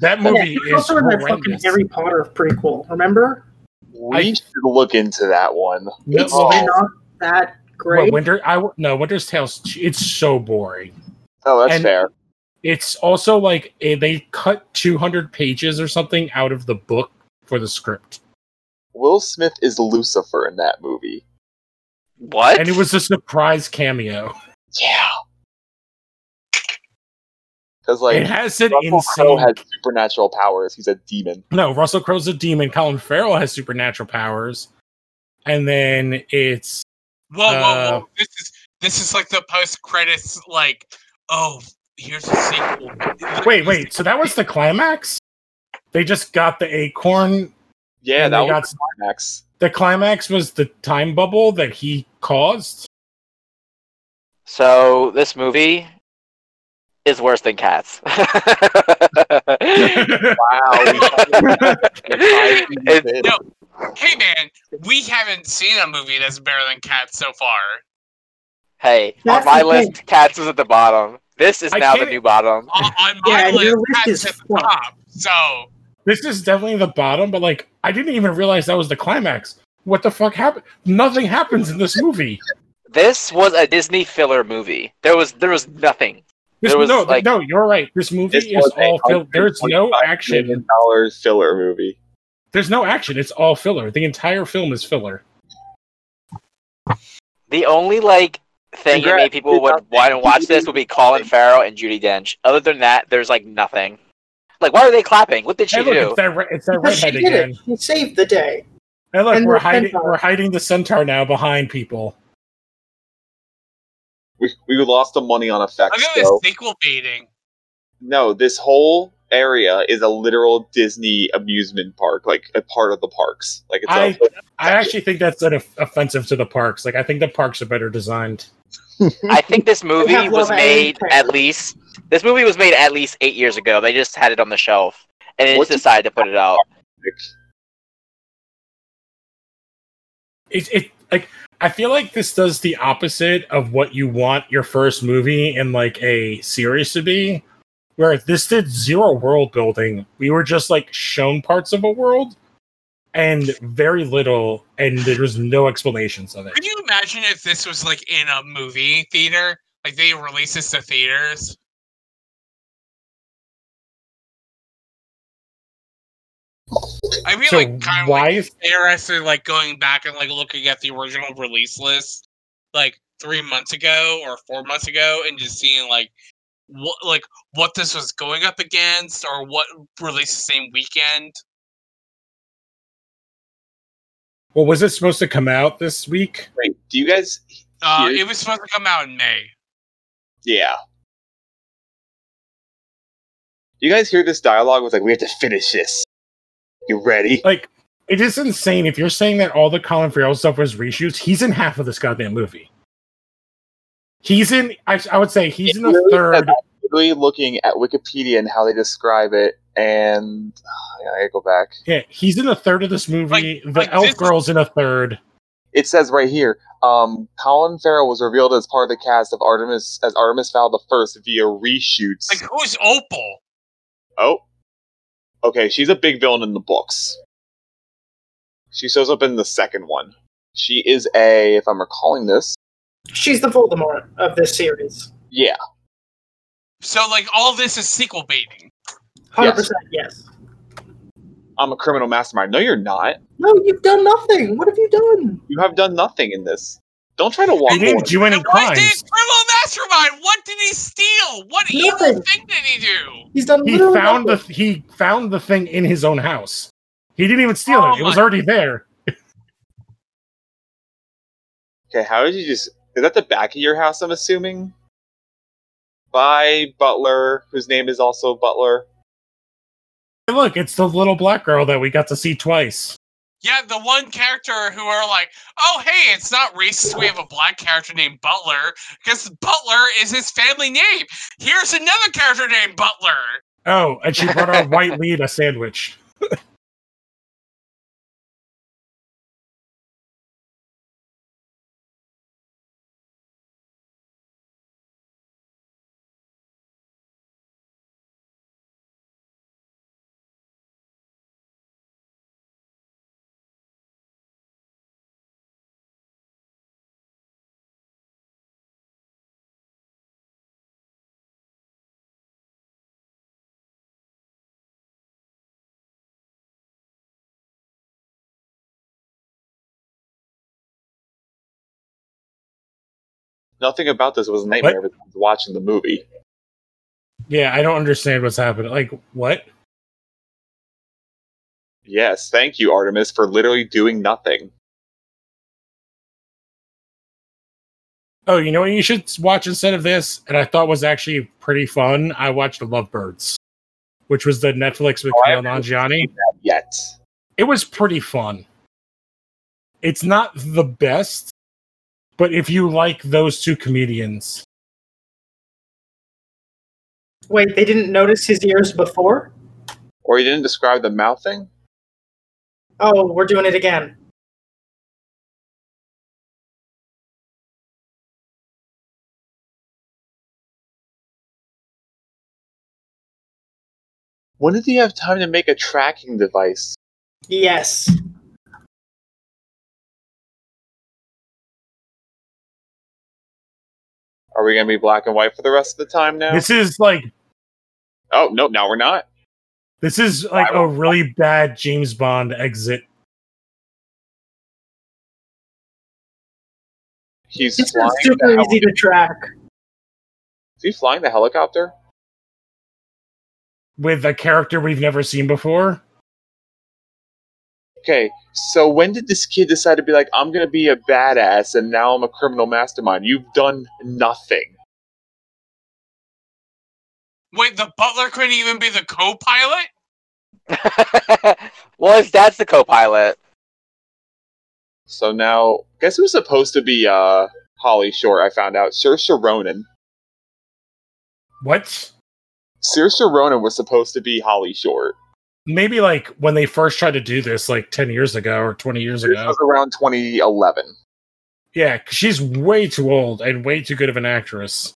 A: That movie
B: it's
A: is
B: also in that fucking
A: horrendous.
B: Harry Potter prequel. Remember?
C: We should look into that one.
A: No,
B: It's
A: well,
C: Oh.
B: not that
A: well,
B: great.
A: Winter, I w- no Winter's Tales. It's so boring.
C: Oh, that's
A: And-
C: fair.
A: It's also like eh, they cut 200 pages or something out of the book for the script,
C: Will Smith is Lucifer in that movie.
D: What?
A: and it was a surprise cameo.
C: Yeah. Because like
A: it has an
C: Russell Crowe
A: insane.
C: has supernatural powers. He's a demon.
A: no, Russell Crowe's a demon. Colin Farrell has supernatural powers, and then it's
E: Whoa, whoa,
A: Uh,
E: whoa! This is this is like the post credits. Like, oh, here's a sequel.
A: wait, wait. So that was the climax. They just got the acorn.
C: Yeah,
A: and
C: that
A: they
C: was
A: got
C: the climax.
A: the climax was the time bubble that he caused.
D: So this movie is worse than Cats.
C: Wow.
D: It-
E: No. Hey, man, we haven't seen a movie that's better than Cats so far.
D: hey,
B: That's
D: on my
B: the
D: list, Cats was at the bottom. This is
A: I
D: now the
A: can't-
D: new bottom.
E: On, on
B: Yeah,
E: my
B: and
E: list,
B: your list
E: Cats
B: is
E: is at the
B: fucked.
E: top. So
A: This is definitely the bottom, but like I didn't even realize that was the climax. What the fuck happened? Nothing happens in this movie.
D: This was a Disney filler movie. There was there was nothing.
A: This,
D: There was,
A: no,
D: like-
A: no, you're right. This movie
C: This
A: is
C: was a
A: all fill. There's no
C: $125
A: action.
C: Million dollar filler movie.
A: There's no action. It's all filler. The entire film is filler.
D: The only like thing that
C: Congrats,
D: made people
C: you
D: would
C: got
D: want to watch this would be Colin Farrell and Judy Dench. Other than that, there's like nothing. Like, why are they clapping? What did she
A: Hey, look,
D: do?
A: it's that re- it's that
B: But she
A: redhead
B: did
A: again.
B: it. She saved the day.
A: Hey, look,
B: And
A: we're
B: the
A: hiding
B: centaur.
A: we're hiding the centaur now behind people.
C: We, we lost the money on
E: look
C: effects.
E: at this
C: Though.
E: sequel baiting.
C: No, this whole area is a literal Disney amusement park, like a part of the parks. Like it's
A: I-
C: a
A: I actually think that's an of- offensive to the parks. Like I think the parks are better designed.
D: I think this movie
B: have
D: was
B: Love
D: made
B: Island.
D: at least this movie was made at least eight years ago. They just had it on the shelf and they
C: What
D: just
C: did-
D: decided to put it out.
A: it, it like I feel like this does the opposite of what you want your first movie in like a series to be. Where this did zero world building. We were just like shown parts of a world and very little and there was no explanations of it.
E: Could you imagine if this was like in a movie theater? Like they release this to theaters. I feel
A: So
E: like kind of
A: why
E: like
A: is
E: interested like going back and like looking at the original release list like three months ago or four months ago and just seeing like what like what this was going up against or what released the same weekend.
A: well was it supposed to come out this week?
C: wait. Do you guys?
E: Uh,
C: hear-
E: it was supposed to come out in May.
C: yeah. You guys hear this dialogue? Was like we have to finish this. You ready?
A: Like it is insane if you're saying that all the Colin Farrell stuff was reshoots, he's in half of this goddamn movie. He's in I, I would say he's in
C: It
A: a
C: really said
A: third
C: that. Literally looking at Wikipedia and how they describe it, and uh, yeah, I gotta go back.
A: Yeah, he's in a third of this movie. the
E: like,
A: elf
E: this-
A: girl's in a third.
C: it says right here, um, Colin Farrell was revealed as part of the cast of Artemis as Artemis Fowl the First via reshoots.
E: Like who's Opal?
C: oh, okay, she's a big villain in the books. She shows up in the second one. She is a, if I'm recalling this,
B: She's the Voldemort of this series.
C: yeah,
E: So like all this is sequel baiting.
B: 100% yes.
C: I'm a criminal mastermind. No, you're not.
B: No, you've done nothing. What have you done?
C: You have done nothing in this. Don't try to walk
A: He didn't
C: forward.
A: do any
E: And what did
A: crimes.
E: Criminal Mastermind? What did he steal? What evil
B: Nothing.
E: thing did he do?
B: He's done
A: He
B: literally
A: found the
B: nothing.
A: he found the thing in his own house. He didn't even steal
E: Oh
A: it. It was
E: my-
A: already there.
C: Okay, how did you just? Is that the back of your house? I'm assuming. By Butler, whose name is also Butler.
A: And look, it's the little black girl that we got to see twice.
E: Yeah, the one character who are like, oh hey, it's not racist. We have a black character named Butler because Butler is his family name. Here's another character named Butler.
A: Oh, and she brought our white lead a sandwich.
C: Nothing about this was a nightmare.
A: What?
C: Everyone was watching the movie.
A: Yeah, I don't understand what's happening. Like, what?
C: Yes, thank you, Artemis, for literally doing nothing.
A: Oh, you know what you should watch instead of this? And I thought was actually pretty fun. I watched Lovebirds, which was the Netflix with
C: Oh, I
A: Kyle
C: haven't
A: Nanjiani.
C: Yet.
A: It was pretty fun. It's not the best, but if you like those two comedians,
B: Wait, they didn't notice his ears before?
C: Or you didn't describe the mouth thing?
B: Oh, we're doing it again.
C: When did he have time to make a tracking device?
B: Yes.
C: Are we going to be black and white for the rest of the time now?
A: this is like
C: oh, no, now we're not.
A: this is like a really bad James Bond exit.
C: He's
B: It's
C: flying.
B: super
C: the heli-
B: easy to track.
C: Is he flying the helicopter?
A: with a character we've never seen before.
C: Okay, so when did this kid decide to be like, I'm going to be a badass and now I'm a criminal mastermind? You've done nothing.
E: Wait, the butler couldn't even be the co-pilot?
D: well, his dad's the co-pilot.
C: So now, guess who's supposed to be uh, Holly Short? I found out. Saoirse Ronan.
A: What?
C: Saoirse Ronan was supposed to be Holly Short.
A: Maybe like when they first tried to do this, like 10 years ago or 20 years
C: This
A: ago.
C: was around 2011.
A: Yeah, 'cause she's way too old and way too good of an actress.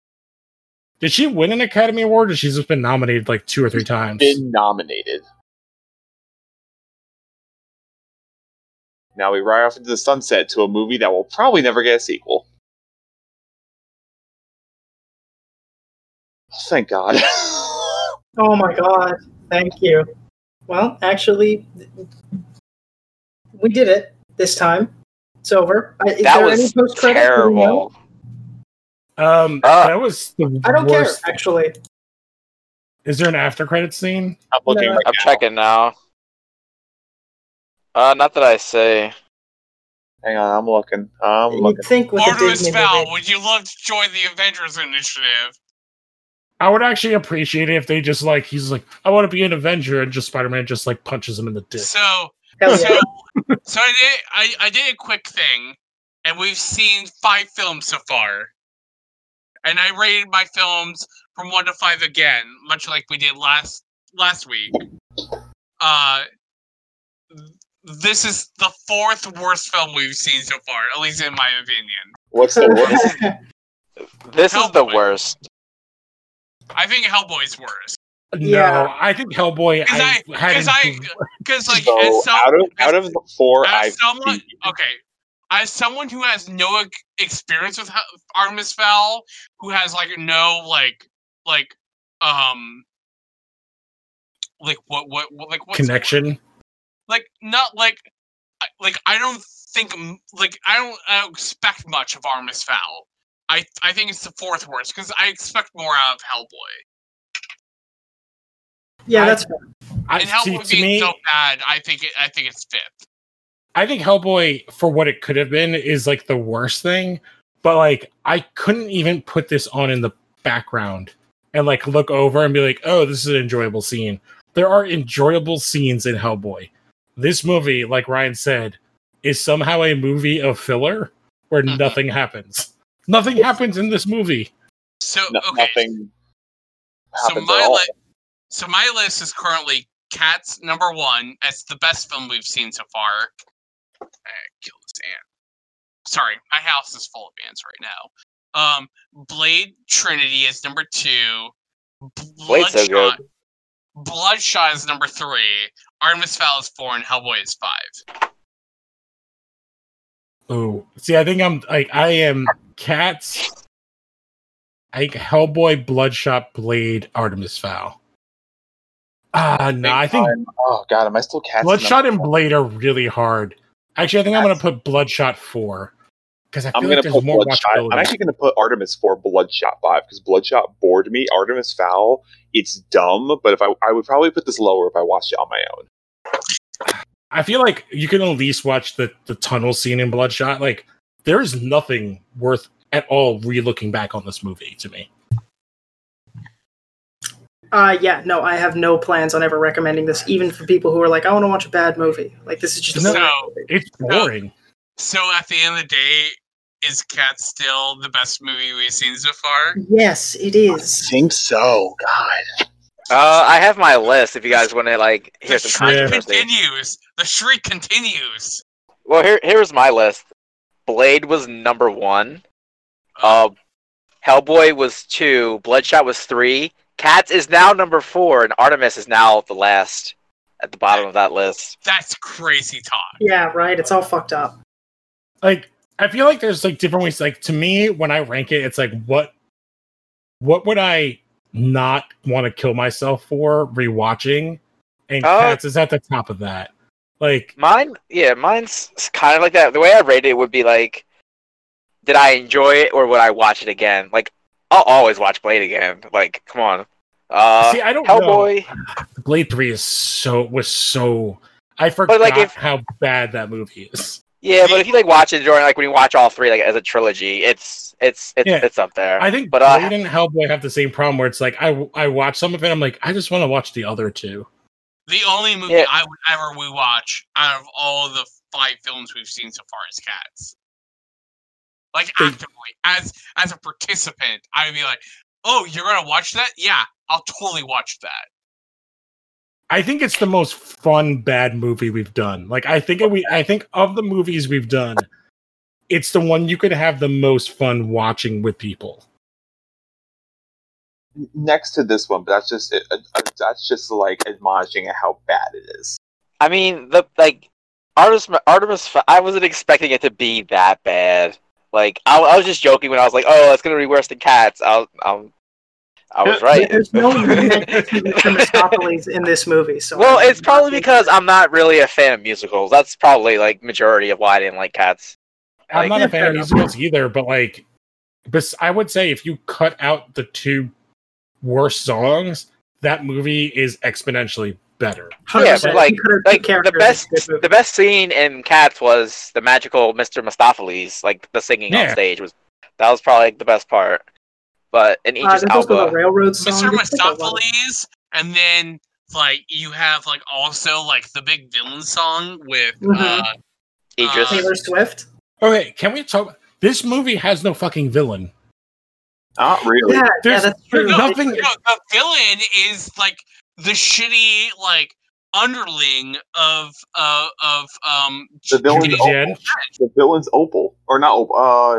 A: Did she win an Academy Award or she's just been nominated like two or three times?
C: Been nominated. Now we ride off into the sunset to a movie that will probably never get a sequel. Thank God.
B: Oh my god. Thank you. Well, actually, th- we did it this time. It's over. I, is
D: that
B: there
D: was
B: any post credits?
D: terrible.
A: Um,
D: Uh,
A: that was the
B: I don't care,
A: worst.
B: actually.
A: Is there an after credit scene?
C: I'm looking
B: No.
C: right
D: I'm
C: now.
D: checking now. Uh, not that I say.
C: Hang on, I'm looking. Um, I'm
B: You'd
C: looking.
B: think with a
E: Artemis
B: Disney
E: Fowl,
B: movie.
E: would you love to join the Avengers Initiative?
A: I would actually appreciate it if they just like, he's like, I want to be an Avenger, and just Spider Man just like punches him in the dick.
E: So,
B: Hell
E: so,
B: yeah.
E: so I did. I, I did a quick thing, and we've seen five films so far, and I rated my films from one to five again, much like we did last last week. Uh, th- this is the fourth worst film we've seen so far, at least in my opinion.
C: What's the worst?
D: This is the
E: Hellboy.
D: worst.
E: I think Hellboy's worse
A: No,
B: Yeah.
A: I think Hellboy.
E: because I
A: had
E: because I because like
C: so
E: as some-
C: out of
E: as-
C: out of the four,
E: as
C: I've
E: someone,
C: seen-
E: okay, as someone who has no ex- experience with Hel- Artemis Fowl, who has like no like like um like what what, what like what
A: connection.
E: like not like I- like I don't think m- like I don't, I don't expect much of Artemis Fowl. I I think it's the fourth worst because I expect more out of Hellboy.
B: Yeah,
A: I-
B: that's fair.
A: I
E: and
A: see.
E: Hellboy
A: To
E: being
A: me,
E: so bad, I think it, I think it's fifth.
A: I think Hellboy, for what it could have been, is like the worst thing. But like, I couldn't even put this on in the background and like look over and be like, "Oh, this is an enjoyable scene." There are enjoyable scenes in Hellboy. This movie, like Ryan said, is somehow a movie of filler where
E: Mhm.
A: nothing happens. Nothing happens in this movie.
E: So
C: no-
E: oh, okay,
C: nothing.
E: So
C: happens
E: my
C: at all.
E: li- so my list is currently Cats number one. That's the best film we've seen so far. Uh, kill this ant. Sorry, my house is full of ants right now. Um, Blade Trinity is number two.
D: Blade's so good.
E: Bloodshot is number three. Artemis Fowl is four, and Hellboy is five.
A: Oh, see, I think I'm like I am cats. I think Hellboy, Bloodshot, Blade, Artemis Fowl. Ah, no, I think
C: I'm- oh god, am I still casting?
A: Bloodshot and Blade are really hard. Actually, I think I'm gonna
C: Yes.
A: put Bloodshot four Because I feel
C: I'm
A: like
C: gonna
A: there's
C: put
A: more
C: Bloodshot.
A: watchability.
C: I'm actually gonna put Artemis for Bloodshot Five because Bloodshot bored me. Artemis Fowl, it's dumb, but if I I would probably put this lower if I watched it on my own.
A: I feel like you can at least watch the the tunnel scene in Bloodshot. Like there is nothing worth at all re-looking back on this movie to me.
B: Uh, yeah, no, I have no plans on ever recommending this, even for people who are like, I want to watch a bad movie. Like, this is just a
A: No.
B: bad
E: So-
B: movie.
A: It's boring.
E: So at the end of the day, is Cat still the best movie we've seen so far?
B: Yes, it is.
C: think so. God.
D: Uh, I have my list if you guys want to like hear
E: The
D: some
E: shriek
A: Yeah.
D: controversy.
E: continues. The shriek continues.
D: Well, here here's my list. Blade was number one. Uh, Hellboy was two. Bloodshot was three. Cats is now number four, and Artemis is now the last at the bottom of that list.
E: That's crazy talk.
B: Yeah, right? It's all fucked up.
A: Like I feel like there's like different ways. Like to me, when I rank it, it's like what what would I not want to kill myself for rewatching? And
D: Oh.
A: Cats is at the top of that. Like
D: Mine, yeah, mine's kind of like that. The way I rate it would be like, did I enjoy it or would I watch it again? Like, I'll always watch Blade again. Like, come on. Uh,
A: see, I don't know.
D: Hellboy.
A: Blade Three is so was so. I forgot
D: like, if-
A: how bad that movie is.
D: Yeah, but if you like watch it during like when you watch all three like as a trilogy, it's it's it's
A: Yeah.
D: it's up there.
A: I think
D: But,
A: but,
D: uh,
A: Blade and Hellboy have the same problem where it's like I I watch some of it, I'm like I just want to watch the other two.
E: The only movie
D: Yeah.
E: I would ever rewatch out of all the five films we've seen so far is Cats. Like
A: They-
E: actively, as as a participant, I would be like, "Oh, you're gonna watch that? Yeah, I'll totally watch that."
A: I think it's the most fun bad movie we've done. Like I think we I think of the movies we've done, it's the one you could have the most fun watching with people.
C: Next to this one, but that's just uh, uh, that's just like admonishing at how bad it is.
D: I mean, the like Artemis Artemis. Fowl- I wasn't expecting it to be that bad. Like, I, I was just joking when I was like, "Oh, it's gonna be worse than Cats." I was, I'm, I was right.
B: There's no Themistocles in this movie. So
D: Well, it's probably because I'm not really a fan of musicals. That's probably like majority of why I didn't like Cats.
A: I'm
D: Like-
A: not
B: Yeah,
A: a fan
B: fair
A: of musicals either, but like bes- I would say if you cut out the two worst songs, that movie is exponentially better.
D: Yeah, but like- Like the best, the
B: The,
D: best scene in Cats was the magical Mr. Mistopheles, like the singing on
A: Yeah.
D: stage was. That was probably like, the best part. But in
B: uh,
D: Aegis
B: there's also the
D: Alba,
B: railroad
E: Mr.
B: song. There's, like, a lot of-
E: Mistopheles, and then like you have like also like the big villain song with
B: Mhm.
E: uh,
D: Aegis.
E: Uh,
B: Taylor Swift.
A: Okay, can we talk? This movie has no fucking villain.
C: Not really.
B: Yeah, yeah,
A: There's-
B: that's true.
A: there's
E: no,
A: nothing.
E: no, the villain is like the shitty like underling of uh, of um
C: The villain's
A: Judy
E: Judy-
A: Jen.
C: opal. The villain's opal, or not opal? Uh,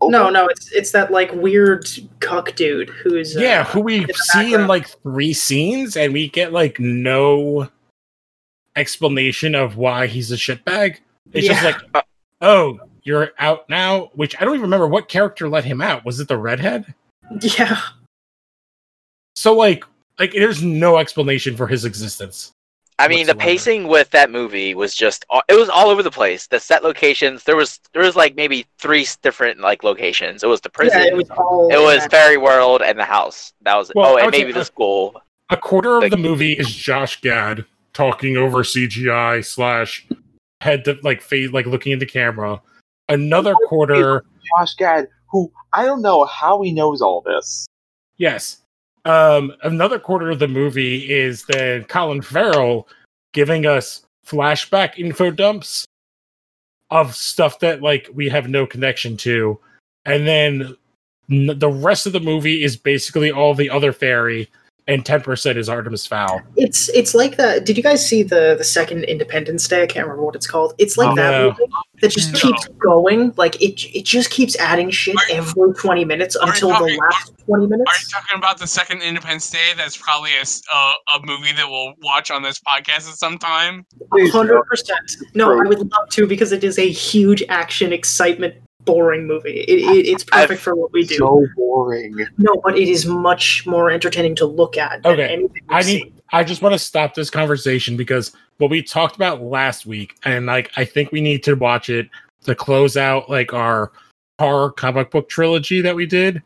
C: opal.
B: No, no, it's it's that like weird cuck dude who's uh,
A: Yeah, who we
B: the
A: see in
B: background.
A: like three scenes, and we get like no explanation of why he's a shitbag. It's just
B: Yeah.
A: like, oh, you're out now. Which I don't even remember what character let him out. Was it the redhead?
B: yeah.
A: So like, like there's no explanation for his existence.
D: I mean, the
A: whatsoever.
D: pacing with that movie was just all, it was all over the place. The set locations, there was there was like maybe three s- different like locations. It was the prison,
B: Yeah,
D: it
B: it
D: was,
B: was all.
D: Fairy World, and the house. That was
A: Well,
D: oh, and
A: okay,
D: maybe the
A: uh,
D: school.
A: A quarter of
D: Like-
A: the movie is Josh Gad talking over CGI slash head to like face like looking into camera. Another quarter.
C: Josh Gad, who I don't know how he knows all this.
A: Yes. Um, another quarter of the movie is then Colin Farrell giving us flashback info dumps of stuff that like we have no connection to, and then n- the rest of the movie is basically all the other fairy, and ten percent is Artemis Fowl.
B: It's it's like that. Did you guys see the the second Independence Day? I can't remember what it's called. It's like
A: Oh,
B: that
A: no.
B: movie that just
E: No.
B: keeps going. Like it it just keeps adding shit
E: Are you-
B: every twenty minutes
E: you
B: until the
E: talking-
B: last twenty
E: Are you
B: minutes.
E: talking about the second Independence Day? That's probably a, s- a- a movie that we'll watch on this podcast at some time.
C: Please,
B: Hundred percent. No,
C: Bro.
B: I would love to because it is a huge action, excitement, boring movie. It, it, it's perfect
D: I've-
B: for what we do.
C: So boring.
B: No, but it is much more entertaining to look at. than
A: Okay,
B: anything
A: I
B: we've
A: need. I just want to stop this conversation because what we talked about last week, and like I think we need to watch it to close out like our horror comic book trilogy that we did.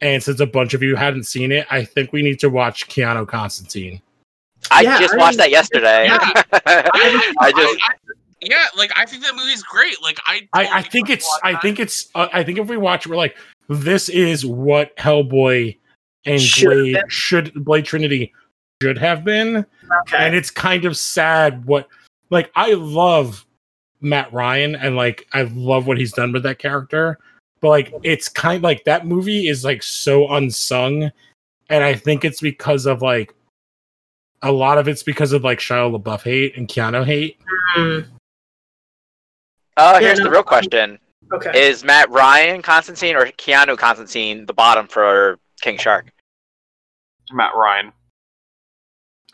A: And since a bunch of you hadn't seen it, I think we need to watch Keanu Constantine.
D: I
B: Yeah,
D: just
B: I
D: watched that
B: mean,
D: yesterday.
E: yeah.
D: I, just
E: yeah, like I think that movie's great. Like I,
A: I, I
E: totally
A: think
E: would
A: it's
E: watch
A: I
E: that.
A: think it's uh, I think if we watch it, we're like this is what Hellboy and
B: Should have
A: Blade
B: been.
A: should Blade Trinity should have been.
B: Okay.
A: and it's kind of sad what like i love matt ryan and like i love what he's done with that character but like it's kind like that movie is like so unsung and i think it's because of like a lot of it's because of like Shia LaBeouf hate and Keanu hate.
B: Hmm,
D: oh,
B: Yeah,
D: here's
B: no,
D: the real
B: I'm-
D: question:
B: okay.
D: Is Matt Ryan Constantine or Keanu Constantine the bottom for King Shark?
C: Matt Ryan.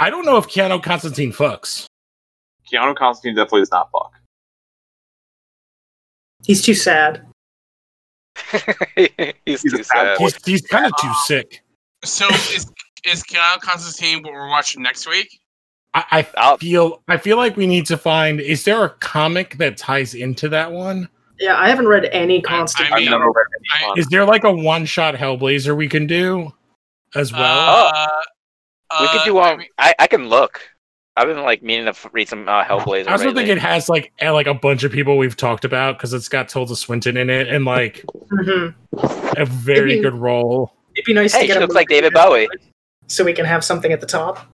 A: I don't know if Keanu Constantine fucks.
C: Keanu Constantine definitely does not fuck.
B: He's too sad.
D: He's
C: He's a
D: too sad.
C: bad
A: He's he's kind of too sick.
E: so. Is is Keanu Constantine what we're watching next week?
A: I, I
D: I'll-
A: feel I feel like we need to find. Is there a comic that ties into that one?
B: Yeah, I haven't read any
E: I
B: constant.
E: mean-
C: I've never read any
E: I-
C: one.
A: Is there like a one shot Hellblazer we can do as well?
D: Oh.
E: uh,
D: we could do
E: I
D: one. I,
E: mean,
D: I, can look. I've been like meaning to f- read some uh, Hellblazer.
A: I also
D: lately.
A: think it has like eh, like a bunch of people we've talked about because it's got Tilda Swinton in it and like
B: Mhm.
A: a very
B: Maybe-
A: good role.
B: It'd be nice
D: Hey,
B: to get
D: she
B: a
D: looks like
B: movie
D: David Bowie.
B: so we can have something at the top.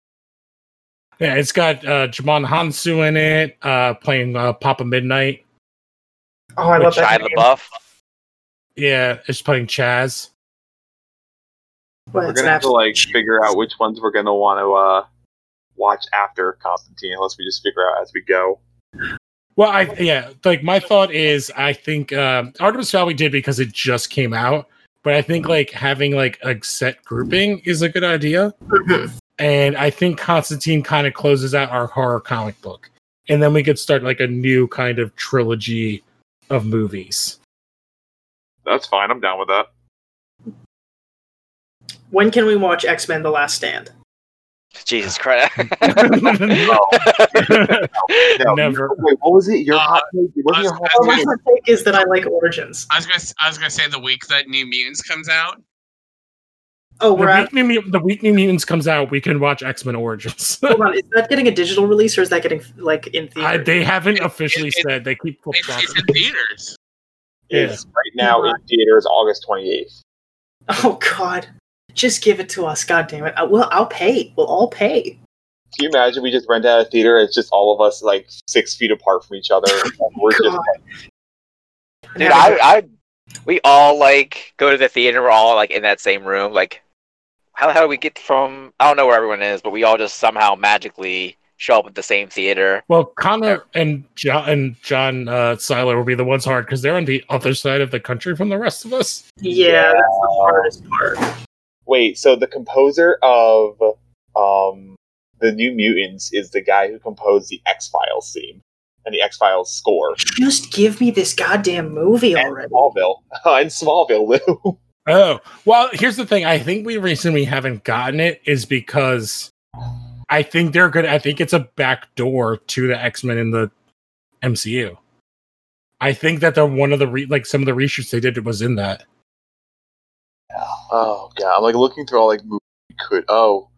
A: Yeah, it's got uh, Jamon Hansu in it uh, playing uh, Papa Midnight.
B: Oh, I
A: With
B: love
D: Shia
B: that. name.
D: LaBeouf.
A: Yeah, it's playing Chaz.
B: Well,
C: We're
B: it's an
C: gonna have to
B: absolute
C: like
B: shame.
C: figure out which ones we're gonna want to uh, watch after Constantine, unless we just figure out as we go.
A: Well, I yeah, like my thought is I think um, Artemis Fowl we did because it just came out, but I think like having like a set grouping is a good idea.
B: Mhm.
A: and I think Constantine kind of closes out our horror comic book, and then we could start like a new kind of trilogy of movies.
C: That's fine. I'm down with that.
B: When can we watch X Men: The Last Stand?
D: Jesus Christ.
C: No,
A: Never.
C: Oh, you- Wait, what was it? Your
E: Uh,
C: hot take? What was
E: I
C: your
E: was-
C: hot
E: I was
B: Well, my
E: gonna-
C: take?
B: hot take is that I like Origins.
E: I was gonna I was gonna say the week that New Mutants comes out.
B: Oh,
A: the,
B: we're at.
A: week New Mut- the week New Mutants comes out, we can watch X Men Origins.
B: Hold on, is that getting a digital release or is that getting like in
A: I,
B: theater?
A: they haven't
E: It-
A: officially
E: it- it-
A: said. They keep flip
E: It's, it's in
A: flopping.
E: theaters.
C: Is right now in theaters August 28th.
B: Oh God, just give it to us, God damn it! I, well, I'll pay. We'll all pay.
C: Can you imagine we just rent out a theater? It's just all of us like six feet apart from each other. and we're just
B: God.
C: like,
D: Dude, I, I, we all like go to the theater. We're all like in that same room. Like, how the hell do we get from? I don't know where everyone is, but we all just somehow magically show up at the same theater.
A: Well, Connor and John and John uh, Seiler will be the ones hard because they're on the other side of the country from the rest of us.
B: yeah, that's the hardest part.
C: wait. So the composer of um, the New Mutants is the guy who composed the X Files theme and the X Files score.
B: Just give me this goddamn movie
C: And
B: already.
C: Smallville. in Smallville, Lou.
A: Oh well, here's the thing. I think we reason we haven't gotten it is because I think they're good. I think it's a backdoor to the X Men in the MCU. I think that they're one of the re- like some of the reshoots they did was in that.
C: Oh god, I'm like looking through all like movies we could. Oh,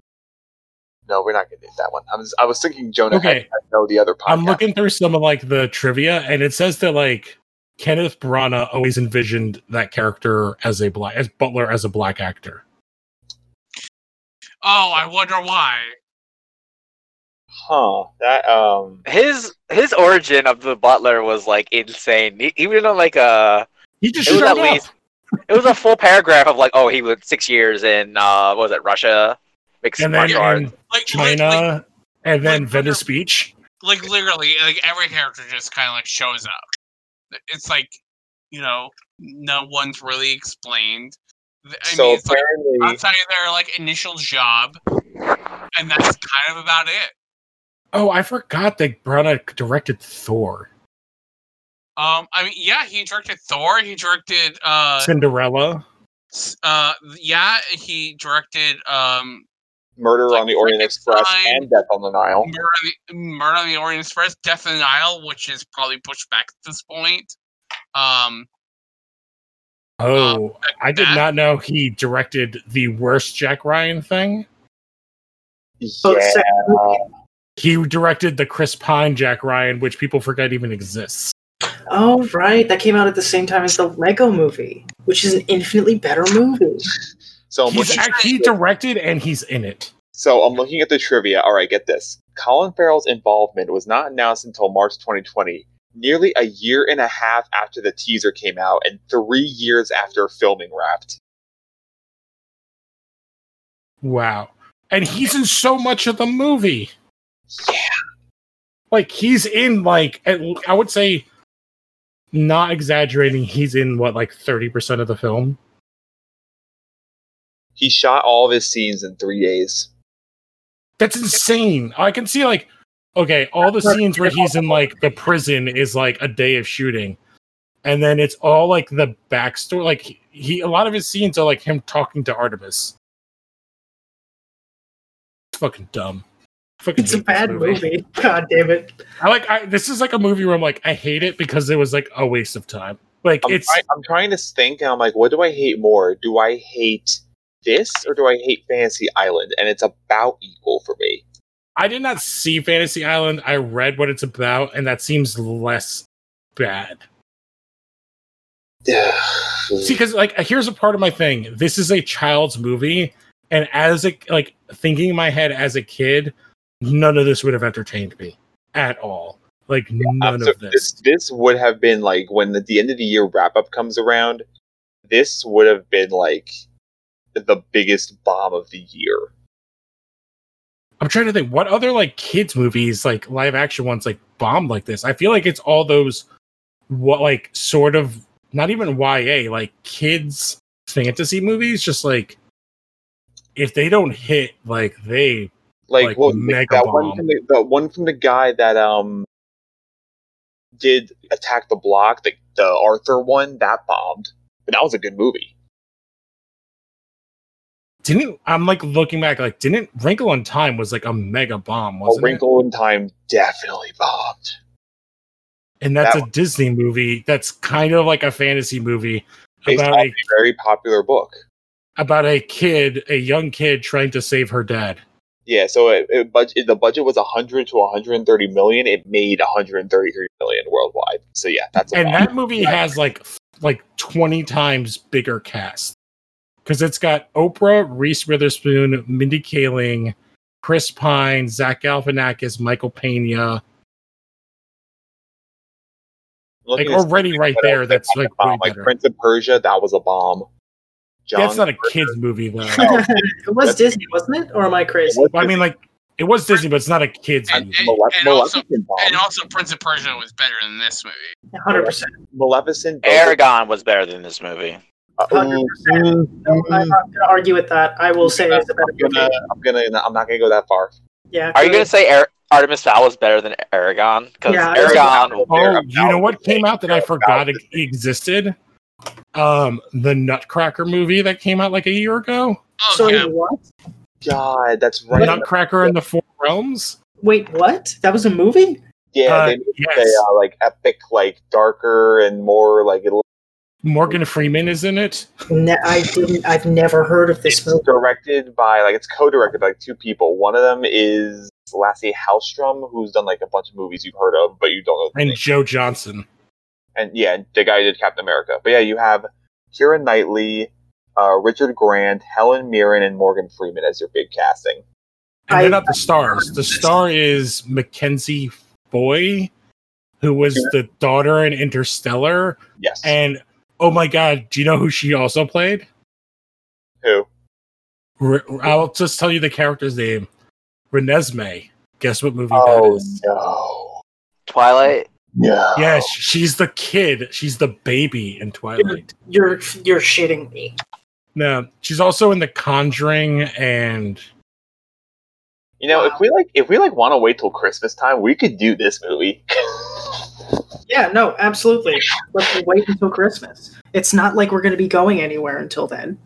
C: no, we're not gonna do that one. I was I was thinking Jonah.
A: Okay.
C: Hex, I know the other podcast.
D: Oh,
A: I'm looking through some of like the trivia, and it says that like Kenneth Branagh always envisioned that character as a black as Butler as a black actor.
E: Oh, I wonder why.
C: Huh? That um.
D: His his origin of the butler was like insane. E- Even on like a
A: He just
D: it was
A: showed
D: at
A: up.
D: least it was a full paragraph of like, oh, he was six years in uh, what was it Russia? Mixed
A: and then
D: martial arts.
A: in
E: Like li-
A: China,
E: like,
A: and then
E: like-
A: Venice Beach.
E: like literally, like every character just kind of like shows up. It's like you know, no one's really explained. Th- I
C: so
E: mean, it's like
C: apparently,
E: outside of their like initial job, and that's kind of about it.
A: Oh, I forgot that Branagh directed Thor,
E: Um, I mean, yeah, he directed Thor. He directed uh,
A: Cinderella.
E: s- uh, yeah, he directed um,
C: Murder
E: like
C: on the Orient Express
E: Frankenstein.
C: and Death on the Nile.
E: Murder on the, Murder on the Orient Express, Death in the Nile, which is probably pushed back at this point. Um,
A: Oh, I did
E: uh, that-
A: not know he directed the worst Jack Ryan thing.
B: Oh,
C: Yeah.
B: so-
A: He directed the Chris Pine Jack Ryan, which people forget even exists.
B: oh, right. That came out at the same time as the Lego movie, which is an infinitely better movie.
E: Oh,
C: So I'm,
A: He's
C: looking,
A: act- he directed and he's in it.
C: so I'm looking at the trivia. All right, get this. Colin Farrell's involvement was not announced until March 2020, nearly a year and a half after the teaser came out and three years after filming wrapped.
A: Wow. And he's in so much of the movie. Like he's in like at, l- I would say not exaggerating, he's in what like 30% of the film.
C: He shot all of his scenes in three days.
A: That's insane. I can see like okay, all the scenes where he's in like the prison is like a day of shooting. And then it's all like the backstory like he- he a lot of his scenes are like him talking to Artemis. It's fucking dumb. I fucking
B: It's a
A: hate this
B: bad movie. God damn it.
A: I like I, this is like a movie where I'm like I hate it because it was like a waste of time. Like
C: I'm,
A: it's
C: try- I'm trying to think, and I'm like, what do I hate more? Do I hate this or do I hate Fantasy Island? And it's about equal for me.
A: I did not see Fantasy Island. I read what it's about, and that seems less bad. See, because like here's a part of my thing. This is a child's movie, and as a like thinking in my head as a kid, none of this would have entertained me at all. Like none
C: Um, so
A: of this.
C: this would have been like when the, the end of the year wrap up comes around. This would have been like the biggest bomb of the year.
A: I'm trying to think what other like kids movies, like live action ones, like bombed like this. I feel like it's all those what like sort of not even YA, like kids fantasy movies. Just like if they don't hit, like they
C: Like,
A: Like,
C: well,
A: mega
C: that
A: bomb.
C: one from the that one from the guy that um did attack the block, the the Arthur one that bombed, but that was a good movie.
A: didn't. I'm like looking back, like didn't Wrinkle in Time was like a mega bomb,
C: A
A: wasn't
C: Oh, Wrinkle in Time definitely bombed.
A: it? And that's
C: that
A: a Disney movie. That's kind of like a fantasy movie
C: Based
A: about
C: off
A: a
C: a very popular book.
A: about a kid, a young kid trying to save her dad.
C: Yeah, so it, it budget, the budget was 100 to 130 million. It made 133 million worldwide. So yeah, that's a
A: and
C: lot.
A: that movie has like f- like 20 times bigger cast because it's got oprah reese witherspoon mindy kaling chris pine zach galifianakis michael pena like
C: Looking at-
A: already right
C: what
A: there
C: else
A: that's
C: they
A: like
C: bomb,
A: way
C: like
A: better
C: Prince of Persia, that was a bomb. John,
A: that's not a kids movie though
B: It was Disney, wasn't it? Or am I crazy?
A: But i mean like it was disney but it's not a kids movie
E: and-
C: Malefic-
E: and also-
C: Maleficent
E: and
C: bomb.
E: also Prince of Persia was better than this movie.
B: 100%.
C: Maleficent.
D: Aragon was better than this movie.
C: Uh, mm,
B: 100%.
C: mm,
B: No, I'm
C: mm.
B: not going to argue with that. I will say it's a better
C: I'm
B: movie.
C: gonna, I'm gonna, I'm not gonna go that far.
B: Yeah.
D: Are you gonna say Ar- Artemis Fowl was better than Aragon? Because
B: Yeah, I was
E: um,
D: Aragon,
A: oh
C: They're
A: you know
C: about
A: what
C: the
A: came
C: same.
A: out that i
C: They're
A: forgot
C: about
A: it existed um the nutcracker movie that came out like a year ago
E: Oh
B: Sorry,
E: yeah,
B: what?
C: God, that's right.
A: nutcracker and the four realms
B: Wait, what? That was a movie?
C: Yeah,
A: Uh,
C: they made
A: yes.
C: it a, uh, like epic, like darker and more like it'll-
A: Morgan Freeman is in it.
B: Ne- I didn't. I've never heard of this
C: it's
B: movie.
C: directed by like it's co-directed by like, two people. One of them is Lassie Hallstrom, who's done like a bunch of movies you've heard of, but you don't know. the
A: and
C: name.
A: Joe Johnson.
C: and yeah, the guy who did Captain America. But yeah, you have Kieran Knightley, uh, Richard Grant, Helen Mirren, and Morgan Freeman as your big casting.
A: And
B: I-
A: they're not the stars. The star is Mackenzie Boy, who was the daughter in Interstellar.
C: Yes.
A: And oh my God, do you know who she also played?
C: who?
A: R- I'll just tell you the character's name Renesmee. Guess what movie that
C: Oh
A: is?
C: no.
D: Twilight.
C: No.
A: Yes, she's the kid. She's the baby in Twilight.
B: You're you're shitting me.
A: No, she's also in The Conjuring and
C: You know, if we like, if we like, want to wait till Christmas time, we could do this movie.
B: Yeah, no, absolutely. Let's wait until Christmas. It's not like we're going to be going anywhere until then.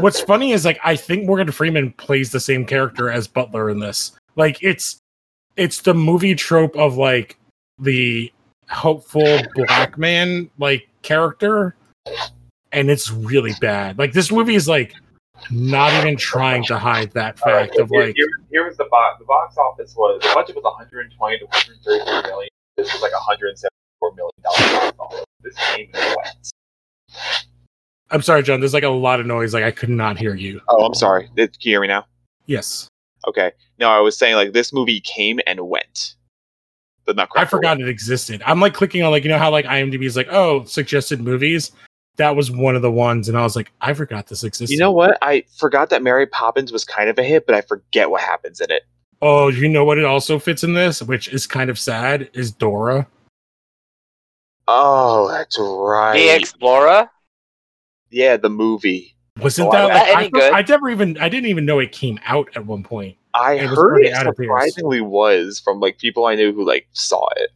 A: What's funny is like I think Morgan Freeman plays the same character as Butler in this. Like it's it's the movie trope of like the hopeful black man like character, and it's really bad. Like this movie is like not even trying to hide that
F: All right,
A: fact of
F: here,
A: like
F: here, here was the box. The box office was the budget was 120 to 133 million. This was like 174 million dollars. box office. This came in wet.
A: I'm sorry, John. There's like a lot of noise. Like I could not hear you.
C: Oh, I'm sorry. Did- Can you hear me now?
A: Yes,
C: Okay. No, I was saying like this movie came and went. The Nutcracker.
A: I forgot it existed. I'm like clicking on like you know how like IMDb is like oh suggested movies. That was one of the ones, and I was like, I forgot this existed.
C: You know what? I forgot that Mary Poppins was kind of a hit, but I forget what happens in it.
A: Oh, you know what? It also fits in this, which is kind of sad. Is Dora?
C: Oh, that's right.
D: The E. Explorer.
C: yeah, the movie.
A: Wasn't
C: Oh, I-
A: that? Like,
D: that
A: I,
D: ain't good.
A: I never even. I didn't even know it came out at one point.
C: I
A: It was
C: heard
A: already
C: it
A: out of theaters.
C: surprisingly was from like people I knew who like saw it.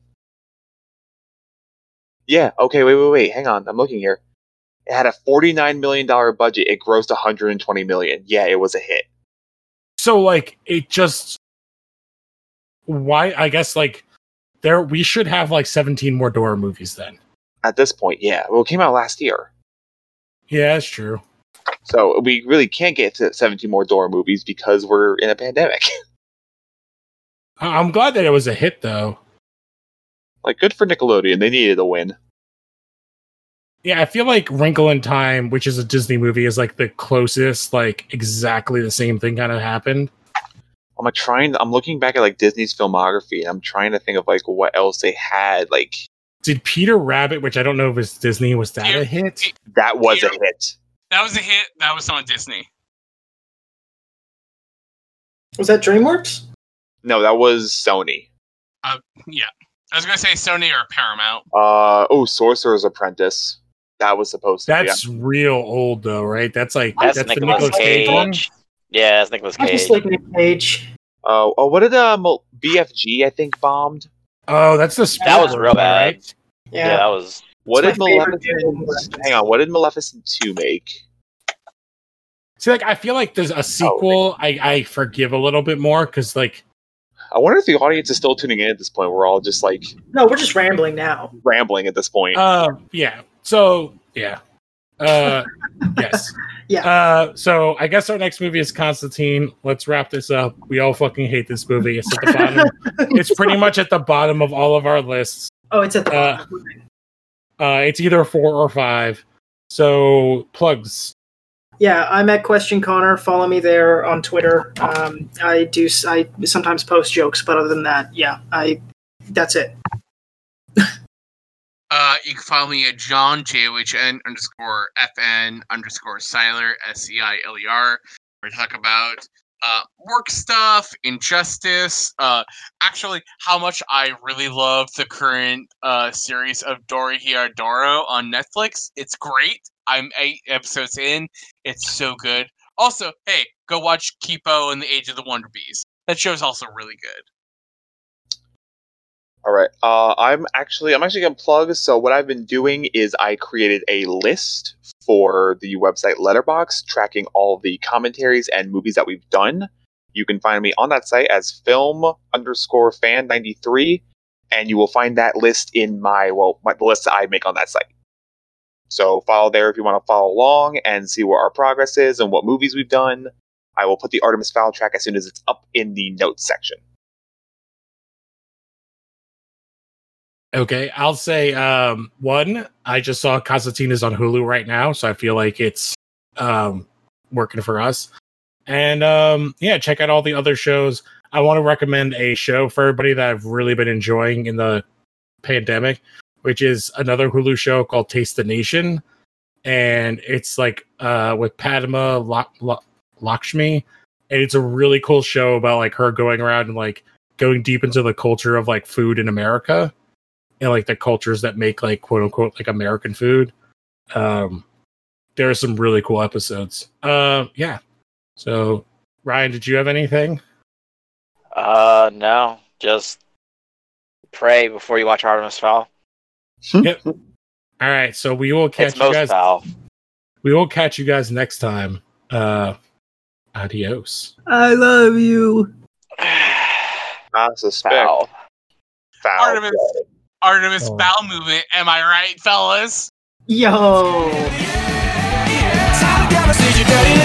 C: Yeah. Okay. Wait. Wait. Wait. Hang on. I'm looking here. It had a 49 million dollar budget. It grossed 120 million. Yeah, it was a hit.
A: so like it just why i guess like there we should have like 17 more dora movies then
C: At this point, yeah. Well, it came out last year,
A: yeah that's true
C: so we really can't get to 17 more Dora movies because we're in a pandemic.
A: I- i'm glad that it was a hit though
C: like, good for Nickelodeon. They needed a win.
A: yeah i feel like wrinkle in time which is a disney movie is like the closest like exactly the same thing kind of happened
C: I'm like trying. I'm looking back at like Disney's filmography, and I'm trying to think of like what else they had. Like
A: did peter rabbit which i don't know if it's disney was that
E: Yeah.
A: a hit
C: that was a
E: Yeah.
C: hit.
E: That was a hit. That was on Disney.
B: Was that DreamWorks?
C: No, that was Sony.
E: I was gonna say Sony or Paramount.
C: Uh oh, Sorcerer's Apprentice. That was supposed to.
A: that's real old though right that's like
D: That's,
A: that's, the
D: Nicolas,
A: Nicolas
D: Cage.
A: cage one
D: Yeah, that's Nicolas
B: I
D: Cage.
B: just like Nick Cage.
C: be. Uh, oh, what did um, BFG I think bombed?
A: oh that's the
D: That was
A: Spielberg
D: real
A: one,
D: bad.
A: right?
D: yeah. that was.
C: What
B: It's
C: did
B: my favorite
C: Maleficent?
B: Disney
C: Hang on, what did Maleficent two make?
A: See, like I feel like there's
D: Oh,
A: a sequel I, I forgive a little bit more because like
C: I wonder if the audience is still tuning in at this point. We're all just like
B: No, we're just rambling now.
C: rambling at this point.
A: uh yeah. So yeah. Uh yes.
B: Yeah.
A: Uh so I guess our next movie is Constantine. Let's wrap this up. We all fucking hate this movie. It's at the bottom. it's pretty much at the bottom of all of our lists.
B: Oh, it's at the
A: Uh, Uh it's either four or five. So plugs.
B: Yeah, I'm at Question Connor. Follow me there on Twitter. Um, I do. s- I sometimes post jokes, but other than that, yeah, I. That's it.
E: Uh, you can follow me at John JOHN underscore FN underscore Seiler S E I L E R. We talk about uh, work stuff, injustice. Uh, actually, how much I really love the current uh, series of Dory Hiardoro on Netflix. It's great. I'm eight episodes in. It's so good. Also, hey, go watch Kipo and the Age of the Wonder Bees. That show's also really good.
C: All right. Uh, I'm actually I'm actually gonna plug. So what I've been doing is I created a list for the website Letterbox, tracking all the commentaries and movies that we've done. You can find me on that site as film underscore fan ninety three, and you will find that list in my well my, the list that I make on that site. So follow there if you want to follow along and see what our progress is and what movies we've done. I will put the Artemis Fowl track as soon as it's up in the notes section.
A: Okay, I'll say um one, I just saw Constantine is on Hulu right now, so I feel like it's um working for us. And um yeah, check out all the other shows. I want to recommend a show for everybody that I've really been enjoying in the pandemic, which is another Hulu show called Taste the Nation. And it's like uh with Padma Lak- Lak- Lakshmi. And it's a really cool show about like her going around and like going deep into the culture of like food in America and like the cultures that make like quote unquote like American food. Um, there are some really cool episodes. Uh, yeah. So, Ryan, did you have anything?
D: Uh, no, just pray before you watch Artemis Fowl.
A: All right. So we will catch
D: it's
A: you
D: most
A: guys.
D: foul.
A: We will catch you guys next time. Uh, adios.
B: I love you.
C: I suspect
D: foul.
C: foul.
E: Artemis. Artemis
A: Oh.
E: bowel movement. Am I right, fellas?
B: Yo.
G: Time to gotta see your dirty